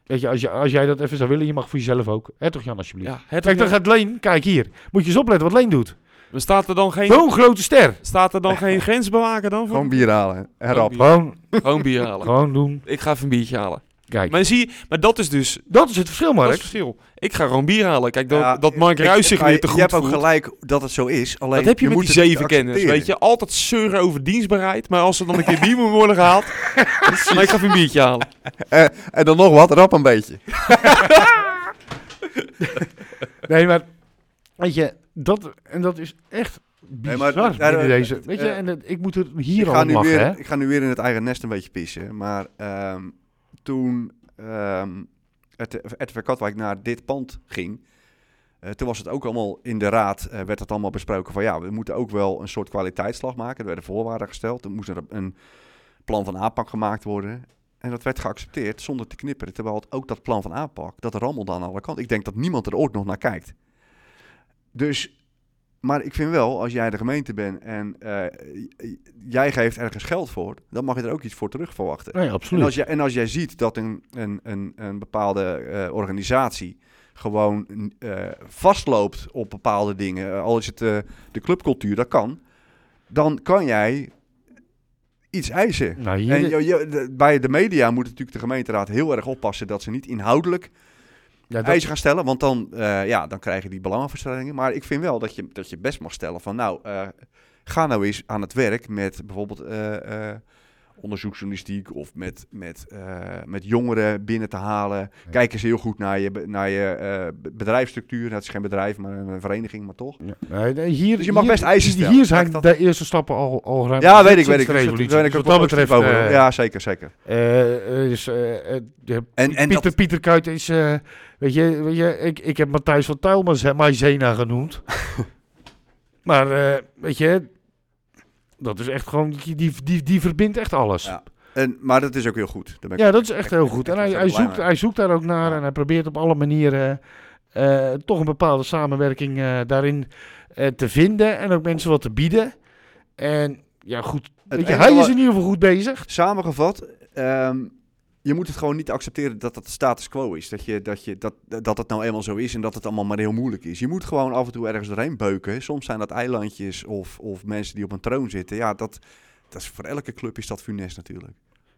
[SPEAKER 3] Weet je, als, je, als jij dat even zou willen, je mag voor jezelf ook. Hè, toch, Jan, alsjeblieft.
[SPEAKER 4] Ja, het
[SPEAKER 3] Kijk, dan gaat Leen. Kijk hier. Moet je eens opletten wat Leen doet.
[SPEAKER 4] Maar Staat er dan geen,
[SPEAKER 3] Zo'n grote ster.
[SPEAKER 4] staat er dan geen grensbewaker dan? Voor?
[SPEAKER 5] Gewoon bier halen. En rap.
[SPEAKER 4] bier.
[SPEAKER 3] Gewoon,
[SPEAKER 4] Gewoon bier halen.
[SPEAKER 3] gewoon doen.
[SPEAKER 4] Ik ga even een biertje halen.
[SPEAKER 3] Kijk,
[SPEAKER 4] Maar, zie, je- maar dat is dus
[SPEAKER 3] dat is het verschil,
[SPEAKER 4] dat is
[SPEAKER 3] Mark.
[SPEAKER 4] het verschil. Ik ga gewoon bier halen. Kijk, dat,
[SPEAKER 5] Ja,
[SPEAKER 4] dat Mark
[SPEAKER 5] ik-
[SPEAKER 4] Ruijs zich
[SPEAKER 5] maar
[SPEAKER 4] weer te
[SPEAKER 5] Je
[SPEAKER 4] goed
[SPEAKER 5] hebt ook
[SPEAKER 4] voelt.
[SPEAKER 5] gelijk dat het zo is. Alleen
[SPEAKER 4] Dat heb je,
[SPEAKER 5] moet
[SPEAKER 4] met die
[SPEAKER 5] het niet
[SPEAKER 4] zeven kennis,
[SPEAKER 5] accepteren.
[SPEAKER 4] weet je. Altijd zeuren over dienstbaarheid, maar als er dan een keer bier moet worden gehaald... maar ik ga even een biertje halen.
[SPEAKER 5] Eh, en dan nog wat, rap een beetje.
[SPEAKER 3] Nee, maar weet je, dat, en dat is echt
[SPEAKER 5] Nee,
[SPEAKER 3] bizar
[SPEAKER 5] maar- ja,
[SPEAKER 3] binnen
[SPEAKER 5] eh,
[SPEAKER 3] deze. Weet je,
[SPEAKER 5] eh,
[SPEAKER 3] en dat- ik moet het
[SPEAKER 5] Ik
[SPEAKER 3] hier
[SPEAKER 5] ga,
[SPEAKER 3] al
[SPEAKER 5] nu
[SPEAKER 3] lachen,
[SPEAKER 5] weer,
[SPEAKER 3] hè?
[SPEAKER 5] ik ga nu weer in het eigen nest een beetje pissen. Maar ehm, toen ehm, het- RTV Katwijk naar dit pand ging, eh, Eh, toen was het ook allemaal in de raad, eh, werd het allemaal besproken van ja, we moeten ook wel een soort kwaliteitsslag maken. Er werden voorwaarden gesteld, er moest er een plan van aanpak gemaakt worden. En dat werd geaccepteerd zonder te knipperen. Terwijl het ook dat plan van aanpak, dat rammelde aan alle kanten. Ik denk dat niemand er ooit nog naar kijkt. Dus, maar ik vind wel, als jij de gemeente bent en eh, j- jij geeft ergens geld voor, dan mag je er ook iets voor terug verwachten.
[SPEAKER 3] Nee,
[SPEAKER 5] En
[SPEAKER 3] absoluut.
[SPEAKER 5] als, jij, en als jij ziet dat een, een, een, een bepaalde eh, organisatie gewoon eh, vastloopt op bepaalde dingen, eh, al is het eh, de clubcultuur, dat kan, dan kan jij iets eisen.
[SPEAKER 3] Nou, hier-
[SPEAKER 5] En je, je- de- bij de media moet natuurlijk de gemeenteraad heel erg oppassen dat ze niet inhoudelijk
[SPEAKER 3] ja, dat-
[SPEAKER 5] eisen gaan stellen, want dan, eh ja, dan krijg je die belangenverstrengelingen. Maar ik vind wel dat je, dat je best mag stellen van nou, eh, ga nou eens aan het werk met bijvoorbeeld eh, eh, onderzoeksjournalistiek of met, met, eh, met jongeren binnen te halen.
[SPEAKER 3] Ja.
[SPEAKER 5] Kijk eens heel goed naar je, be- naar je eh, be- bedrijfsstructuur. Het is geen bedrijf, maar een vereniging, maar toch.
[SPEAKER 3] Ja. Nee, nee, hier,
[SPEAKER 5] Dus je mag
[SPEAKER 3] hier-
[SPEAKER 5] best eisen
[SPEAKER 3] hier-
[SPEAKER 5] stellen.
[SPEAKER 3] Hier zijn
[SPEAKER 5] Laat ik
[SPEAKER 3] de eerste stappen al, al ruim.
[SPEAKER 5] Ja, weet ik,
[SPEAKER 3] sinds
[SPEAKER 5] weet ik.
[SPEAKER 3] de
[SPEAKER 5] Dus
[SPEAKER 3] revolutie.
[SPEAKER 5] daar ben ik
[SPEAKER 3] Dus
[SPEAKER 5] ook
[SPEAKER 3] wat dat
[SPEAKER 5] positief
[SPEAKER 3] betreft.
[SPEAKER 5] over.
[SPEAKER 3] eh,
[SPEAKER 5] ja, zeker, zeker.
[SPEAKER 3] eh, eh, dus, eh, eh, de-
[SPEAKER 5] En- en
[SPEAKER 3] Pieter, Pieter Kuit is. eh, weet je, weet je ik, ik heb Matthijs van Tuil maar Ze- Maizena genoemd. maar eh, weet je, dat is echt gewoon. Die, die, die, die verbindt echt alles.
[SPEAKER 5] Ja. En, maar dat is ook heel goed. Daar ben ik
[SPEAKER 3] Ja, dat is echt heel
[SPEAKER 5] ik-
[SPEAKER 3] goed.
[SPEAKER 5] ik
[SPEAKER 3] En hij,
[SPEAKER 5] ben
[SPEAKER 3] hij,
[SPEAKER 5] blij
[SPEAKER 3] zoekt,
[SPEAKER 5] mee.
[SPEAKER 3] hij zoekt daar ook naar
[SPEAKER 5] Ja.
[SPEAKER 3] en hij probeert op alle manieren eh, eh, toch een bepaalde samenwerking eh, daarin eh, te vinden en ook mensen wat te bieden. En ja, goed. Weet je,
[SPEAKER 5] enige
[SPEAKER 3] hij
[SPEAKER 5] wat-
[SPEAKER 3] is in ieder geval goed bezig.
[SPEAKER 5] Samengevat, ehm, je moet het gewoon niet accepteren dat dat de status quo is. Dat, je, dat, je, dat, dat het nou eenmaal zo is en dat het allemaal maar heel moeilijk is. Je moet gewoon af en toe ergens doorheen beuken. Soms zijn dat eilandjes of, of mensen die op een troon zitten. Ja, dat, dat is voor elke club is dat funest natuurlijk.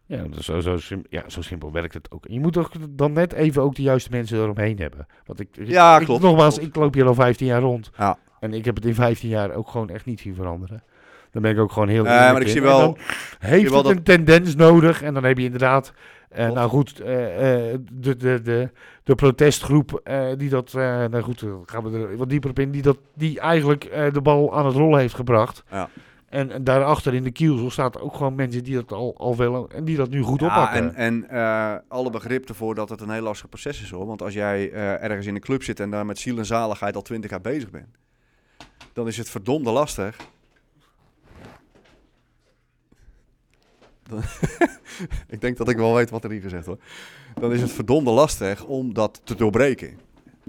[SPEAKER 3] Ja, dat is zo, zo, sim- ja, zo simpel werkt het ook. En je moet ook dan net even ook de juiste mensen eromheen hebben. Want ik, ik-
[SPEAKER 5] Ja,
[SPEAKER 3] ik-
[SPEAKER 5] klopt,
[SPEAKER 3] nogmaals,
[SPEAKER 5] klopt.
[SPEAKER 3] ik loop hier al 15 jaar rond.
[SPEAKER 5] Ja.
[SPEAKER 3] En ik heb het in 15 jaar ook gewoon echt niet zien veranderen. Dan ben ik ook gewoon heel.
[SPEAKER 5] Nee,
[SPEAKER 3] eerlijk
[SPEAKER 5] Eh, maar ik
[SPEAKER 3] in.
[SPEAKER 5] zie
[SPEAKER 3] En
[SPEAKER 5] wel-
[SPEAKER 3] dan Heeft
[SPEAKER 5] zie wel
[SPEAKER 3] het
[SPEAKER 5] dat-
[SPEAKER 3] een tendens nodig? En dan heb je inderdaad. eh,
[SPEAKER 5] Klopt.
[SPEAKER 3] nou goed, eh, eh, de, de, de, de protestgroep eh, die dat. eh, nou goed, eh, gaan we er wat dieper op in. Die, dat, die eigenlijk eh, de bal aan het rollen heeft gebracht.
[SPEAKER 5] Ja.
[SPEAKER 3] En, en daarachter in de kiel staat ook gewoon mensen die dat al, al wel. en die dat nu goed
[SPEAKER 5] Ja,
[SPEAKER 3] oppakken.
[SPEAKER 5] en en eh, alle begrip ervoor dat het een heel lastig proces is hoor. Want als jij eh, ergens in een club zit en daar met ziel en zaligheid al twintig jaar bezig bent, dan is het verdomde lastig. Dan- ik denk dat ik wel weet wat er hier gezegd wordt. Dan is het verdomde lastig om dat te doorbreken.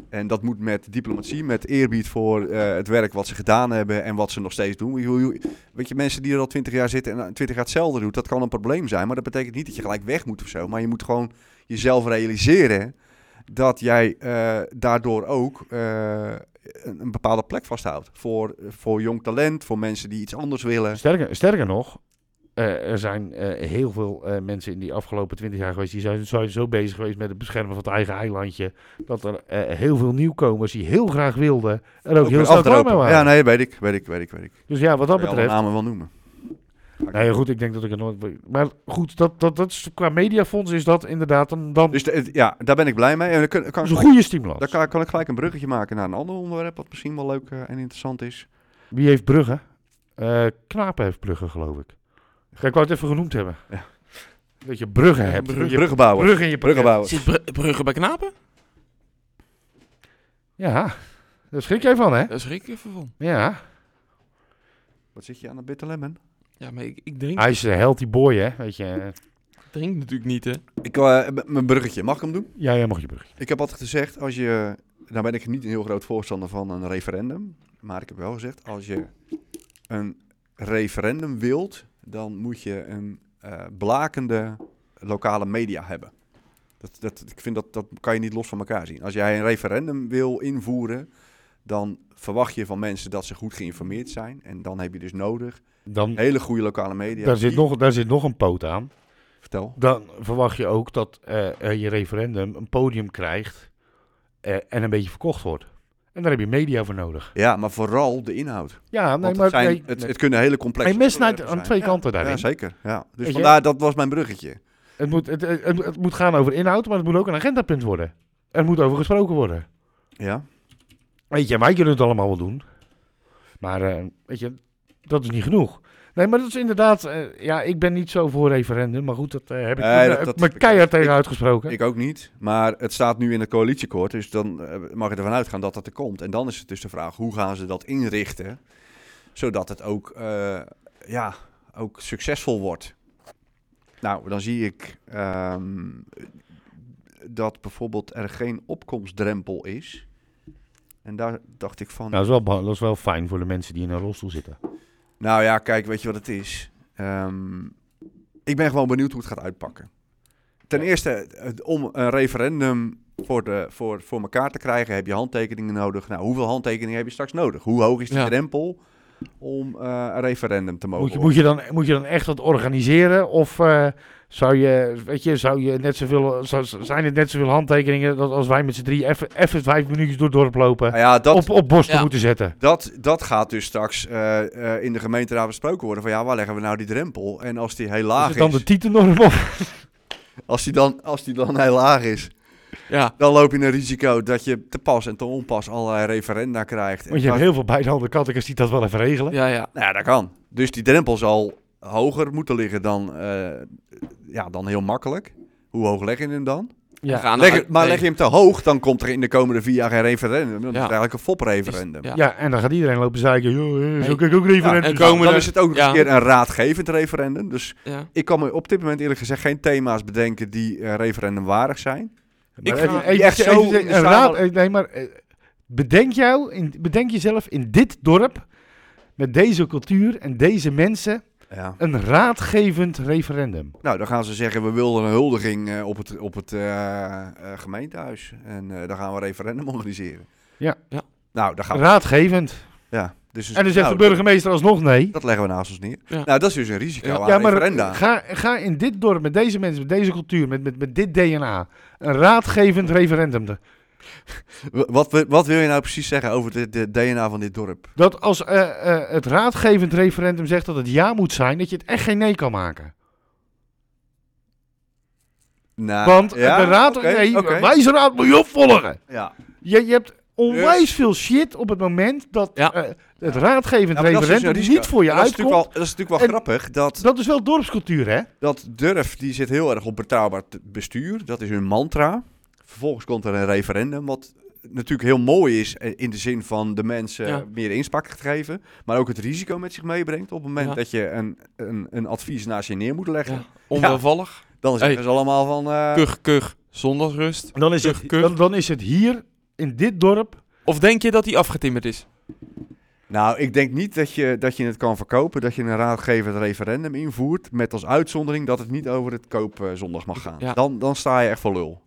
[SPEAKER 5] En dat moet met diplomatie, met eerbied voor eh, het werk wat ze gedaan hebben en wat ze nog steeds doen. Je- je- Weet je, mensen die er al twintig jaar zitten en eh, twintig jaar hetzelfde doen, dat kan een probleem zijn. Maar dat betekent niet dat je gelijk weg moet of zo. Maar je moet gewoon jezelf realiseren dat jij eh, daardoor ook eh, een, een bepaalde plek vasthoudt. Voor, voor jong talent, voor mensen die iets anders willen.
[SPEAKER 3] Sterker, sterker nog, eh, er zijn eh, heel veel eh, mensen in die afgelopen twintig jaar geweest... die zijn, zijn zo bezig geweest met het beschermen van het eigen eilandje... dat er eh, heel veel nieuwkomers die heel graag wilden... er ook,
[SPEAKER 5] Ook
[SPEAKER 3] heel snel
[SPEAKER 5] weer
[SPEAKER 3] klaar
[SPEAKER 5] afdropen.
[SPEAKER 3] mee waren.
[SPEAKER 5] Ja, nee, weet ik, weet ik, weet ik, weet ik.
[SPEAKER 3] Dus ja, wat dat
[SPEAKER 5] Kan je alle
[SPEAKER 3] betreft...
[SPEAKER 5] namen wel noemen.
[SPEAKER 3] Nou ja, goed, ik denk dat ik het nooit... Maar goed, dat, dat, dat is, qua mediafonds is dat inderdaad een, dan,
[SPEAKER 5] Dus de- het- ja, daar ben ik blij mee. En dan kun- kan,
[SPEAKER 3] dat
[SPEAKER 5] ik
[SPEAKER 3] is een
[SPEAKER 5] gelijk-
[SPEAKER 3] goede stimulans.
[SPEAKER 5] dan kan, kan ik gelijk een bruggetje maken naar een ander onderwerp, wat misschien wel leuk eh, en interessant is.
[SPEAKER 3] Wie heeft Brugge? Eh Knapen heeft Brugge, geloof ik. Kijk, ik wou het even genoemd hebben.
[SPEAKER 5] Ja.
[SPEAKER 3] Dat je Brugge hebt.
[SPEAKER 4] Brugge-
[SPEAKER 3] Je-
[SPEAKER 5] Bruggenbouwer.
[SPEAKER 3] Brugge in je pakket.
[SPEAKER 5] Bruggenbouwer.
[SPEAKER 4] Zit Bru- Brugge bij Knapen?
[SPEAKER 3] Ja, daar schrik jij van, hè?
[SPEAKER 4] Daar schrik ik even van.
[SPEAKER 3] Ja.
[SPEAKER 5] Wat zit je aan de bitter lemon?
[SPEAKER 4] Ja, maar ik, ik drink,
[SPEAKER 3] Hij is een healthy boy, hè? Weet je.
[SPEAKER 4] drink natuurlijk niet, hè.
[SPEAKER 5] Ik, eh, m- mijn bruggetje, mag ik hem doen?
[SPEAKER 3] Ja, jij mag je brug.
[SPEAKER 5] Ik heb altijd gezegd, als je... Nou ben ik niet een heel groot voorstander van een referendum. Maar ik heb wel gezegd, als je een referendum wilt... dan moet je een eh, blakende lokale media hebben. Dat, dat, ik vind dat dat kan je niet los van elkaar zien. Als jij een referendum wil invoeren... dan verwacht je van mensen dat ze goed geïnformeerd zijn. En dan heb je dus nodig
[SPEAKER 3] Dan,
[SPEAKER 5] hele goede lokale media.
[SPEAKER 3] daar, zit
[SPEAKER 5] Die-
[SPEAKER 3] nog, daar zit nog een poot aan.
[SPEAKER 5] Vertel.
[SPEAKER 3] Dan verwacht je ook dat eh, eh, je referendum een podium krijgt eh, en een beetje verkocht wordt. En daar heb je media voor nodig.
[SPEAKER 5] Ja, maar vooral de inhoud.
[SPEAKER 3] Ja,
[SPEAKER 5] Want
[SPEAKER 3] nee,
[SPEAKER 5] het,
[SPEAKER 3] maar...
[SPEAKER 5] zijn,
[SPEAKER 3] nee,
[SPEAKER 5] het,
[SPEAKER 3] nee.
[SPEAKER 5] het kunnen hele complexe...
[SPEAKER 3] Hij misnijdt
[SPEAKER 5] onderwerpen
[SPEAKER 3] aan twee
[SPEAKER 5] zijn.
[SPEAKER 3] kanten
[SPEAKER 5] ja,
[SPEAKER 3] daarin.
[SPEAKER 5] ja, zeker. Ja. Dus
[SPEAKER 3] je?
[SPEAKER 5] vandaar, dat was mijn bruggetje.
[SPEAKER 3] Het, moet, het, het, het moet gaan over inhoud, maar het moet ook een agendapunt worden. Er moet over gesproken worden.
[SPEAKER 5] Ja.
[SPEAKER 3] Weet je, wij kunnen het allemaal wel doen. Maar, eh, weet je, dat is niet genoeg. Nee, maar dat is inderdaad... eh, ja, ik ben niet zo voor referendum. Maar goed, dat eh, heb ik
[SPEAKER 5] Nee,
[SPEAKER 3] toen, eh,
[SPEAKER 5] dat-
[SPEAKER 3] heb
[SPEAKER 5] dat
[SPEAKER 3] me
[SPEAKER 5] heb ik-
[SPEAKER 3] keihard tegen
[SPEAKER 5] ik-
[SPEAKER 3] uitgesproken.
[SPEAKER 5] Ik ook niet. Maar het staat nu in het coalitieakkoord. Dus dan eh, mag je ervan uitgaan dat dat er komt. En dan is het dus de vraag, hoe gaan ze dat inrichten? Zodat het ook, eh, ja, ook succesvol wordt. Nou, dan zie ik ehm, dat bijvoorbeeld er geen opkomstdrempel is. En daar dacht ik van...
[SPEAKER 3] nou, dat is, wel, beha- dat is wel fijn voor de mensen die in een rolstoel zitten.
[SPEAKER 5] Nou ja, kijk, weet je wat het is? Ehm, ik ben gewoon benieuwd hoe het gaat uitpakken. Ten eerste, het- om een referendum voor, de, voor, voor elkaar te krijgen, heb je handtekeningen nodig. Nou, hoeveel handtekeningen heb je straks nodig? Hoe hoog is de
[SPEAKER 4] Ja.
[SPEAKER 5] drempel om eh, een referendum te mogen
[SPEAKER 3] Moet je, moet, je dan, moet je dan echt dat organiseren? Of eh, zou, je, weet je, zou je net zoveel, zou, zijn het net zoveel handtekeningen dat als wij met z'n drie even, even vijf minuutjes door het dorp lopen,
[SPEAKER 5] Nou ja, dat,
[SPEAKER 3] op, op borsten
[SPEAKER 1] Ja.
[SPEAKER 3] moeten zetten?
[SPEAKER 5] dat, dat gaat dus straks eh, eh, in de gemeenteraad besproken worden. Van ja, waar leggen we nou die drempel? En als die heel
[SPEAKER 3] Is
[SPEAKER 5] laag
[SPEAKER 3] het
[SPEAKER 5] is,
[SPEAKER 3] dan de titelnorm op?
[SPEAKER 5] als die dan, als die dan heel laag is,
[SPEAKER 4] Ja,
[SPEAKER 5] dan loop je een risico dat je te pas en te onpas allerlei referenda krijgt. En
[SPEAKER 3] Want je hebt
[SPEAKER 5] waar-
[SPEAKER 3] heel veel bijdehandel kattekers die dat wel even regelen.
[SPEAKER 4] ja, ja.
[SPEAKER 5] Nou ja, dat kan. Dus die drempel zal hoger moeten liggen dan, eh, ja, dan heel makkelijk. Hoe hoog leg je hem dan?
[SPEAKER 4] We
[SPEAKER 3] Ja.
[SPEAKER 4] gaan
[SPEAKER 5] Leg
[SPEAKER 4] uit-
[SPEAKER 5] het- maar
[SPEAKER 4] nee.
[SPEAKER 5] leg je hem te hoog, dan komt er in de komende vier jaar geen referendum. Dan is het
[SPEAKER 4] Ja.
[SPEAKER 5] eigenlijk een fop-referendum.
[SPEAKER 4] Is- ja.
[SPEAKER 3] Ja. en dan gaat iedereen lopen zeiken. Joh, eh, zo kan ik ook referendum.
[SPEAKER 4] en
[SPEAKER 5] Dan-
[SPEAKER 4] komende-
[SPEAKER 5] Dan is het ook nog
[SPEAKER 4] ja.
[SPEAKER 5] een keer een raadgevend referendum. Dus
[SPEAKER 4] Ja.
[SPEAKER 5] ik kan me op dit moment eerlijk gezegd geen thema's bedenken die eh, referendumwaardig zijn.
[SPEAKER 3] Maar
[SPEAKER 4] Ik
[SPEAKER 3] even-
[SPEAKER 4] ga-
[SPEAKER 3] even-
[SPEAKER 5] echt zo
[SPEAKER 3] even-
[SPEAKER 5] in de
[SPEAKER 3] een
[SPEAKER 5] zaal-
[SPEAKER 3] raad- eh, Nee, maar eh, bedenk, jou, in, bedenk jezelf in dit dorp, met deze cultuur en deze mensen,
[SPEAKER 5] Ja.
[SPEAKER 3] een raadgevend referendum.
[SPEAKER 5] Nou, dan gaan ze zeggen, we wilden een huldiging eh, op het, op het eh, eh, gemeentehuis. En eh dan gaan we een referendum organiseren.
[SPEAKER 3] Ja.
[SPEAKER 4] Ja.
[SPEAKER 5] Nou, daar gaan we.
[SPEAKER 3] Raadgevend.
[SPEAKER 5] Ja. Dus
[SPEAKER 3] En dan zegt
[SPEAKER 5] nou,
[SPEAKER 3] de burgemeester alsnog nee.
[SPEAKER 5] Dat leggen we naast ons neer.
[SPEAKER 4] Ja.
[SPEAKER 5] Nou, dat is dus een risico
[SPEAKER 4] Ja.
[SPEAKER 5] aan
[SPEAKER 3] Ja, maar
[SPEAKER 5] referenda.
[SPEAKER 3] ga, ga in dit dorp met deze mensen, met deze cultuur, met, met, met dit DNA, een raadgevend referendum. er.
[SPEAKER 5] W- Wat, wi- wat wil je nou precies zeggen over de, de DNA van dit dorp?
[SPEAKER 3] Dat als eh, eh, het raadgevend referendum zegt dat het ja moet zijn, dat je het echt geen nee kan maken.
[SPEAKER 5] Nou,
[SPEAKER 3] Want
[SPEAKER 5] ja,
[SPEAKER 3] de raad,
[SPEAKER 5] oké,
[SPEAKER 3] nee,
[SPEAKER 5] oké.
[SPEAKER 3] wijze raad moet je opvolgen.
[SPEAKER 5] Ja. Nou,
[SPEAKER 3] Je, je hebt onwijs
[SPEAKER 5] Dus-
[SPEAKER 3] veel shit op het moment dat
[SPEAKER 4] Ja.
[SPEAKER 3] eh, het raadgevend
[SPEAKER 5] Ja, maar dat is dus
[SPEAKER 3] referendum
[SPEAKER 5] een risico.
[SPEAKER 3] niet voor je
[SPEAKER 5] En dat is
[SPEAKER 3] uitkomt.
[SPEAKER 5] natuurlijk wel, dat is natuurlijk wel
[SPEAKER 3] En-
[SPEAKER 5] grappig. Dat,
[SPEAKER 3] Dat is wel dorpscultuur, hè?
[SPEAKER 5] dat durf, die zit heel erg op betrouwbaar t- bestuur. Dat is hun mantra. Vervolgens komt er een referendum, wat natuurlijk heel mooi is eh, in de zin van de mensen
[SPEAKER 4] Ja.
[SPEAKER 5] meer inspraak te geven, maar ook het risico met zich meebrengt op het moment
[SPEAKER 4] Ja.
[SPEAKER 5] dat je een, een, een advies naast je neer moet leggen.
[SPEAKER 4] Ja. Onwelvallig.
[SPEAKER 5] Dan zeggen
[SPEAKER 4] Hey.
[SPEAKER 5] ze allemaal van... eh,
[SPEAKER 4] Kuch, kuch. Zondagsrust.
[SPEAKER 3] Dan is,
[SPEAKER 4] Kuch,
[SPEAKER 3] het,
[SPEAKER 4] kuch.
[SPEAKER 3] dan, dan is het hier, in dit dorp,
[SPEAKER 4] Of denk je dat hij afgetimmerd is?
[SPEAKER 5] Nou, ik denk niet dat je, dat je het kan verkopen, dat je een raadgevend referendum invoert, met als uitzondering dat het niet over het koopzondag zondag mag gaan.
[SPEAKER 4] Ja.
[SPEAKER 5] Dan, dan sta je echt voor lul.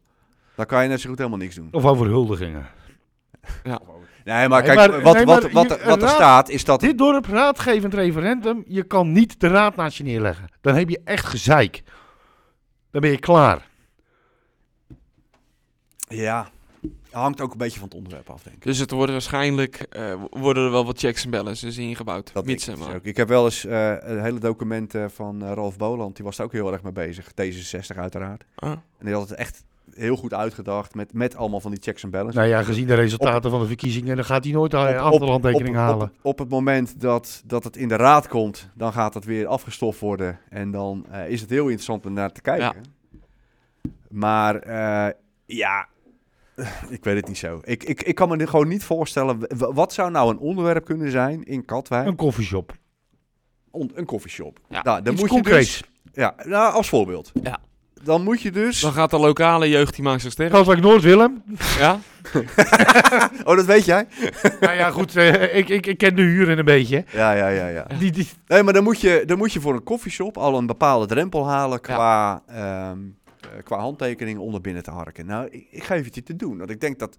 [SPEAKER 5] Dan kan je net zo goed helemaal niks doen.
[SPEAKER 3] of over huldigingen.
[SPEAKER 5] Nee,
[SPEAKER 3] Nee,
[SPEAKER 5] maar kijk,
[SPEAKER 3] maar-
[SPEAKER 5] wat,
[SPEAKER 3] nee,
[SPEAKER 5] wat,
[SPEAKER 3] maar
[SPEAKER 5] wat,
[SPEAKER 3] je-
[SPEAKER 5] er- wat er
[SPEAKER 3] raad-
[SPEAKER 5] staat is dat...
[SPEAKER 3] Dit dorp, raadgevend referendum, je kan niet de raad naast je neerleggen. Dan heb je echt gezeik. Dan ben je klaar.
[SPEAKER 5] Ja, hangt ook een beetje van het onderwerp af, denk ik.
[SPEAKER 4] Dus het wordt waarschijnlijk eh, worden er wel wat checks en balances ingebouwd.
[SPEAKER 5] Dat
[SPEAKER 4] mits
[SPEAKER 5] denk
[SPEAKER 4] en
[SPEAKER 5] ik, dus
[SPEAKER 4] maar.
[SPEAKER 5] ook. ik heb wel eens eh, een hele documenten van eh, Ralf Boland, die was er ook heel erg mee bezig, D66 uiteraard.
[SPEAKER 4] Ah.
[SPEAKER 5] En die had het echt heel goed uitgedacht, met, met allemaal van die checks en balances.
[SPEAKER 3] Nou ja, gezien de resultaten van de verkiezingen, dan gaat hij nooit een
[SPEAKER 5] op-
[SPEAKER 3] aantal handtekeningen
[SPEAKER 5] op- op-
[SPEAKER 3] halen.
[SPEAKER 5] Op, het moment dat, dat het in de raad komt, dan gaat het weer afgestoft worden. En dan eh, is het heel interessant om naar te kijken. Maar eh, ja, ik weet het niet zo. Ik, ik, ik kan me dit gewoon niet voorstellen. W- Wat zou nou een onderwerp kunnen zijn in Katwijk?
[SPEAKER 3] Een
[SPEAKER 5] Een,
[SPEAKER 3] koffieshop.
[SPEAKER 5] een koffieshop.
[SPEAKER 4] Ja,
[SPEAKER 5] nou, dan
[SPEAKER 3] Iets
[SPEAKER 5] moet
[SPEAKER 3] concreets.
[SPEAKER 5] je dus... Ja, nou, als voorbeeld.
[SPEAKER 4] Ja.
[SPEAKER 5] Dan moet je dus...
[SPEAKER 4] Dan gaat de lokale jeugd die maakt zich sterk.
[SPEAKER 3] Katwijk Noord-Willem.
[SPEAKER 4] Ja?
[SPEAKER 5] Oh, dat weet jij?
[SPEAKER 3] nou ja, goed, eh, ik, ik, ik ken de huren een beetje.
[SPEAKER 5] Ja, ja, ja, ja.
[SPEAKER 3] Die, die,
[SPEAKER 5] Nee, maar dan moet je, dan moet je voor een koffieshop al een bepaalde drempel halen qua, ehm, eh, qua handtekeningen onder binnen te harken. Nou, ik, ik geef het je te doen. Want ik denk dat,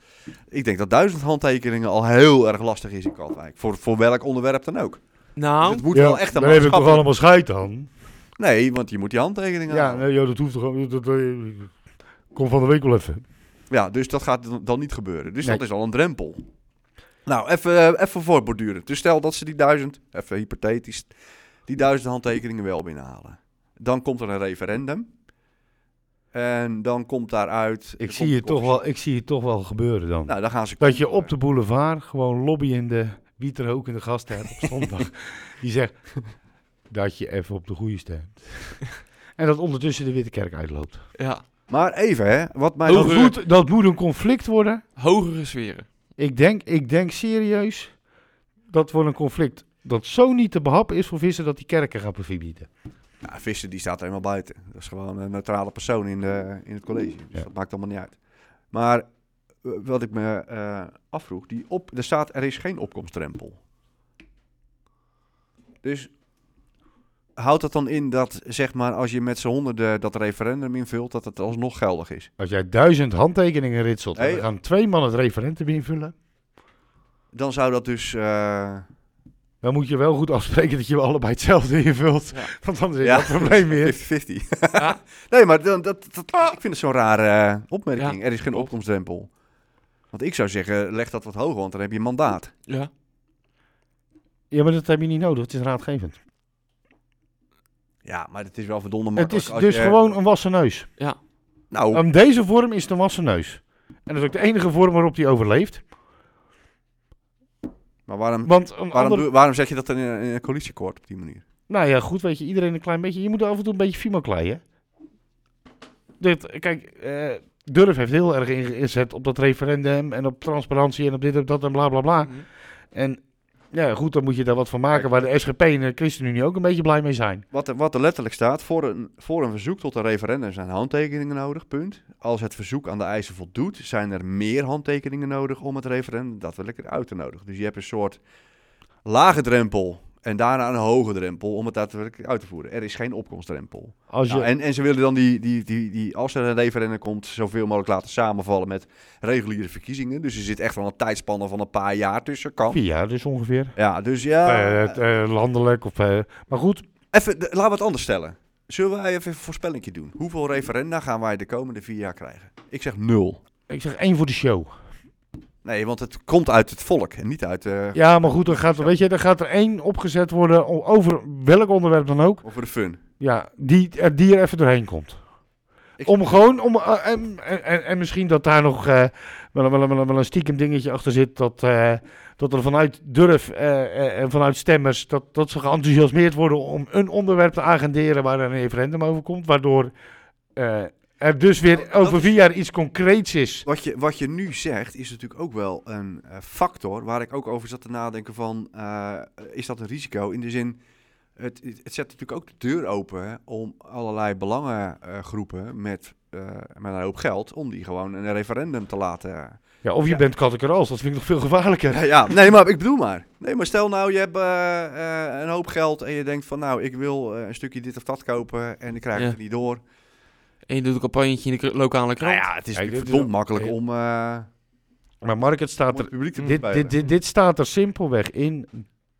[SPEAKER 5] ik denk dat duizend handtekeningen al heel erg lastig is in Katwijk. Voor, voor welk onderwerp dan ook. Dus
[SPEAKER 4] Nou,
[SPEAKER 5] het moet
[SPEAKER 3] Ja,
[SPEAKER 5] wel echt een
[SPEAKER 3] daar heb ik toch
[SPEAKER 5] maatschappelijk-
[SPEAKER 3] allemaal scheid aan?
[SPEAKER 5] Nee, want je moet die handtekeningen
[SPEAKER 3] Ja,
[SPEAKER 5] halen.
[SPEAKER 3] nee, joh, dat hoeft toch... Dat, dat- dat- kom van de week wel even.
[SPEAKER 5] Ja, dus dat gaat dan- dan niet gebeuren. Dus
[SPEAKER 3] Nee.
[SPEAKER 5] dat is al een drempel. Nou, even, eh, even voortborduren. Dus stel dat ze die duizend, even hypothetisch, die duizend handtekeningen wel binnenhalen. Dan komt er een referendum. En dan komt daaruit...
[SPEAKER 3] Ik
[SPEAKER 5] er
[SPEAKER 3] zie,
[SPEAKER 5] komt
[SPEAKER 3] het toch
[SPEAKER 5] een koffieshop.
[SPEAKER 3] wel, ik zie het toch wel gebeuren dan.
[SPEAKER 5] Nou, dan gaan ze...
[SPEAKER 3] Dat je op de boulevard gewoon lobbyende, wie er ook in de gasten hebt op zondag, die zegt: dat je even op de goede stemt. en dat ondertussen de Witte Kerk uitloopt.
[SPEAKER 4] Ja,
[SPEAKER 5] Maar even, hè. Wat mij
[SPEAKER 3] Dat eh,
[SPEAKER 4] Over-
[SPEAKER 3] moet, dat moet een conflict worden.
[SPEAKER 4] hogere sferen.
[SPEAKER 3] Ik denk, ik denk serieus, dat wordt een conflict dat zo niet te behappen is voor vissen dat die kerken gaan verbieden.
[SPEAKER 5] Nou, Visser die staat er helemaal buiten. Dat is gewoon een neutrale persoon in, de, in het college. Dus
[SPEAKER 3] Ja.
[SPEAKER 5] dat maakt allemaal niet uit. Maar eh, wat ik me eh, afvroeg, die op, er staat er is geen opkomstdrempel. Dus houdt dat dan in dat zeg maar als je met z'n honderden dat referendum invult, dat het alsnog geldig is?
[SPEAKER 3] Als jij duizend handtekeningen ritselt en
[SPEAKER 5] Hey.
[SPEAKER 3] er gaan twee man het referendum invullen,
[SPEAKER 5] Dan zou dat dus. eh,
[SPEAKER 3] dan moet je wel goed afspreken dat je allebei hetzelfde invult.
[SPEAKER 4] Ja.
[SPEAKER 3] Want anders is
[SPEAKER 5] Ja.
[SPEAKER 3] dat probleem weer.
[SPEAKER 5] 50-50.
[SPEAKER 4] Ja.
[SPEAKER 5] nee, maar dan, dat, dat, ik vind het zo'n rare eh, opmerking.
[SPEAKER 4] Ja,
[SPEAKER 5] er is geen
[SPEAKER 4] klopt.
[SPEAKER 5] opkomstdrempel. Want ik zou zeggen, leg dat wat hoger, want dan heb je een mandaat.
[SPEAKER 4] Ja.
[SPEAKER 3] Ja, maar dat heb je niet nodig. Het is raadgevend.
[SPEAKER 5] Ja, maar het is wel verdomme
[SPEAKER 3] Het
[SPEAKER 5] makkelijk.
[SPEAKER 3] is
[SPEAKER 5] als
[SPEAKER 3] dus
[SPEAKER 5] je-
[SPEAKER 3] gewoon een wassen neus.
[SPEAKER 5] Nou,
[SPEAKER 3] Om deze vorm is het een wassen neus. En dat is ook de enige vorm waarop die overleeft.
[SPEAKER 5] maar waarom,
[SPEAKER 3] Want een
[SPEAKER 5] waarom,
[SPEAKER 3] andere...
[SPEAKER 5] doe- waarom zet je dat dan in, een- in een coalitieakkoord op die manier?
[SPEAKER 3] Nou ja, goed, weet je, iedereen een klein beetje. Je moet er af en toe een beetje fimo kleien. Dit, kijk, eh, Durf heeft heel erg ingezet op dat referendum en op transparantie en op dit en op dat en bla bla bla.
[SPEAKER 4] Mhm.
[SPEAKER 3] En ja, goed, dan moet je daar wat van maken waar de SGP en de ChristenUnie ook een beetje blij mee zijn.
[SPEAKER 5] Wat er, wat er letterlijk staat, voor een, voor een verzoek tot een referendum zijn handtekeningen nodig, punt. Als het verzoek aan de eisen voldoet, zijn er meer handtekeningen nodig om het referendum daadwerkelijk uit te nodigen. Dus je hebt een soort lage drempel en daarna een hoge drempel om het daadwerkelijk uit te voeren. Er is geen opkomstdrempel.
[SPEAKER 3] Als Dus je,
[SPEAKER 5] Nou, en, en ze willen dan die, die, die, die, als er een referendum komt, zoveel mogelijk laten samenvallen met reguliere verkiezingen. Dus er zit echt wel een tijdspanne van een paar jaar tussen. Kan.
[SPEAKER 3] vier jaar dus ongeveer.
[SPEAKER 5] Ja, dus ja.
[SPEAKER 3] Eh, het, eh, landelijk of... eh, maar goed,
[SPEAKER 5] even, de- laten we het anders stellen. Zullen wij even een voorspellingje doen? Hoeveel referenda gaan wij de komende vier jaar krijgen? Ik zeg nul.
[SPEAKER 3] ik zeg één voor de show.
[SPEAKER 5] Nee, want het komt uit het volk en niet uit eh,
[SPEAKER 3] Ja, maar goed, dan gaat, er- weet je, dan gaat er één opgezet worden o- over welk onderwerp dan ook.
[SPEAKER 5] over de fun.
[SPEAKER 3] Ja, die, er- die er even doorheen komt.
[SPEAKER 5] Ik-
[SPEAKER 3] Om gewoon, om, eh, en, en- en, en misschien dat daar nog eh, wel, wel, wel, wel een stiekem dingetje achter zit. Dat, eh, dat er vanuit durf eh, eh, en vanuit stemmers, dat, dat ze geenthousiasmeerd worden om een onderwerp te agenderen waar een referendum over komt. Waardoor eh, er dus weer
[SPEAKER 5] dat
[SPEAKER 3] over
[SPEAKER 5] is-
[SPEAKER 3] vier jaar iets concreets is.
[SPEAKER 5] Wat je, wat je nu zegt is natuurlijk ook wel een eh, factor waar ik ook over zat te nadenken van, eh, is dat een risico? In de zin, het, het het zet natuurlijk ook de deur open om allerlei belangengroepen met, eh, met een hoop geld, om die gewoon een referendum te laten. eh,
[SPEAKER 3] Ja, of je
[SPEAKER 5] Ja.
[SPEAKER 3] bent kattenkras, dat vind ik nog veel gevaarlijker.
[SPEAKER 5] Ja, ja, nee, maar ik bedoel maar. Nee, maar stel nou, je hebt eh, eh, een hoop geld en je denkt van, nou, ik wil eh, een stukje dit of dat kopen en ik krijg
[SPEAKER 4] Ja.
[SPEAKER 5] het er niet door.
[SPEAKER 4] En je doet een campagnetje in de kr- lokale krant.
[SPEAKER 5] Nou ja, het is
[SPEAKER 3] Nou Ja,
[SPEAKER 5] natuurlijk
[SPEAKER 3] dit is
[SPEAKER 5] verdomd
[SPEAKER 3] wel-
[SPEAKER 5] makkelijk om, eh,
[SPEAKER 3] Maar Mark, het
[SPEAKER 5] om
[SPEAKER 3] staat er
[SPEAKER 5] het publiek te
[SPEAKER 4] dit-
[SPEAKER 3] dit,
[SPEAKER 5] bespelen.
[SPEAKER 3] dit, dit, dit staat er simpelweg in.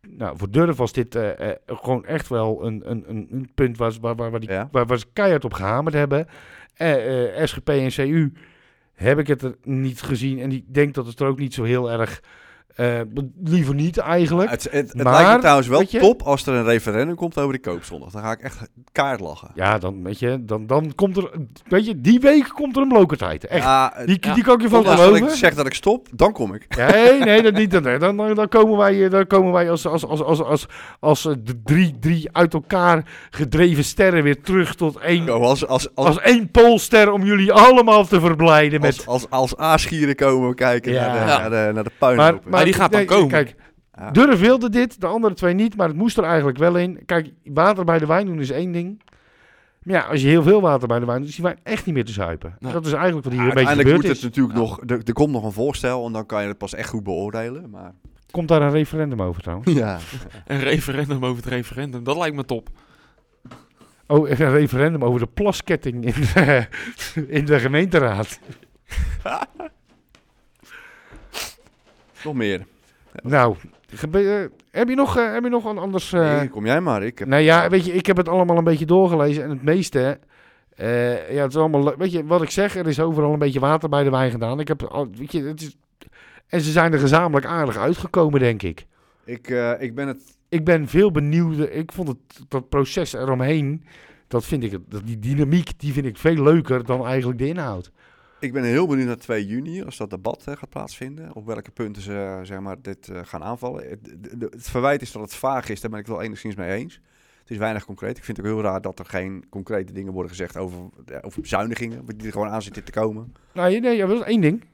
[SPEAKER 3] Nou, voor Durf was dit eh, eh, gewoon echt wel een, een, een, een punt waar, ze- waar, waar, waar, die,
[SPEAKER 5] Ja.
[SPEAKER 3] waar, waar ze keihard op gehamerd hebben. Eh, eh, SGP en CU heb ik het er niet gezien. En ik denk dat het er ook niet zo heel erg... eh, liever niet eigenlijk.
[SPEAKER 5] Het, het, het
[SPEAKER 3] Maar,
[SPEAKER 5] lijkt me trouwens wel
[SPEAKER 3] weet je-
[SPEAKER 5] top als er een referendum komt over de koopzondag. Dan ga ik echt kaart lachen.
[SPEAKER 3] Ja, dan, weet je, dan, dan komt er... Weet je, die week komt er een blokertijd. Echt.
[SPEAKER 5] Ja, het-
[SPEAKER 3] die,
[SPEAKER 4] ja.
[SPEAKER 3] die kan ik je van
[SPEAKER 5] ondanks dat ik
[SPEAKER 3] geloven.
[SPEAKER 5] zeg dat ik stop, dan kom ik.
[SPEAKER 3] Nee, nee, dat niet. Dan, dan, dan, dan komen wij, eh, dan komen wij als, als, als, als, als, als eh, de drie, drie uit elkaar gedreven sterren weer terug tot één,
[SPEAKER 4] Oh,
[SPEAKER 5] Yo, als, als, als,
[SPEAKER 3] als één poolster om jullie allemaal te verblijden met...
[SPEAKER 5] als, als, als A-schieren komen we kijken
[SPEAKER 3] Ja.
[SPEAKER 5] naar, de,
[SPEAKER 4] Ja.
[SPEAKER 5] naar, de, naar de puin.
[SPEAKER 4] Maar die gaat dan komen.
[SPEAKER 3] Kijk,
[SPEAKER 5] Ja.
[SPEAKER 3] Durf wilde dit, de andere twee niet, maar het moest er eigenlijk wel in. Kijk, water bij de wijn doen is één ding. Maar ja, als je heel veel water bij de wijn doet, is die wijn echt niet meer te zuipen.
[SPEAKER 4] Nee.
[SPEAKER 3] Dat is eigenlijk wat hier een beetje
[SPEAKER 5] Uiteindelijk
[SPEAKER 3] gebeurd
[SPEAKER 5] moet
[SPEAKER 3] is.
[SPEAKER 5] het natuurlijk nog, er, er komt nog een voorstel en dan kan je het pas echt goed beoordelen. Maar
[SPEAKER 3] Komt daar een referendum over trouwens?
[SPEAKER 5] ja.
[SPEAKER 4] Een referendum over het referendum, dat lijkt me top.
[SPEAKER 3] Oh, een referendum over de plasketting in de, in de gemeenteraad.
[SPEAKER 5] nog meer.
[SPEAKER 3] Nou, gebe- eh, heb, je nog, eh, heb je nog een anders... eh,
[SPEAKER 5] Nee, kom jij maar. Ik heb,
[SPEAKER 3] Nou ja, weet je, ik heb het allemaal een beetje doorgelezen en het meeste... eh, ja, het is allemaal... le- Weet je, wat ik zeg, er is overal een beetje water bij de wijn gedaan. Ik heb... al- Weet je, het is, en ze zijn er gezamenlijk aardig uitgekomen, denk ik.
[SPEAKER 5] ik, eh, ik ben het...
[SPEAKER 3] Ik ben veel benieuwd. Ik vond het, dat proces eromheen... Dat vind ik, het- dat, die dynamiek, die vind ik veel leuker dan eigenlijk de inhoud.
[SPEAKER 5] Ik ben heel benieuwd naar 2 juni, als dat debat eh, gaat plaatsvinden. Op welke punten ze eh, zeg maar, dit eh, gaan aanvallen. Het, de- de- het verwijt is dat het vaag is, daar ben ik het wel enigszins mee eens. Het is weinig concreet. Ik vind het ook heel raar dat er geen concrete dingen worden gezegd over, ja, over bezuinigingen, die er gewoon aan zitten te komen.
[SPEAKER 3] Nou, je- nee, ja, dat is één ding.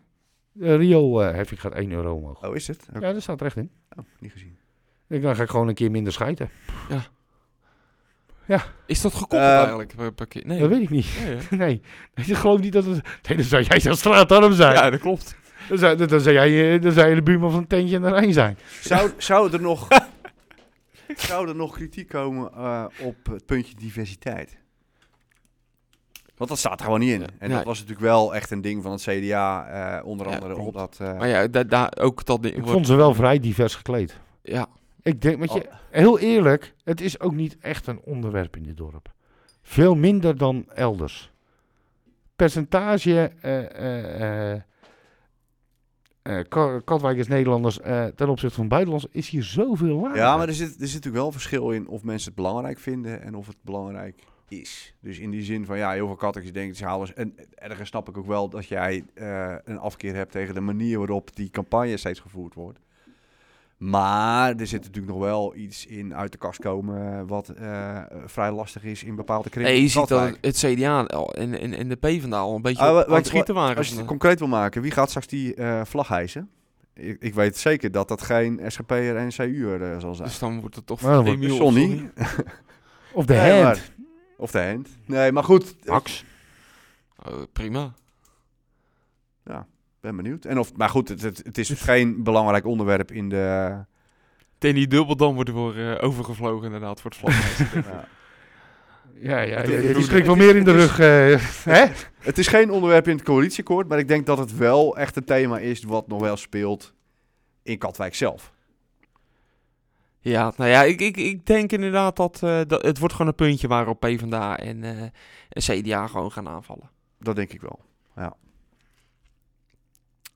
[SPEAKER 3] De rioolheffing gaat 1 euro omhoog.
[SPEAKER 5] Oh, is het? Heb ik
[SPEAKER 3] Ja, dat staat er echt in.
[SPEAKER 5] oh, niet gezien.
[SPEAKER 3] Ik, dan ga ik gewoon een keer minder schijten.
[SPEAKER 4] Is dat gekoppeld
[SPEAKER 5] Eh,
[SPEAKER 4] eigenlijk? per- per keer? Nee.
[SPEAKER 3] Dat weet ik niet.
[SPEAKER 4] Nee, hè?
[SPEAKER 3] Nee, ik geloof niet dat het... Nee, dan zou jij zo straatarm zijn.
[SPEAKER 4] Ja, dat klopt.
[SPEAKER 3] Dan, zou, dan, zou jij, eh, dan zou je de buurman van een tentje en de Rijn zijn.
[SPEAKER 5] Zou, zou, er nog, zou er nog kritiek komen eh, op het puntje diversiteit? Want dat staat er gewoon niet in. En
[SPEAKER 4] Nee.
[SPEAKER 5] dat was natuurlijk wel echt een ding van het CDA, eh, onder
[SPEAKER 4] Ja,
[SPEAKER 5] andere
[SPEAKER 4] klopt.
[SPEAKER 5] omdat... eh,
[SPEAKER 4] Maar ja, daar daar ook dat ding
[SPEAKER 3] Ik
[SPEAKER 4] wordt...
[SPEAKER 3] vond ze wel vrij divers gekleed.
[SPEAKER 4] Ja,
[SPEAKER 3] Ik denk, want je, heel eerlijk, het is ook niet echt een onderwerp in dit dorp. Veel minder dan elders. Percentage eh, eh, eh, eh, Ka- Katwijkers Nederlanders eh, ten opzichte van buitenlands is hier zoveel lager.
[SPEAKER 5] Ja, maar er zit, er zit natuurlijk wel verschil in of mensen het belangrijk vinden en of het belangrijk is. Dus in die zin van ja, heel veel kattekjes denken ze halen. En ergens snap ik ook wel dat jij eh, een afkeer hebt tegen de manier waarop die campagne steeds gevoerd wordt. Maar er zit natuurlijk nog wel iets in uit de kast komen eh, wat eh, vrij lastig is in bepaalde kringen.
[SPEAKER 4] nee, je
[SPEAKER 5] in
[SPEAKER 4] ziet dat
[SPEAKER 5] Katwijk.
[SPEAKER 4] het CDA al en, en, en de PvdA al een beetje
[SPEAKER 5] Ah, wa-
[SPEAKER 4] op- aan
[SPEAKER 5] want-
[SPEAKER 4] het schieten waren.
[SPEAKER 5] Als je het
[SPEAKER 4] vandaag.
[SPEAKER 5] concreet wil maken, wie gaat straks die eh, vlag hijsen? Ik, ik weet zeker dat dat geen SGP'er en CU'er eh, zal zijn.
[SPEAKER 4] Dus dan wordt het toch
[SPEAKER 3] Nou, dan wordt
[SPEAKER 4] Emiel of
[SPEAKER 5] Sonny.
[SPEAKER 3] Of de
[SPEAKER 5] Nee,
[SPEAKER 3] hand.
[SPEAKER 5] maar- Of de hand. Nee, maar goed. eh,
[SPEAKER 3] Max.
[SPEAKER 4] Oh, prima.
[SPEAKER 5] ben benieuwd. En of, maar goed, het, het, het is geen belangrijk onderwerp in de...
[SPEAKER 4] Danny Dubbeldam wordt ervoor eh, overgevlogen inderdaad voor het vlag.
[SPEAKER 5] ja.
[SPEAKER 3] Ja, ja,
[SPEAKER 5] doe-
[SPEAKER 3] die
[SPEAKER 5] doe-
[SPEAKER 3] schrikt wel meer in de
[SPEAKER 5] het is-
[SPEAKER 3] rug. eh, hè?
[SPEAKER 5] Het is geen onderwerp in het coalitieakkoord, maar ik denk dat het wel echt een thema is wat nog wel speelt in Katwijk zelf.
[SPEAKER 4] ja, nou ja, ik, ik, ik denk inderdaad dat, eh, dat het wordt gewoon een puntje waarop PvdA en, eh en CDA gewoon gaan aanvallen.
[SPEAKER 5] Dat denk ik wel.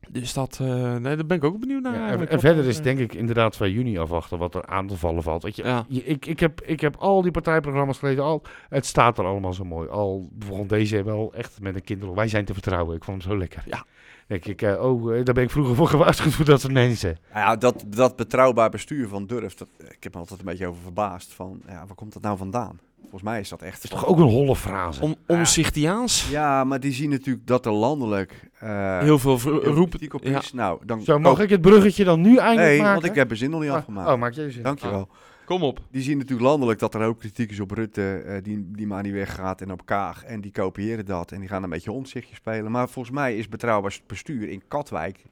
[SPEAKER 4] Dus dat, eh, nee, daar ben ik ook benieuwd naar.
[SPEAKER 3] Ja, en,
[SPEAKER 4] eigenlijk.
[SPEAKER 3] en verder is
[SPEAKER 4] Eh,
[SPEAKER 3] denk ik inderdaad 2 juni afwachten wat er aan te vallen valt. Weet je,
[SPEAKER 4] Ja.
[SPEAKER 3] je- ik, ik, heb, ik heb al die partijprogramma's gelezen. Al, het staat er allemaal zo mooi. Al begon deze wel echt met een kinderlijk. Wij zijn te vertrouwen. Ik vond hem zo lekker.
[SPEAKER 4] Ja.
[SPEAKER 3] Denk ik, eh, oh, eh, daar ben ik vroeger voor gewaarschuwd voor dat soort mensen.
[SPEAKER 5] Nou ja, dat, dat betrouwbaar bestuur van Durf, dat, ik heb me altijd een beetje over verbaasd van, ja, waar komt dat nou vandaan? Volgens mij is dat echt...
[SPEAKER 3] Dat is toch ook een holle frase.
[SPEAKER 4] Om, omzichtiaans.
[SPEAKER 5] Ja, maar die zien natuurlijk dat er landelijk eh,
[SPEAKER 4] Heel veel vro-
[SPEAKER 5] heel
[SPEAKER 4] roep.
[SPEAKER 5] kritiek op
[SPEAKER 4] ja.
[SPEAKER 5] is. Nou, dan
[SPEAKER 3] Zo, mag ik het bruggetje dan nu eindelijk
[SPEAKER 5] Nee,
[SPEAKER 3] maken?
[SPEAKER 5] want ik heb mijn zin nog niet
[SPEAKER 3] Ah,
[SPEAKER 5] afgemaakt.
[SPEAKER 3] Oh, maak jij je zin.
[SPEAKER 5] Dankjewel.
[SPEAKER 4] Kom op.
[SPEAKER 5] Die zien natuurlijk landelijk dat er ook kritiek is op Rutte, eh, die, die maar niet weggaat en op Kaag. En die kopiëren dat en die gaan een beetje omzichtje spelen. Maar volgens mij is betrouwbaar bestuur in Katwijk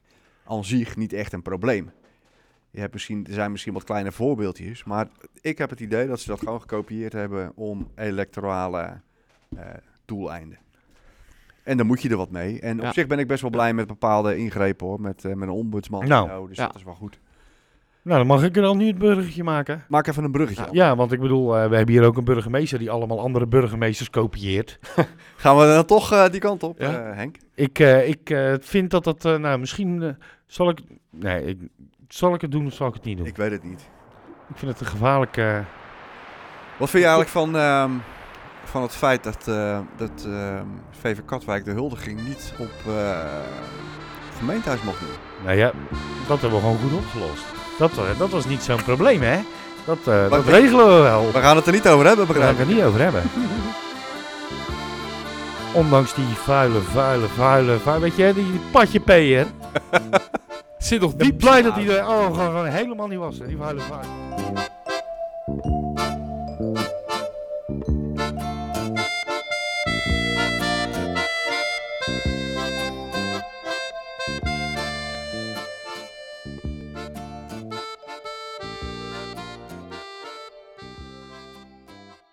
[SPEAKER 5] aan zich niet echt een probleem. Je hebt misschien, er zijn misschien wat kleine voorbeeldjes, maar ik heb het idee dat ze dat gewoon gekopieerd hebben om electorale eh, doeleinden. En dan moet je er wat mee. En op
[SPEAKER 4] Ja.
[SPEAKER 5] zich ben ik best wel blij met bepaalde ingrepen hoor, met, eh, met een ombudsman. en
[SPEAKER 3] Nou,
[SPEAKER 5] zo, dus
[SPEAKER 4] ja.
[SPEAKER 5] dat is wel goed.
[SPEAKER 3] Nou, dan mag ik er dan nu het bruggetje maken.
[SPEAKER 5] Maak even een bruggetje. af.
[SPEAKER 3] Ja, want ik bedoel, eh, we hebben hier ook een burgemeester die allemaal andere burgemeesters kopieert.
[SPEAKER 5] Gaan we dan toch eh, die kant op,
[SPEAKER 4] Ja.
[SPEAKER 5] eh, Henk?
[SPEAKER 3] Ik, eh, ik eh, vind dat dat, eh, nou misschien eh, zal ik, nee, ik, zal ik het doen of zal ik het niet doen? Ik,
[SPEAKER 5] Ik weet het niet.
[SPEAKER 3] vind het een gevaarlijke,
[SPEAKER 5] Wat vind je eigenlijk van, ehm, van het feit dat, eh, dat ehm, VV Katwijk de huldiging niet op eh gemeentehuis mag doen?
[SPEAKER 3] nou ja, dat hebben we gewoon goed opgelost. Dat, eh, dat was niet zo'n probleem hè, dat, eh, dat
[SPEAKER 5] we-
[SPEAKER 3] regelen we wel.
[SPEAKER 5] We gaan het er niet over hebben,
[SPEAKER 3] Daar gaan
[SPEAKER 5] begrijp
[SPEAKER 3] we
[SPEAKER 5] ik.
[SPEAKER 3] het niet over hebben. Ondanks die vuile, vuile, vuile, vuile, weet je, die, die patje peer.
[SPEAKER 4] Zit nog
[SPEAKER 3] Ik ben
[SPEAKER 4] diep.
[SPEAKER 3] blij dat hij er oh, gewoon, gewoon helemaal niet was, hè, die vuile, vuile.